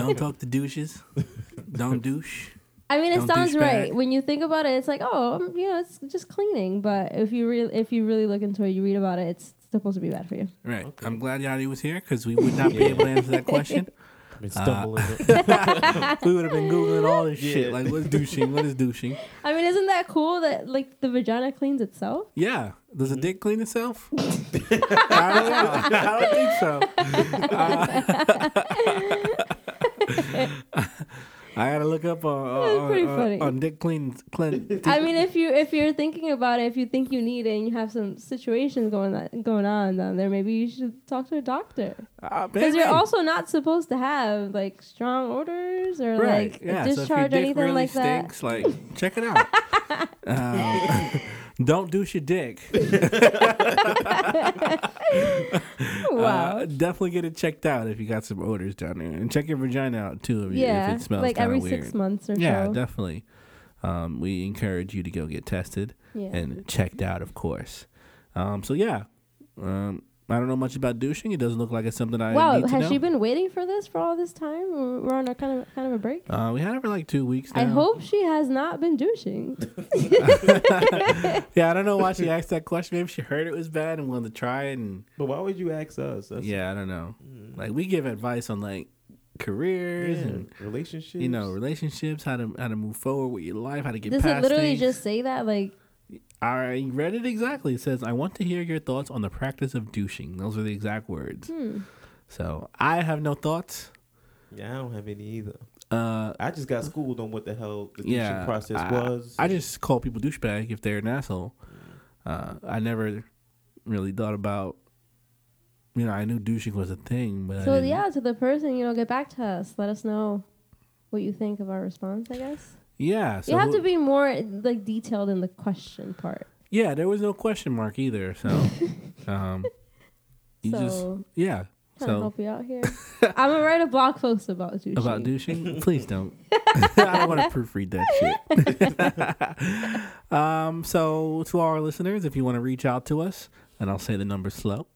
[SPEAKER 1] don't talk to douches. Don't douche.
[SPEAKER 4] I mean, it
[SPEAKER 1] Don't
[SPEAKER 4] sounds
[SPEAKER 1] douchebag.
[SPEAKER 4] right when you think about it. It's like, oh, um, you know, it's just cleaning. But if you really, if you really look into it, you read about it. It's supposed to be bad for you.
[SPEAKER 1] Right. I'm glad Yadi was here because we would not be able to answer that question.
[SPEAKER 3] I've been stumbling.
[SPEAKER 1] Uh. We would have been googling all this
[SPEAKER 3] Yeah.
[SPEAKER 1] shit. Like, what's douching? What is douching?
[SPEAKER 4] I mean, isn't that cool that like the vagina cleans itself?
[SPEAKER 1] Yeah. Does a dick clean itself? I don't know. I don't think so. Uh, I gotta look up on
[SPEAKER 4] That's
[SPEAKER 1] on,
[SPEAKER 4] pretty
[SPEAKER 1] on-
[SPEAKER 4] funny.
[SPEAKER 1] on dick clean clean.
[SPEAKER 4] I mean, if you if you're thinking about it, if you think you need it, and you have some situations going that, going on down there, maybe you should talk to a doctor
[SPEAKER 1] Ah,
[SPEAKER 4] because
[SPEAKER 1] baby.
[SPEAKER 4] you're also not supposed to have like strong odors or
[SPEAKER 1] right.
[SPEAKER 4] like
[SPEAKER 1] yeah.
[SPEAKER 4] discharge
[SPEAKER 1] so if your dick
[SPEAKER 4] anything
[SPEAKER 1] really
[SPEAKER 4] like
[SPEAKER 1] stinks, like check it out. um, don't douche your dick.
[SPEAKER 4] that. Oh, Wow.
[SPEAKER 1] Uh, definitely get it checked out if you got some odors down there, and check your vagina out too if, you-
[SPEAKER 4] yeah,
[SPEAKER 1] if it smells
[SPEAKER 4] like
[SPEAKER 1] kinda
[SPEAKER 4] every
[SPEAKER 1] weird.
[SPEAKER 4] six months or
[SPEAKER 1] yeah,
[SPEAKER 4] so.
[SPEAKER 1] definitely. Um, we encourage you to go get tested
[SPEAKER 4] Yeah.
[SPEAKER 1] and checked out, of course. Um, so yeah, um, I don't know much about douching. It doesn't look like it's something I
[SPEAKER 4] wow,
[SPEAKER 1] need to
[SPEAKER 4] has
[SPEAKER 1] know.
[SPEAKER 4] she been waiting for this for all this time? We're we're on a kind of kind of a break.
[SPEAKER 1] uh, we had it for like two weeks. Now.
[SPEAKER 4] I hope she has not been douching.
[SPEAKER 1] Yeah, I don't know why she asked that question. Maybe she heard it was bad and wanted to try it. And
[SPEAKER 3] But why would you ask us? That's
[SPEAKER 1] yeah, I don't know. Like we give advice on like careers and
[SPEAKER 3] relationships.
[SPEAKER 1] you know relationships, how to how to move forward with your life, how to get
[SPEAKER 4] Does
[SPEAKER 1] past
[SPEAKER 4] it literally
[SPEAKER 1] things.
[SPEAKER 4] just say that? Like,
[SPEAKER 1] I read it exactly. It says, "I want to hear your thoughts on the practice of douching." Those are the exact words.
[SPEAKER 4] Hmm.
[SPEAKER 1] So I have no thoughts.
[SPEAKER 3] yeah, I don't have any either.
[SPEAKER 1] Uh,
[SPEAKER 3] I just got schooled on what the hell the teaching
[SPEAKER 1] yeah,
[SPEAKER 3] process
[SPEAKER 1] I,
[SPEAKER 3] was.
[SPEAKER 1] I just call people douchebag if they're an asshole. Uh, I never really thought about. You know, I knew douching was a thing, but I
[SPEAKER 4] so
[SPEAKER 1] didn't-
[SPEAKER 4] yeah, to the person, you know, get back to us. Let us know what you think of our response. I guess
[SPEAKER 1] yeah. So
[SPEAKER 4] you have
[SPEAKER 1] who-
[SPEAKER 4] to be more like detailed in the question part.
[SPEAKER 1] Yeah, there was no question mark either. So, um, you just
[SPEAKER 4] So-
[SPEAKER 1] yeah.
[SPEAKER 4] Trying to
[SPEAKER 1] So
[SPEAKER 4] help you out here. I'm gonna write a blog post about douching.
[SPEAKER 1] about douching, please don't. I don't want to proofread that shit. um, so to our listeners, if you want to reach out to us, and I'll say the number slow.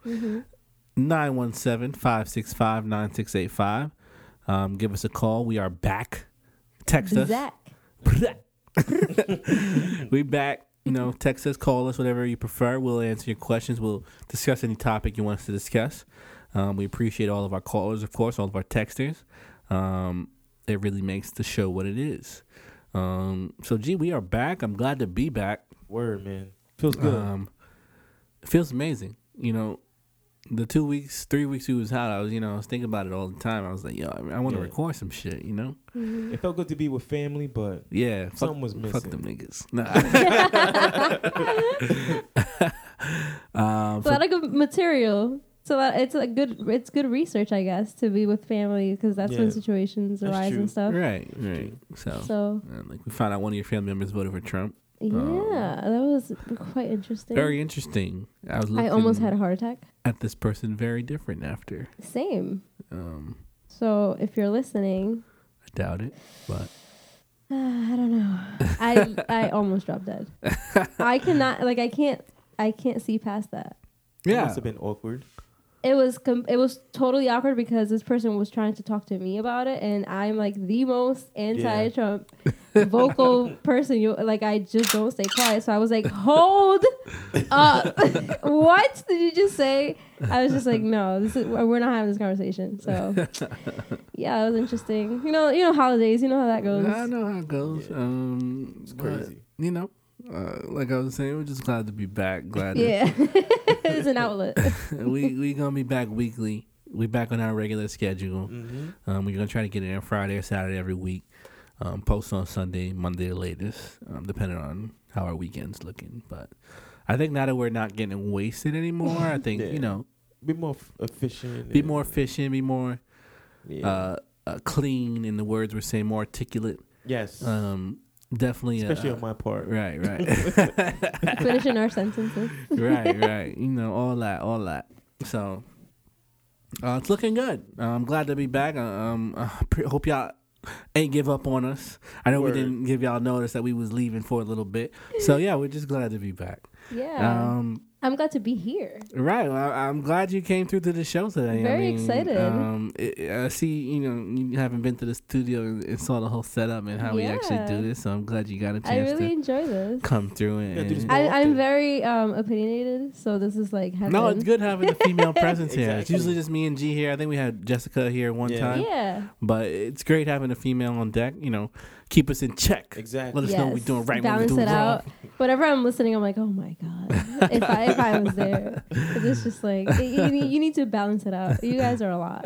[SPEAKER 1] 917-565-9685. Um, give us a call. We are back. Text us.
[SPEAKER 4] Zach.
[SPEAKER 1] we back. You know, text us, call us, whatever you prefer. We'll answer your questions. We'll discuss any topic you want us to discuss. Um, we appreciate all of our callers, of course, all of our texters. Um, it really makes the show what it is. Um, so, gee, we are back. I'm glad to be back.
[SPEAKER 3] Word, man. Feels good.
[SPEAKER 1] Um, it feels amazing. You know, the two weeks, three weeks we was out, I was, you know, I was thinking about it all the time. I was like, yo, I, I want to
[SPEAKER 3] Yeah.
[SPEAKER 1] record some shit, you know?
[SPEAKER 3] it felt good to be with family, but
[SPEAKER 1] Yeah, fuck,
[SPEAKER 3] Something was
[SPEAKER 1] Fuck
[SPEAKER 3] missing.
[SPEAKER 1] them niggas. Nah. um,
[SPEAKER 4] It's a lot of good material. It's a lot. It's a good. It's good research, I guess, to be with family because that's
[SPEAKER 3] Yeah.
[SPEAKER 4] when situations
[SPEAKER 3] That's
[SPEAKER 4] arise
[SPEAKER 3] true.
[SPEAKER 4] and stuff.
[SPEAKER 1] right, right. So,
[SPEAKER 4] So
[SPEAKER 1] uh, like we found out one of your family members voted for Trump.
[SPEAKER 4] yeah, that was quite interesting.
[SPEAKER 1] Um, Very interesting. I was looking
[SPEAKER 4] I almost had a heart attack.
[SPEAKER 1] at this person very different after.
[SPEAKER 4] Same.
[SPEAKER 1] Um,
[SPEAKER 4] So if you're listening,
[SPEAKER 1] I doubt it, but
[SPEAKER 4] uh, I don't know. I I almost dropped dead. I cannot like I can't I can't see past that.
[SPEAKER 3] it
[SPEAKER 1] yeah,
[SPEAKER 3] must have been awkward.
[SPEAKER 4] It was com- it was totally awkward because this person was trying to talk to me about it, and I'm like the most anti-Trump vocal person. You like I just don't stay quiet. So I was like, hold up, what did you just say? I was just like, no, this is we're not having this conversation. So yeah, it was interesting. You know, you know holidays. You know how that goes.
[SPEAKER 1] I know how it goes. Um,
[SPEAKER 3] It's crazy.
[SPEAKER 1] but, you know, uh, like I was saying, we're just glad to be back. Glad to
[SPEAKER 4] Yeah, it's an outlet.
[SPEAKER 1] we we gonna be back weekly. We back on our regular
[SPEAKER 3] Mm-hmm.
[SPEAKER 1] schedule. Um, we're gonna try to get in Friday or Saturday every week. Um, post on Sunday, Monday the latest, um, depending on how our weekend's looking. But I think now that we're not getting wasted anymore, I think
[SPEAKER 3] Yeah.
[SPEAKER 1] you know,
[SPEAKER 3] Be more f- efficient.
[SPEAKER 1] be
[SPEAKER 3] and-
[SPEAKER 1] more efficient, be more
[SPEAKER 3] Yeah.
[SPEAKER 1] uh, uh, clean in the words we're saying, more articulate.
[SPEAKER 3] yes.
[SPEAKER 1] Um, definitely, uh,
[SPEAKER 3] Especially on my part.
[SPEAKER 1] right, right.
[SPEAKER 4] Finishing our sentences.
[SPEAKER 1] right, right. You know, all that, all that. So uh, it's looking good. Uh, I'm glad to be back. Uh, Um, I pre- hope y'all ain't give up on us. I know
[SPEAKER 3] Word.
[SPEAKER 1] we didn't give y'all notice that we was leaving for a little bit. So yeah, we're just glad to be back.
[SPEAKER 4] Yeah,
[SPEAKER 1] Um,
[SPEAKER 4] I'm glad to be here.
[SPEAKER 1] right. Well, I, I'm glad you came through to the show today. I
[SPEAKER 4] Very
[SPEAKER 1] mean,
[SPEAKER 4] excited.
[SPEAKER 1] Um, it, it- I see. You know, you haven't been to the studio and, and saw the whole setup and how we actually
[SPEAKER 4] Yeah.
[SPEAKER 1] do this. So I'm glad you got a
[SPEAKER 4] I
[SPEAKER 1] chance
[SPEAKER 4] really
[SPEAKER 1] to
[SPEAKER 4] enjoy this.
[SPEAKER 1] come through and.
[SPEAKER 3] Yeah, do this
[SPEAKER 4] I,
[SPEAKER 3] Well,
[SPEAKER 4] I'm
[SPEAKER 3] often.
[SPEAKER 4] very um, opinionated, so this is like heaven.
[SPEAKER 1] No, it's good having a female presence here. It's
[SPEAKER 3] Exactly.
[SPEAKER 1] usually just me and G here. I think we had Jessica here one
[SPEAKER 3] Yeah.
[SPEAKER 1] time,
[SPEAKER 4] Yeah,
[SPEAKER 1] but it's great having a female on deck. You know, keep us in check.
[SPEAKER 3] Exactly.
[SPEAKER 1] Let us know what we're doing right. what we're
[SPEAKER 4] Balance
[SPEAKER 1] doing
[SPEAKER 4] it
[SPEAKER 1] wrong.
[SPEAKER 4] out. Whenever I'm listening, I'm like, oh my god. if I if I was there, it's just like you, you need, you need to balance it out. You guys are a lot,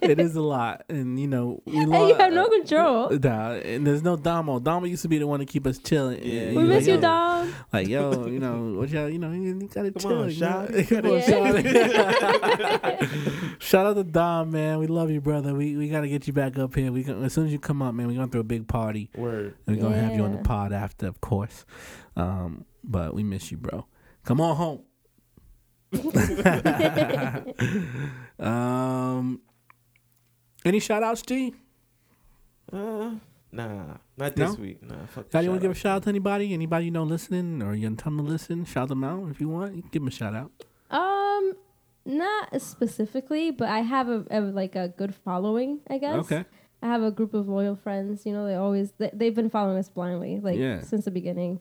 [SPEAKER 1] it is a lot, and you know we
[SPEAKER 4] and
[SPEAKER 1] lo-
[SPEAKER 4] you have no control.
[SPEAKER 1] Nah, and there's no Damo. Damo used to be the one to keep us chilling.
[SPEAKER 3] Yeah.
[SPEAKER 1] And he's
[SPEAKER 3] you
[SPEAKER 4] We
[SPEAKER 1] like,
[SPEAKER 4] miss you,
[SPEAKER 1] yo,
[SPEAKER 4] Dom.
[SPEAKER 1] Like yo, you know what y'all, you know you you gotta
[SPEAKER 3] Come
[SPEAKER 1] chill.
[SPEAKER 3] on,
[SPEAKER 1] you know?
[SPEAKER 3] Shaq.
[SPEAKER 1] Come on,
[SPEAKER 4] Yeah.
[SPEAKER 1] Shaq. Shout out to Dom, man. We love you, brother. We we gotta get you back up here. We gon- as soon as you come up, man, we gonna throw a big party.
[SPEAKER 3] Word.
[SPEAKER 1] We're gonna have you on the
[SPEAKER 4] Yeah.
[SPEAKER 1] pod after, of course. Um, but we miss you, bro. Come on home. um, any shout outs, G?
[SPEAKER 3] Uh, nah. Not this
[SPEAKER 1] No?
[SPEAKER 3] week. Nah. Fuck the
[SPEAKER 1] Y'all, you want to give a
[SPEAKER 3] shout-out.
[SPEAKER 1] shout out to anybody? Anybody you know listening or you gonna tell them to listen? Shout them out if you want. You can give them a shout out.
[SPEAKER 4] Um, Not specifically, but I have a, a like a good following, I guess.
[SPEAKER 1] Okay.
[SPEAKER 4] I have a group of loyal friends. You know, they always they, they've been following us blindly, like
[SPEAKER 1] Yeah.
[SPEAKER 4] since the beginning.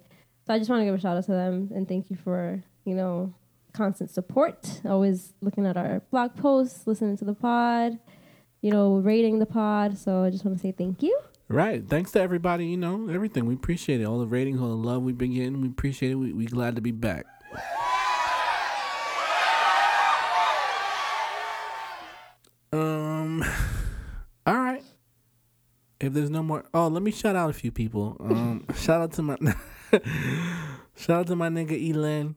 [SPEAKER 4] So I just want to give a shout out to them and thank you for you know constant support. Always looking at our blog posts, listening to the pod, you know, rating the pod. So I just want to say thank you.
[SPEAKER 1] Right. Thanks to everybody, you know, everything. We appreciate it. All the ratings, all the love we've been getting. We appreciate it. We, we glad to be back. Um all right. If there's no more oh, let me shout out a few people. Um shout out to my shout out to my nigga Elan,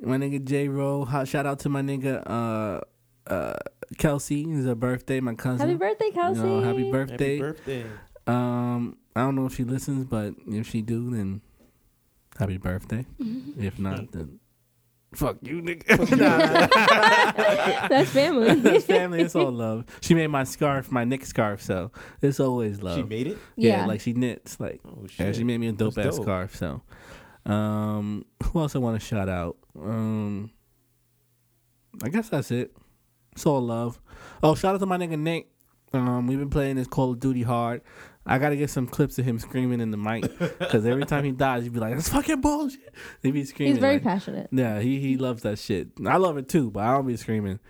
[SPEAKER 1] my nigga J Roll, Ho- shout out to my nigga uh uh Kelsey, it's her birthday, my cousin.
[SPEAKER 4] Happy birthday,
[SPEAKER 1] You
[SPEAKER 4] Kelsey!
[SPEAKER 1] know, happy
[SPEAKER 3] Happy birthday.
[SPEAKER 1] um, I don't know if she listens, but if she do, then happy birthday.
[SPEAKER 3] Mm-hmm.
[SPEAKER 1] if not, then fuck you, nigga. Nah,
[SPEAKER 4] That's family.
[SPEAKER 1] it's family. It's all love. She made my scarf, my Nick scarf, so it's always love.
[SPEAKER 3] She made it.
[SPEAKER 1] yeah,
[SPEAKER 4] Yeah.
[SPEAKER 1] like she knits, like
[SPEAKER 3] Oh shit.
[SPEAKER 1] and Uh, she made me a dope
[SPEAKER 3] That's
[SPEAKER 1] ass
[SPEAKER 3] dope.
[SPEAKER 1] scarf. So, um, who else I want to shout out? Um, I guess that's it. It's all love. Oh, shout out to my nigga Nate. Um, we've been playing this Call of Duty hard. I gotta get some clips of him screaming in the mic because every time he dies, he'd be like, "That's fucking bullshit." He'd be screaming.
[SPEAKER 4] He's very
[SPEAKER 1] like-
[SPEAKER 4] passionate.
[SPEAKER 1] yeah, he he loves that shit. I love it too, but I don't be screaming.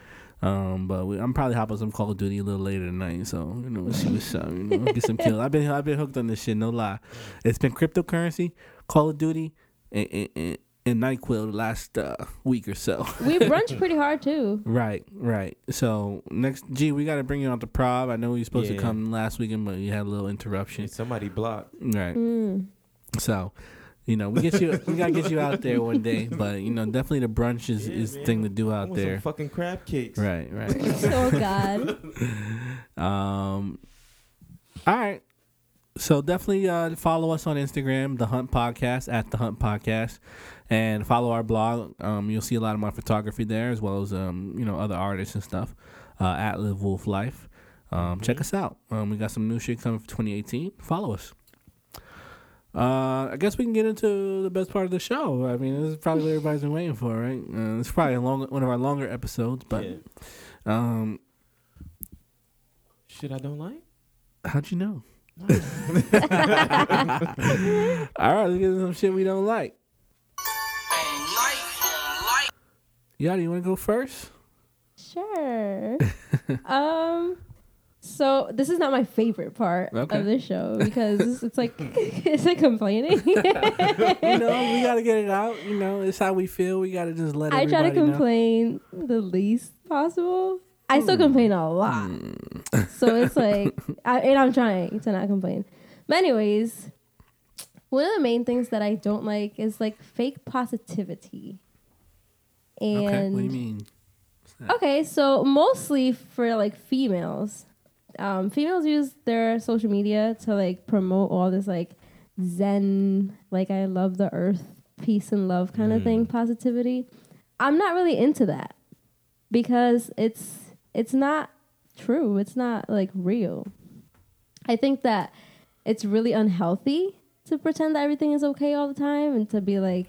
[SPEAKER 1] Um, but we, I'm probably hopping some Call of Duty a little later tonight, so you know, we'll see what's up. You know, get some kills. I've been I've been hooked on this shit. No lie, it's been cryptocurrency, Call of Duty, and and, and, and Nyquil the last uh, week or so.
[SPEAKER 4] We brunch pretty hard too.
[SPEAKER 1] right, right. So next, G, we got to bring you out to Prob. I know you were supposed
[SPEAKER 3] Yeah.
[SPEAKER 1] to come last weekend, but you had a little interruption.
[SPEAKER 3] Somebody blocked.
[SPEAKER 1] Right.
[SPEAKER 4] Mm.
[SPEAKER 1] So, you know, we get you. we gotta get you out there one day. But you know, definitely the brunch is
[SPEAKER 3] Yeah,
[SPEAKER 1] is the
[SPEAKER 3] man.
[SPEAKER 1] thing to do
[SPEAKER 3] I
[SPEAKER 1] out
[SPEAKER 3] want
[SPEAKER 1] there.
[SPEAKER 3] some fucking crab cakes.
[SPEAKER 1] Right. Right.
[SPEAKER 4] oh God.
[SPEAKER 1] um. All right. So definitely uh, follow us on Instagram, The Hunt Podcast at The Hunt Podcast, and follow our blog. Um, you'll see a lot of my photography there, as well as um, you know other artists and stuff uh, at Live Wolf Life. Um, Check us out. Um, we got some new shit coming for 2018. Follow us. Uh, I guess we can get into the best part of the show. I mean, this is probably what everybody's been waiting for, right? Uh, it's probably a long, one of our longer episodes, but
[SPEAKER 3] Yeah.
[SPEAKER 1] um,
[SPEAKER 3] Shit, I don't like.
[SPEAKER 1] How'd you know? All right, let's get into some shit we don't like. Yada, you want to go first?
[SPEAKER 4] Sure. um. So this is not my favorite part
[SPEAKER 1] Okay.
[SPEAKER 4] of the show because it's like it's like complaining.
[SPEAKER 1] You know, we gotta get it out. You know, it's how we feel. We gotta just let.
[SPEAKER 4] I try to
[SPEAKER 1] everybody know.
[SPEAKER 4] complain the least possible. I
[SPEAKER 1] Hmm.
[SPEAKER 4] still complain a lot. so it's like, I, and I'm trying to not complain. But anyways, one of the main things that I don't like is like fake positivity. And
[SPEAKER 1] Okay, what do you mean?
[SPEAKER 4] Okay, so mostly for like females, um, females use their social media to like promote all this like Zen, like I love the earth, peace and love kind of thing, positivity. I'm not really into that because it's it's not true. It's not like real. I think that it's really unhealthy to pretend that everything is okay all the time and to be like,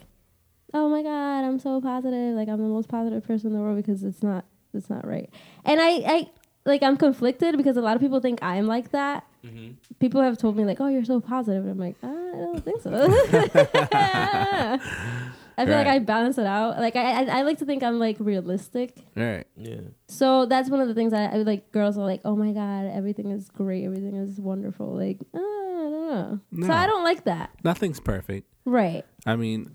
[SPEAKER 4] oh my god, I'm so positive. Like I'm the most positive person in the world because it's not it's not right. And I I like I'm conflicted because a lot of people think I'm like that. People have told me like, oh, you're so positive, and I'm like, I don't think so. I feel like
[SPEAKER 1] Right.
[SPEAKER 4] I balance it out. Like I, I, I like to think I'm like realistic.
[SPEAKER 1] All right.
[SPEAKER 3] Yeah.
[SPEAKER 4] So that's one of the things that I like. Girls are like, "Oh my god, everything is great, everything is wonderful." Like, uh, I don't know. So
[SPEAKER 1] No.
[SPEAKER 4] I don't like that.
[SPEAKER 1] Nothing's perfect.
[SPEAKER 4] Right.
[SPEAKER 1] I mean,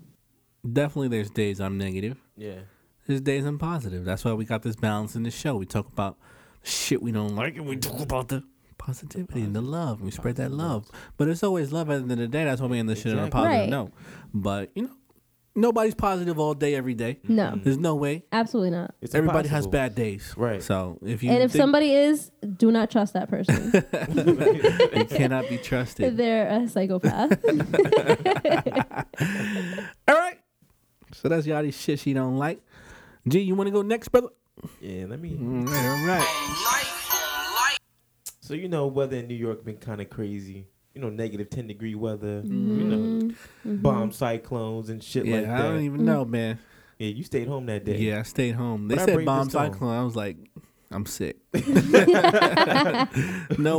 [SPEAKER 1] definitely there's days I'm negative.
[SPEAKER 3] Yeah.
[SPEAKER 1] There's days I'm positive. That's why we got this balance in the show. We talk about shit we don't like, and we talk about the positivity and the love. We spread that love, but it's always love at the end of the day. That's why we end this shit on a
[SPEAKER 3] Exactly.
[SPEAKER 1] positive
[SPEAKER 4] Right.
[SPEAKER 1] note. But you know, nobody's positive all day every day.
[SPEAKER 4] No,
[SPEAKER 1] There's no way.
[SPEAKER 4] absolutely not.
[SPEAKER 3] It's
[SPEAKER 1] Everybody has
[SPEAKER 3] impossible.
[SPEAKER 1] bad days,
[SPEAKER 3] Right.
[SPEAKER 1] So if you
[SPEAKER 4] And if
[SPEAKER 1] think
[SPEAKER 4] somebody is, do not trust that person.
[SPEAKER 1] they cannot be trusted,
[SPEAKER 4] They're a psychopath.
[SPEAKER 1] all right. So that's Yachty's shit she don't like. G, you want to go next, brother?
[SPEAKER 3] Yeah. Let me.
[SPEAKER 1] All right, all right.
[SPEAKER 3] So you know, weather in New York been kind of crazy. You know, negative ten
[SPEAKER 4] Mm-hmm.
[SPEAKER 3] degree weather. You know, bomb cyclones and shit
[SPEAKER 1] Mm-hmm. Yeah,
[SPEAKER 3] like
[SPEAKER 1] I
[SPEAKER 3] that.
[SPEAKER 1] don't even know, man.
[SPEAKER 3] Yeah, you stayed home that day.
[SPEAKER 1] Yeah, I stayed home. They
[SPEAKER 3] But I
[SPEAKER 1] said
[SPEAKER 3] braved
[SPEAKER 1] bomb
[SPEAKER 3] this storm.
[SPEAKER 1] cyclone. I was like, I'm sick. no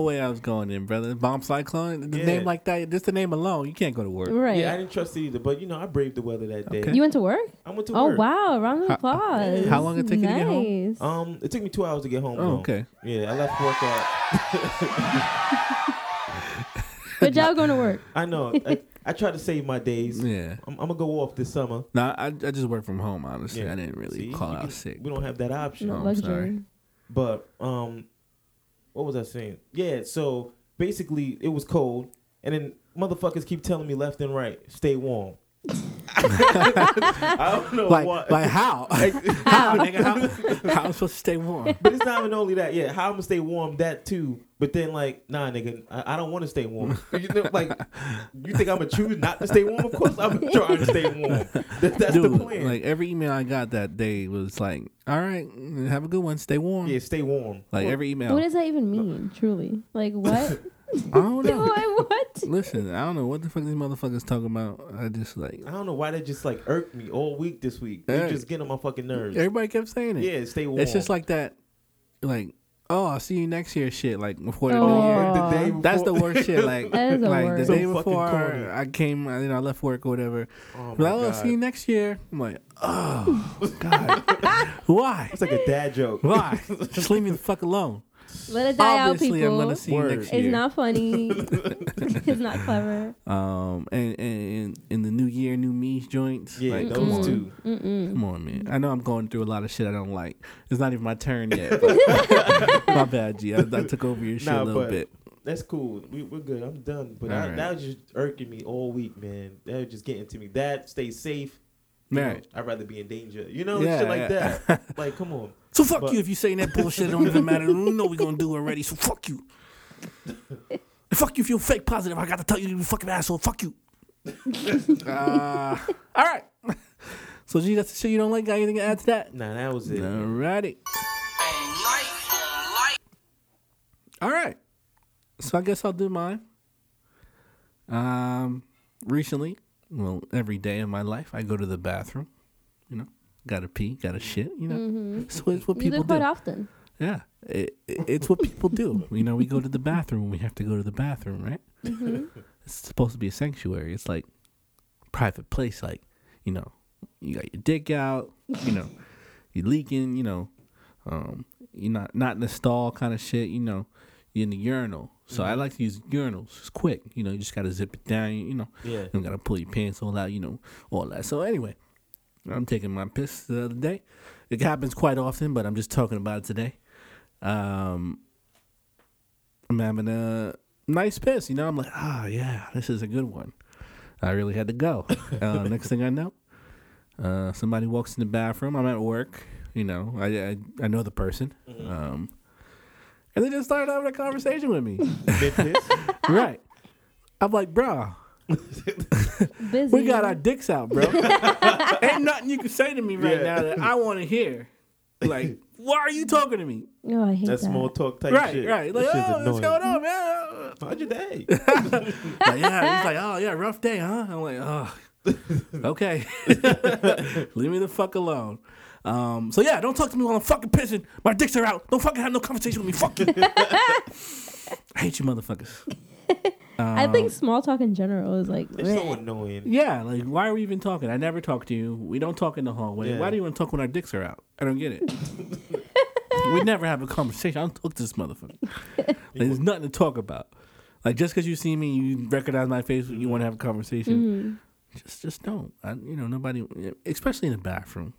[SPEAKER 1] way I was going in, brother. Bomb cyclone. The
[SPEAKER 3] Yeah.
[SPEAKER 1] name like that. Just the name alone, you can't go to work.
[SPEAKER 4] Right.
[SPEAKER 3] Yeah, I didn't trust it either, but you know, I braved the weather that day.
[SPEAKER 1] Okay.
[SPEAKER 4] you went to work?
[SPEAKER 3] I went to
[SPEAKER 4] oh,
[SPEAKER 3] work.
[SPEAKER 4] wow. Round of
[SPEAKER 1] How-
[SPEAKER 4] applause.
[SPEAKER 1] how long it take you to get home?
[SPEAKER 4] Nice.
[SPEAKER 3] Um, it took me two hours to get home.
[SPEAKER 1] Oh,
[SPEAKER 3] though.
[SPEAKER 1] okay.
[SPEAKER 3] Yeah, I left work at.
[SPEAKER 4] Good job going to work.
[SPEAKER 3] I know. I, I tried to save my days.
[SPEAKER 1] Yeah.
[SPEAKER 3] I'm, I'm gonna go off this summer.
[SPEAKER 1] No, I, I just work from home. Honestly,
[SPEAKER 3] Yeah.
[SPEAKER 1] I didn't really
[SPEAKER 3] See,
[SPEAKER 1] call
[SPEAKER 3] you
[SPEAKER 1] out
[SPEAKER 3] can-
[SPEAKER 1] sick.
[SPEAKER 3] We don't have that option.
[SPEAKER 4] No
[SPEAKER 1] Oh, I'm
[SPEAKER 4] luxury.
[SPEAKER 3] But um, what was I saying? Yeah, so basically it was cold, and then motherfuckers keep telling me left and right, stay warm. I don't know
[SPEAKER 1] Like,
[SPEAKER 3] why.
[SPEAKER 1] like how? how, nigga? How, how I'm supposed to stay warm?
[SPEAKER 3] but it's not even only that. Yeah, how I'm gonna stay warm? That too. But then like, nah, nigga, I, I don't want to stay warm. You know, like, you think I'm gonna choose not to stay warm? Of course, I'm trying to stay warm. That, that's
[SPEAKER 1] Dude,
[SPEAKER 3] the plan.
[SPEAKER 1] like every email I got that day was like, "All right, have a good one. Stay warm."
[SPEAKER 3] yeah, stay warm.
[SPEAKER 1] Like every email.
[SPEAKER 4] What does that even mean, truly? Like, what?
[SPEAKER 1] I don't know.
[SPEAKER 4] what? what?
[SPEAKER 1] Listen, I don't know what the fuck these motherfuckers talking about. I just like
[SPEAKER 3] I don't know why that just like irked me all week this week.
[SPEAKER 1] Hey.
[SPEAKER 3] They just getting on my fucking nerves.
[SPEAKER 1] everybody kept saying it.
[SPEAKER 3] Yeah, stay warm.
[SPEAKER 1] it's just like that. Like, oh, I'll see you next year. Shit, like before. the
[SPEAKER 4] Oh.
[SPEAKER 1] new year.
[SPEAKER 4] Like the day
[SPEAKER 1] That's the worst shit. Like,
[SPEAKER 4] That is the
[SPEAKER 1] like the
[SPEAKER 4] worst. So
[SPEAKER 1] day
[SPEAKER 3] fucking
[SPEAKER 1] before
[SPEAKER 3] corny.
[SPEAKER 1] I came, you know, I left work or whatever.
[SPEAKER 3] Oh my
[SPEAKER 1] But I'll see you
[SPEAKER 3] God.
[SPEAKER 1] next year. I'm like, oh god, why?
[SPEAKER 3] It's like a dad joke.
[SPEAKER 1] Why? Just leave me the fuck alone.
[SPEAKER 4] Let it die out,
[SPEAKER 1] Obviously,
[SPEAKER 4] people.
[SPEAKER 1] I'm gonna see
[SPEAKER 3] Word.
[SPEAKER 1] you next year.
[SPEAKER 4] it's not funny. it's not clever.
[SPEAKER 1] um, and and and the new year, new me joints.
[SPEAKER 3] Yeah,
[SPEAKER 1] like, come
[SPEAKER 3] those
[SPEAKER 1] on.
[SPEAKER 3] two.
[SPEAKER 1] Come on, man. I know I'm going through a lot of shit I don't like. It's not even my turn yet. but- my bad, G. I, I took over your shit a
[SPEAKER 3] Nah,
[SPEAKER 1] little
[SPEAKER 3] but-
[SPEAKER 1] bit.
[SPEAKER 3] That's cool. We, we're good. I'm done. But I,
[SPEAKER 1] Alright.
[SPEAKER 3] that was just irking me all week, man. That was just getting to me. That stay safe. You know,
[SPEAKER 1] Right.
[SPEAKER 3] I'd rather be in danger. You know,
[SPEAKER 1] Yeah,
[SPEAKER 3] shit like
[SPEAKER 1] yeah.
[SPEAKER 3] that. like, come on.
[SPEAKER 1] So fuck
[SPEAKER 3] but-
[SPEAKER 1] you if you saying that bullshit. It don't even matter. We know we're gonna do already. So fuck you. And fuck you if you're fake positive. I got to tell you, you fucking asshole. Fuck you. uh, all right. So G, that's the shit you don't like. Got anything to add to that?
[SPEAKER 3] Nah, that was it.
[SPEAKER 1] All righty. All right. So I guess I'll do mine. Um, recently, well, every day of my life, I go to the bathroom. You know, gotta pee, gotta shit. You know, so it's what
[SPEAKER 4] You
[SPEAKER 1] people
[SPEAKER 4] do quite
[SPEAKER 1] do.
[SPEAKER 4] often.
[SPEAKER 1] Yeah, it, it- it's what people do. You know, we go to the bathroom when we have to go to the bathroom, right? It's supposed to be a sanctuary. It's like private place. Like, you know, you got your dick out. You know, you leaking. You know, um, you're not not in the stall kind of shit. You know, you're in the urinal. So I like to use urinals. It's quick. You know, you just gotta zip it down. You know,
[SPEAKER 3] Yeah.
[SPEAKER 1] you don't gotta pull your pants all out. You know, all that. So anyway, I'm taking my piss the other day. It happens quite often, but I'm just talking about it today. Um, I'm having a nice piss. You know, I'm like, ah, yeah, this is a good one. I really had to go. Uh, next thing I know, uh, somebody walks in the bathroom. I'm at work. You know, I I, I know the person. Um, and they just started having a conversation with me.
[SPEAKER 3] Mid piss.
[SPEAKER 1] right. I'm like, bro,
[SPEAKER 4] Busy.
[SPEAKER 1] we got our dicks out, bro. Ain't nothing you can say to me right
[SPEAKER 3] Yeah.
[SPEAKER 1] now that I want to hear. Like, why are you talking to me?
[SPEAKER 4] Oh, I hate
[SPEAKER 3] That's
[SPEAKER 4] that.
[SPEAKER 3] small talk type
[SPEAKER 1] Right,
[SPEAKER 3] shit.
[SPEAKER 1] right.
[SPEAKER 3] That
[SPEAKER 1] Like,
[SPEAKER 3] shit's
[SPEAKER 1] oh, what's
[SPEAKER 3] annoying.
[SPEAKER 1] going on, man?
[SPEAKER 3] How'd your day?
[SPEAKER 1] Like, yeah, he's like, oh yeah, rough day, huh? I'm like, oh, okay, leave me the fuck alone. Um, so yeah, don't talk to me while I'm fucking pissing. My dicks are out. Don't fucking have no conversation with me. Fuck you. I hate you, motherfuckers.
[SPEAKER 4] I think small talk in general is like.
[SPEAKER 3] it's so annoying.
[SPEAKER 1] Yeah, like why are we even talking? I never talk to you. We don't talk in the hallway.
[SPEAKER 3] Yeah.
[SPEAKER 1] Why do you want to talk when our dicks are out? I don't get it. we never have a conversation. I don't talk to this motherfucker. Like, there's nothing to talk about. Like just because you see me, you recognize my face, you want to have a conversation. Just, just don't. I, you know, nobody, especially in the bathroom.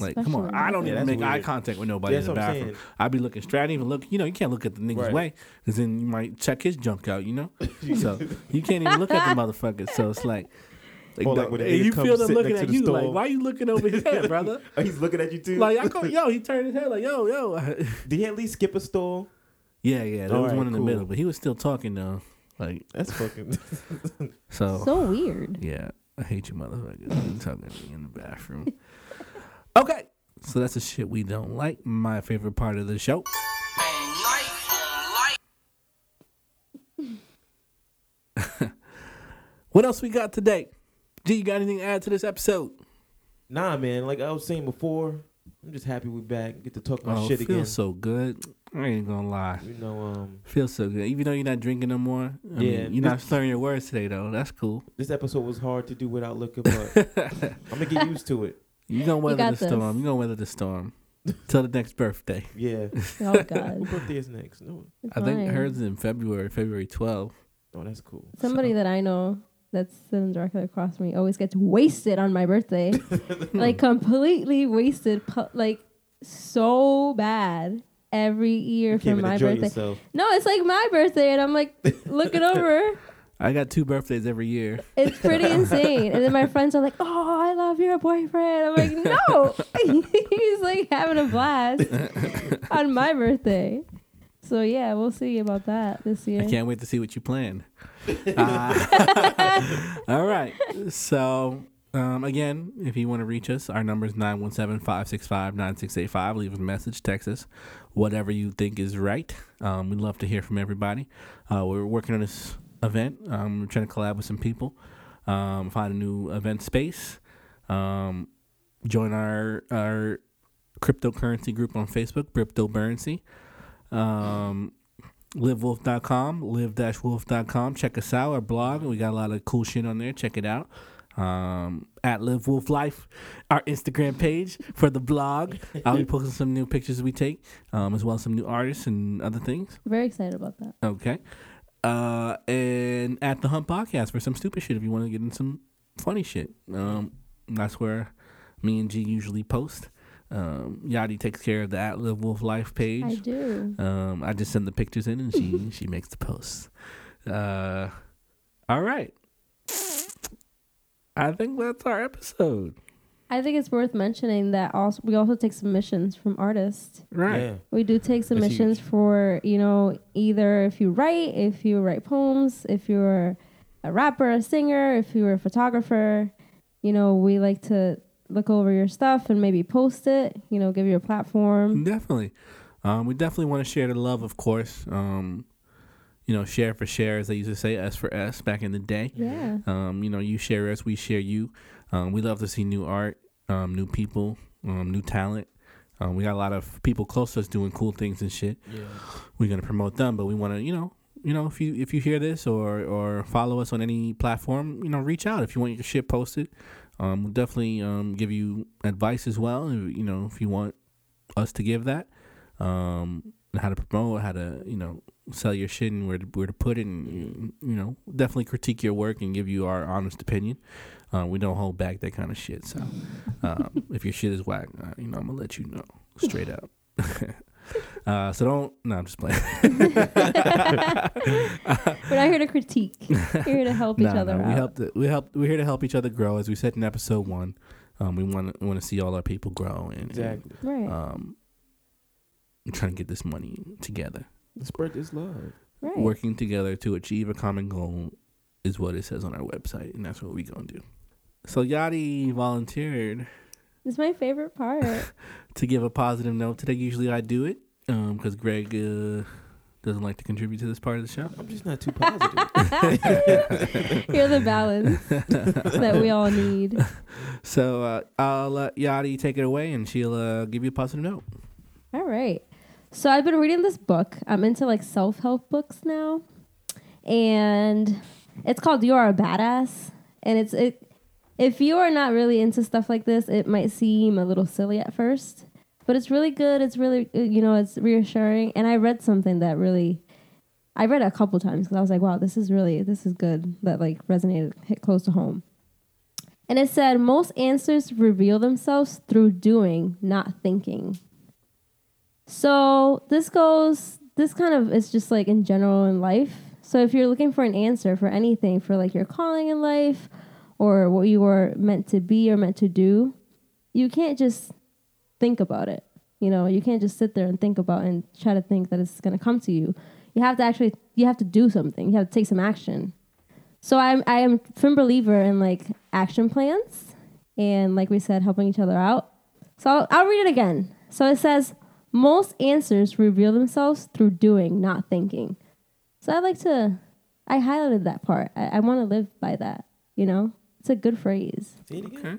[SPEAKER 1] Like, come on,
[SPEAKER 4] especially-
[SPEAKER 1] I don't
[SPEAKER 3] Yeah,
[SPEAKER 1] even
[SPEAKER 3] that's
[SPEAKER 1] make eye
[SPEAKER 3] weird.
[SPEAKER 1] contact with nobody
[SPEAKER 3] Yeah,
[SPEAKER 1] in the
[SPEAKER 3] that's what I'm
[SPEAKER 1] bathroom.
[SPEAKER 3] saying.
[SPEAKER 1] I'd be looking straight. I don't even look. You know, you can't look at the nigga's
[SPEAKER 3] Right.
[SPEAKER 1] way because then you might check his junk out. You know, so you can't even look at the motherfucker. So it's like, like,
[SPEAKER 3] Or like
[SPEAKER 1] dog,
[SPEAKER 3] when a
[SPEAKER 1] and
[SPEAKER 3] nigga
[SPEAKER 1] you
[SPEAKER 3] comes
[SPEAKER 1] feel them
[SPEAKER 3] sitting
[SPEAKER 1] looking
[SPEAKER 3] next to
[SPEAKER 1] at
[SPEAKER 3] the
[SPEAKER 1] you
[SPEAKER 3] store.
[SPEAKER 1] like, why you looking over his head, brother?
[SPEAKER 3] Oh, he's looking at you too.
[SPEAKER 1] Like I call, yo, he turned his head like, yo, yo.
[SPEAKER 3] Did he at least skip a stall?
[SPEAKER 1] yeah, yeah, there
[SPEAKER 3] All
[SPEAKER 1] was
[SPEAKER 3] right,
[SPEAKER 1] one in
[SPEAKER 3] cool.
[SPEAKER 1] the middle, but he was still talking though. Like
[SPEAKER 3] That's fucking.
[SPEAKER 1] so,
[SPEAKER 4] So weird.
[SPEAKER 1] yeah, I hate you, motherfuckers. You talking to me in the bathroom. okay, so that's the shit we don't like. My favorite part of the show. What else we got today? G, you got anything to add to this episode?
[SPEAKER 3] Nah, man. Like I was saying before, I'm just happy we back. Get to talk my
[SPEAKER 1] oh,
[SPEAKER 3] shit
[SPEAKER 1] feels
[SPEAKER 3] again.
[SPEAKER 1] so good. I ain't gonna lie.
[SPEAKER 3] you know, um,
[SPEAKER 1] Feels so good. Even though you're not drinking no more. I
[SPEAKER 3] Yeah.
[SPEAKER 1] mean, you're not slurring your words today though. That's cool.
[SPEAKER 3] this episode was hard to do without liquor, but I'm gonna get used to it.
[SPEAKER 1] You're gonna weather
[SPEAKER 4] got
[SPEAKER 1] the
[SPEAKER 4] this.
[SPEAKER 1] storm. You're gonna weather the storm. Till the next birthday.
[SPEAKER 3] Yeah.
[SPEAKER 4] Oh
[SPEAKER 3] Who
[SPEAKER 4] God.
[SPEAKER 3] birthday is next? No.
[SPEAKER 4] It's
[SPEAKER 1] I think
[SPEAKER 4] mine.
[SPEAKER 1] hers is in February, February 12th.
[SPEAKER 3] Oh, that's cool.
[SPEAKER 4] Somebody that I know that's sitting directly across from me always gets wasted on my birthday, like completely wasted, pu- like so bad every year
[SPEAKER 3] You
[SPEAKER 4] for
[SPEAKER 3] can't even
[SPEAKER 4] my
[SPEAKER 3] enjoy
[SPEAKER 4] birthday.
[SPEAKER 3] yourself.
[SPEAKER 4] No, it's like my birthday, and I'm like looking over.
[SPEAKER 1] I got two birthdays every year.
[SPEAKER 4] It's pretty insane. And then my friends are like, "Oh, I love your boyfriend." I'm like, "No, he's like having a blast on my birthday." So yeah, we'll see about that this year.
[SPEAKER 1] I can't wait to see what you plan. Uh, all right. So, um, again, if you want to reach us, our number is 917 565 9685. Leave us a message, text us, whatever you think is right. Um, we'd love to hear from everybody. Uh, we're working on this event. Um, we're trying to collab with some people, um, find a new event space, um, join our, our cryptocurrency group on Facebook, Cryptocurrency. Um, livewolf.com, live-wolf.com. Check us out, our blog. We got a lot of cool shit on there. Check it out. Um, at Live Wolf Life, our Instagram page for the blog. I'll be posting some new pictures we take, um, as well as some new artists and other things.
[SPEAKER 4] Very excited about that.
[SPEAKER 1] Okay. Uh, and at the Hump Podcast for some stupid shit if you want to get in some funny shit. Um, that's where me and G usually post. Um, Yadi takes care of the at Live Wolf Life page.
[SPEAKER 4] I do.
[SPEAKER 1] Um, I just send the pictures in, and she she makes the posts. Uh, all right. I think that's our episode.
[SPEAKER 4] I think it's worth mentioning that also we also take submissions from artists.
[SPEAKER 1] Right.
[SPEAKER 3] Yeah.
[SPEAKER 4] We do take submissions for you know either if you write, if you write poems, if you're a rapper, a singer, if you're a photographer. You know, we like to look over your stuff and maybe post it. You know, give you a platform.
[SPEAKER 1] Definitely. Um, we definitely want to share the love, of course. Um, you know, share for share, as they used to say, S for S back in the day.
[SPEAKER 4] Yeah,
[SPEAKER 1] Um, you know, you share us, we share you. Um, we love to see new art, um, new people, um, new talent. Um, we got a lot of people close to us doing cool things and shit.
[SPEAKER 3] Yeah.
[SPEAKER 1] we're gonna promote them, but we want to, you know, you know, if you if you hear this or or follow us on any platform, you know, reach out if you want your shit posted. Um, we'll definitely um, give you advice as well. and, You know, if you want us to give that, um, and how to promote, how to you know sell your shit and where to, where to put it, and you, you know, definitely critique your work and give you our honest opinion. Uh, we don't hold back that kind of shit. So um, if your shit is whack, uh, you know, I'm gonna let you know straight up. uh, so don't. No, I'm just playing.
[SPEAKER 4] we're not here to critique. we're here to help each
[SPEAKER 1] No,
[SPEAKER 4] other
[SPEAKER 1] no,
[SPEAKER 4] out.
[SPEAKER 1] We help. The, we help. We're here to help each other grow, as we said in episode one. Um, we want to want to see all our people grow and, and
[SPEAKER 3] Exactly.
[SPEAKER 4] Right,
[SPEAKER 1] um, trying to get this money together.
[SPEAKER 3] Spread this love.
[SPEAKER 4] right.
[SPEAKER 1] Working together to achieve a common goal is what it says on our website, and that's what we're gonna do. So Yadi volunteered
[SPEAKER 4] It's my favorite part.
[SPEAKER 1] to give a positive note today. Usually I do it because Greg uh, doesn't like to contribute to this part of the show.
[SPEAKER 3] I'm just not too positive.
[SPEAKER 4] You're the balance that we all need.
[SPEAKER 1] So uh, I'll let Yadi take it away, and she'll uh, give you a positive note.
[SPEAKER 4] All right. So I've been reading this book. I'm into like self help books now, and it's called "You Are a Badass." And it's it. If you are not really into stuff like this, it might seem a little silly at first, but it's really good. It's really uh, you know it's reassuring. And I read something that really, I read it a couple times because I was like, wow, this is really this is good. That like resonated, hit close to home. And it said most answers reveal themselves through doing, not thinking. So this goes, this kind of is just like in general in life. So if you're looking for an answer for anything, for like your calling in life or what you were meant to be or meant to do, you can't just think about it. You know, you can't just sit there and think about and try to think that it's going to come to you. You have to actually, you have to do something. You have to take some action. So I'm, I am a firm believer in like action plans and like we said, helping each other out. So I'll, I'll read it again. So it says, most answers reveal themselves through doing, not thinking. So I like to, I highlighted that part. I, I want to live by that, you know? It's a good phrase.
[SPEAKER 3] Say it again.
[SPEAKER 1] Okay.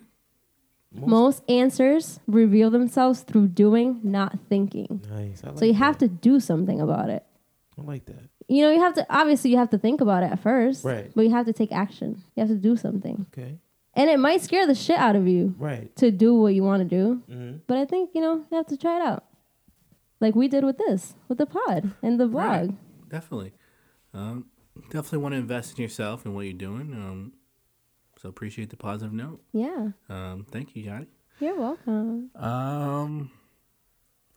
[SPEAKER 4] Most answers reveal themselves through doing, not thinking.
[SPEAKER 3] Nice. I like
[SPEAKER 4] So you have
[SPEAKER 3] that.
[SPEAKER 4] to do something about it.
[SPEAKER 3] I like that.
[SPEAKER 4] You know, you have to obviously you have to think about it at first,
[SPEAKER 3] Right.
[SPEAKER 4] But you have to take action. You have to do something,
[SPEAKER 3] Okay.
[SPEAKER 4] and it might scare the shit out of you
[SPEAKER 3] Right.
[SPEAKER 4] to do what you want to do.
[SPEAKER 3] Mm-hmm.
[SPEAKER 4] But I think you know you have to try it out, like we did with this, with the pod and the vlog.
[SPEAKER 1] Right. Definitely. Um, definitely want to invest in yourself and what you're doing. Um, so appreciate the positive note.
[SPEAKER 4] Yeah,
[SPEAKER 1] Um, thank you, Yanni.
[SPEAKER 4] you're welcome.
[SPEAKER 1] Um,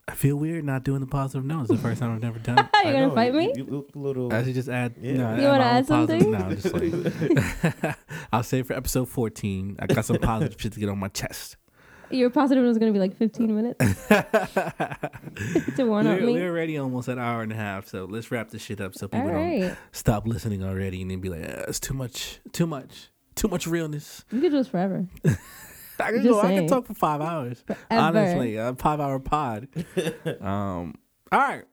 [SPEAKER 1] I feel weird not doing the positive note. It's the first time I've never done it.
[SPEAKER 4] Are you Oh, gonna fight me?
[SPEAKER 3] You, you look a little.
[SPEAKER 1] I should just add.
[SPEAKER 3] Yeah.
[SPEAKER 1] No,
[SPEAKER 4] You wanna
[SPEAKER 1] I'm
[SPEAKER 4] add
[SPEAKER 1] positive-
[SPEAKER 4] something?
[SPEAKER 1] No, I'm just like. I'll save for episode 14. I got some positive shit to get on my chest.
[SPEAKER 4] Your positive was gonna be like 15 minutes to warn up
[SPEAKER 1] We're,
[SPEAKER 4] me.
[SPEAKER 1] we're already almost at an hour and a half, so let's wrap this shit up so
[SPEAKER 4] All
[SPEAKER 1] people don't
[SPEAKER 4] right,
[SPEAKER 1] stop listening already and then be like, "Ah, it's too much, too much, too much realness.
[SPEAKER 4] you could do this forever.
[SPEAKER 1] I can
[SPEAKER 4] Just
[SPEAKER 1] go. I can
[SPEAKER 4] saying.
[SPEAKER 1] talk for five hours. Honestly, a five hour pod. um, all right.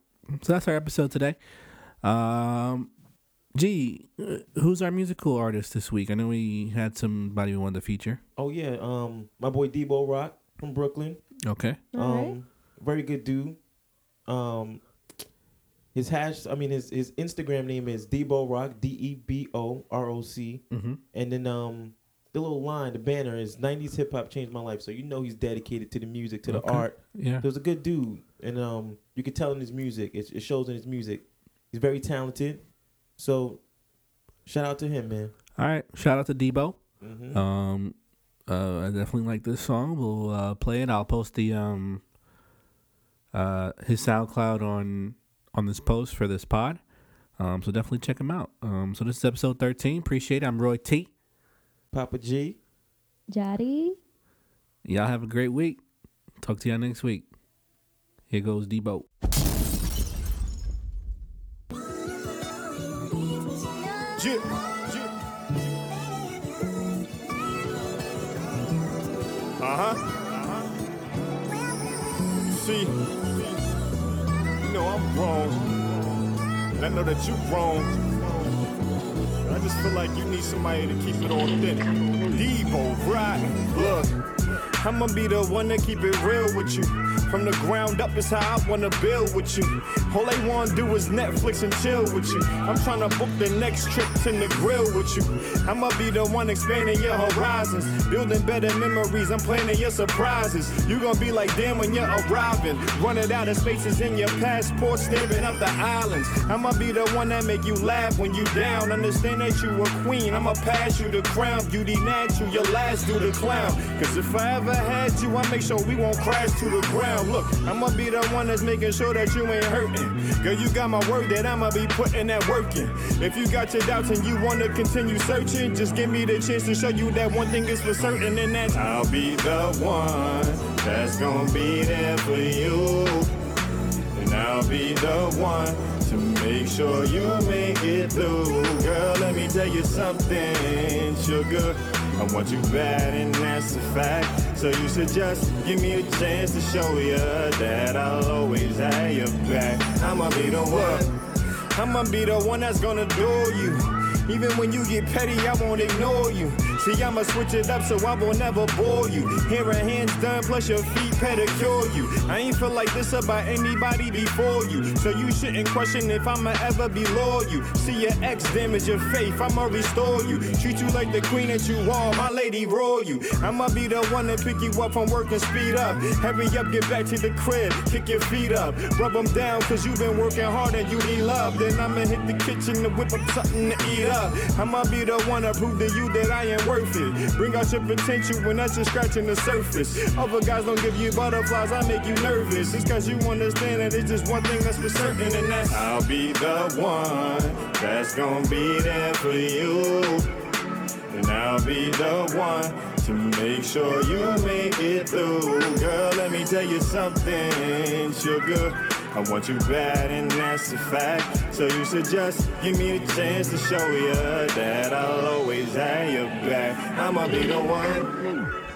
[SPEAKER 1] So that's our episode today. Um, gee, uh, who's our musical artist this week? I know we had somebody we wanted to feature.
[SPEAKER 3] oh yeah. Um, my boy Debo Rock from Brooklyn.
[SPEAKER 1] Okay.
[SPEAKER 4] All right.
[SPEAKER 3] Um, very good dude. Um, his hash. I mean, his his Instagram name is Debo Rock. D E B O R O C.
[SPEAKER 1] Mm-hmm.
[SPEAKER 3] And then um, the little line, the banner is '90s hip hop changed my life. So you know he's dedicated to the music, to the
[SPEAKER 1] Okay.
[SPEAKER 3] art.
[SPEAKER 1] Yeah.
[SPEAKER 3] He was a good dude, and um, you could tell in his music. It, it shows in his music. He's very talented. So, shout out to him, man.
[SPEAKER 1] All right. Shout out to Debo.
[SPEAKER 3] hmm
[SPEAKER 1] Um, uh, I definitely like this song. We'll uh, play it. I'll post the um, uh, his SoundCloud on on this post for this pod. Um, so definitely check him out. Um, so this is episode thirteen. Appreciate it. I'm Roy T.
[SPEAKER 3] Papa G.
[SPEAKER 4] Jotty.
[SPEAKER 1] Y'all have a great week. Talk to y'all next week. Here goes Debo.
[SPEAKER 5] Uh huh. See, you know I'm wrong, and I know that you're wrong. And I just feel like you need somebody to keep it on thick. Devo, right? Look, I'ma be the one to keep it real with you. From the ground up is how I wanna build with you. All they wanna do is Netflix and chill with you. I'm tryna book the next trip to the grill with you. I'ma be the one expanding your horizons, building better memories. I'm planning your surprises. You gonna be like damn when you're arriving, running out of spaces in your passport, staring up the islands. I'ma be the one that make you laugh when you down. Understand that you a queen. I'ma pass you the crown, beauty natural. Your last do the clown. Cause if I ever had you, I make sure we won't crash to the ground. Look, I'ma be the one that's making sure that you ain't hurting. Girl, you got my word that I'ma be putting that work in. If you got your doubts and you wanna continue searching, just give me the chance to show you that one thing is for certain, and that's I'll be the one that's gonna be there for you. And I'll be the one to make sure you make it through. Girl, let me tell you something, sugar. I want you bad, and that's a fact. So you should just give me a chance to show you that I'll always have your back. I'ma be the one. I'ma be the one that's gonna do you. Even when you get petty, I won't ignore you. See, I'ma switch it up so I will never bore you. Here are hands done, plus your feet pedicure you. I ain't feel like this about anybody before you. So you shouldn't question if I'ma ever be loyal. See, your ex damage your faith, I'ma restore you. Treat you like the queen that you are, my lady royal you. I'ma be the one to pick you up from work and speed up. Hurry up, get back to the crib, kick your feet up. Rub them down, cause you been working hard and you need love. Then I'ma hit the kitchen to whip up something to eat up. I'ma be the one to prove to you that I am worth it. Bring out your potential when that's just scratching the surface. Other guys don't give you butterflies, I make you nervous. It's cause you understand that it's just one thing that's for certain, and that's I'll be the one that's gonna be there for you. And I'll be the one to make sure you make it through. Girl, let me tell you something, sugar. I want you bad, and that's a fact. So you should just give me a chance to show you that I'll always have your back. I'ma be the one.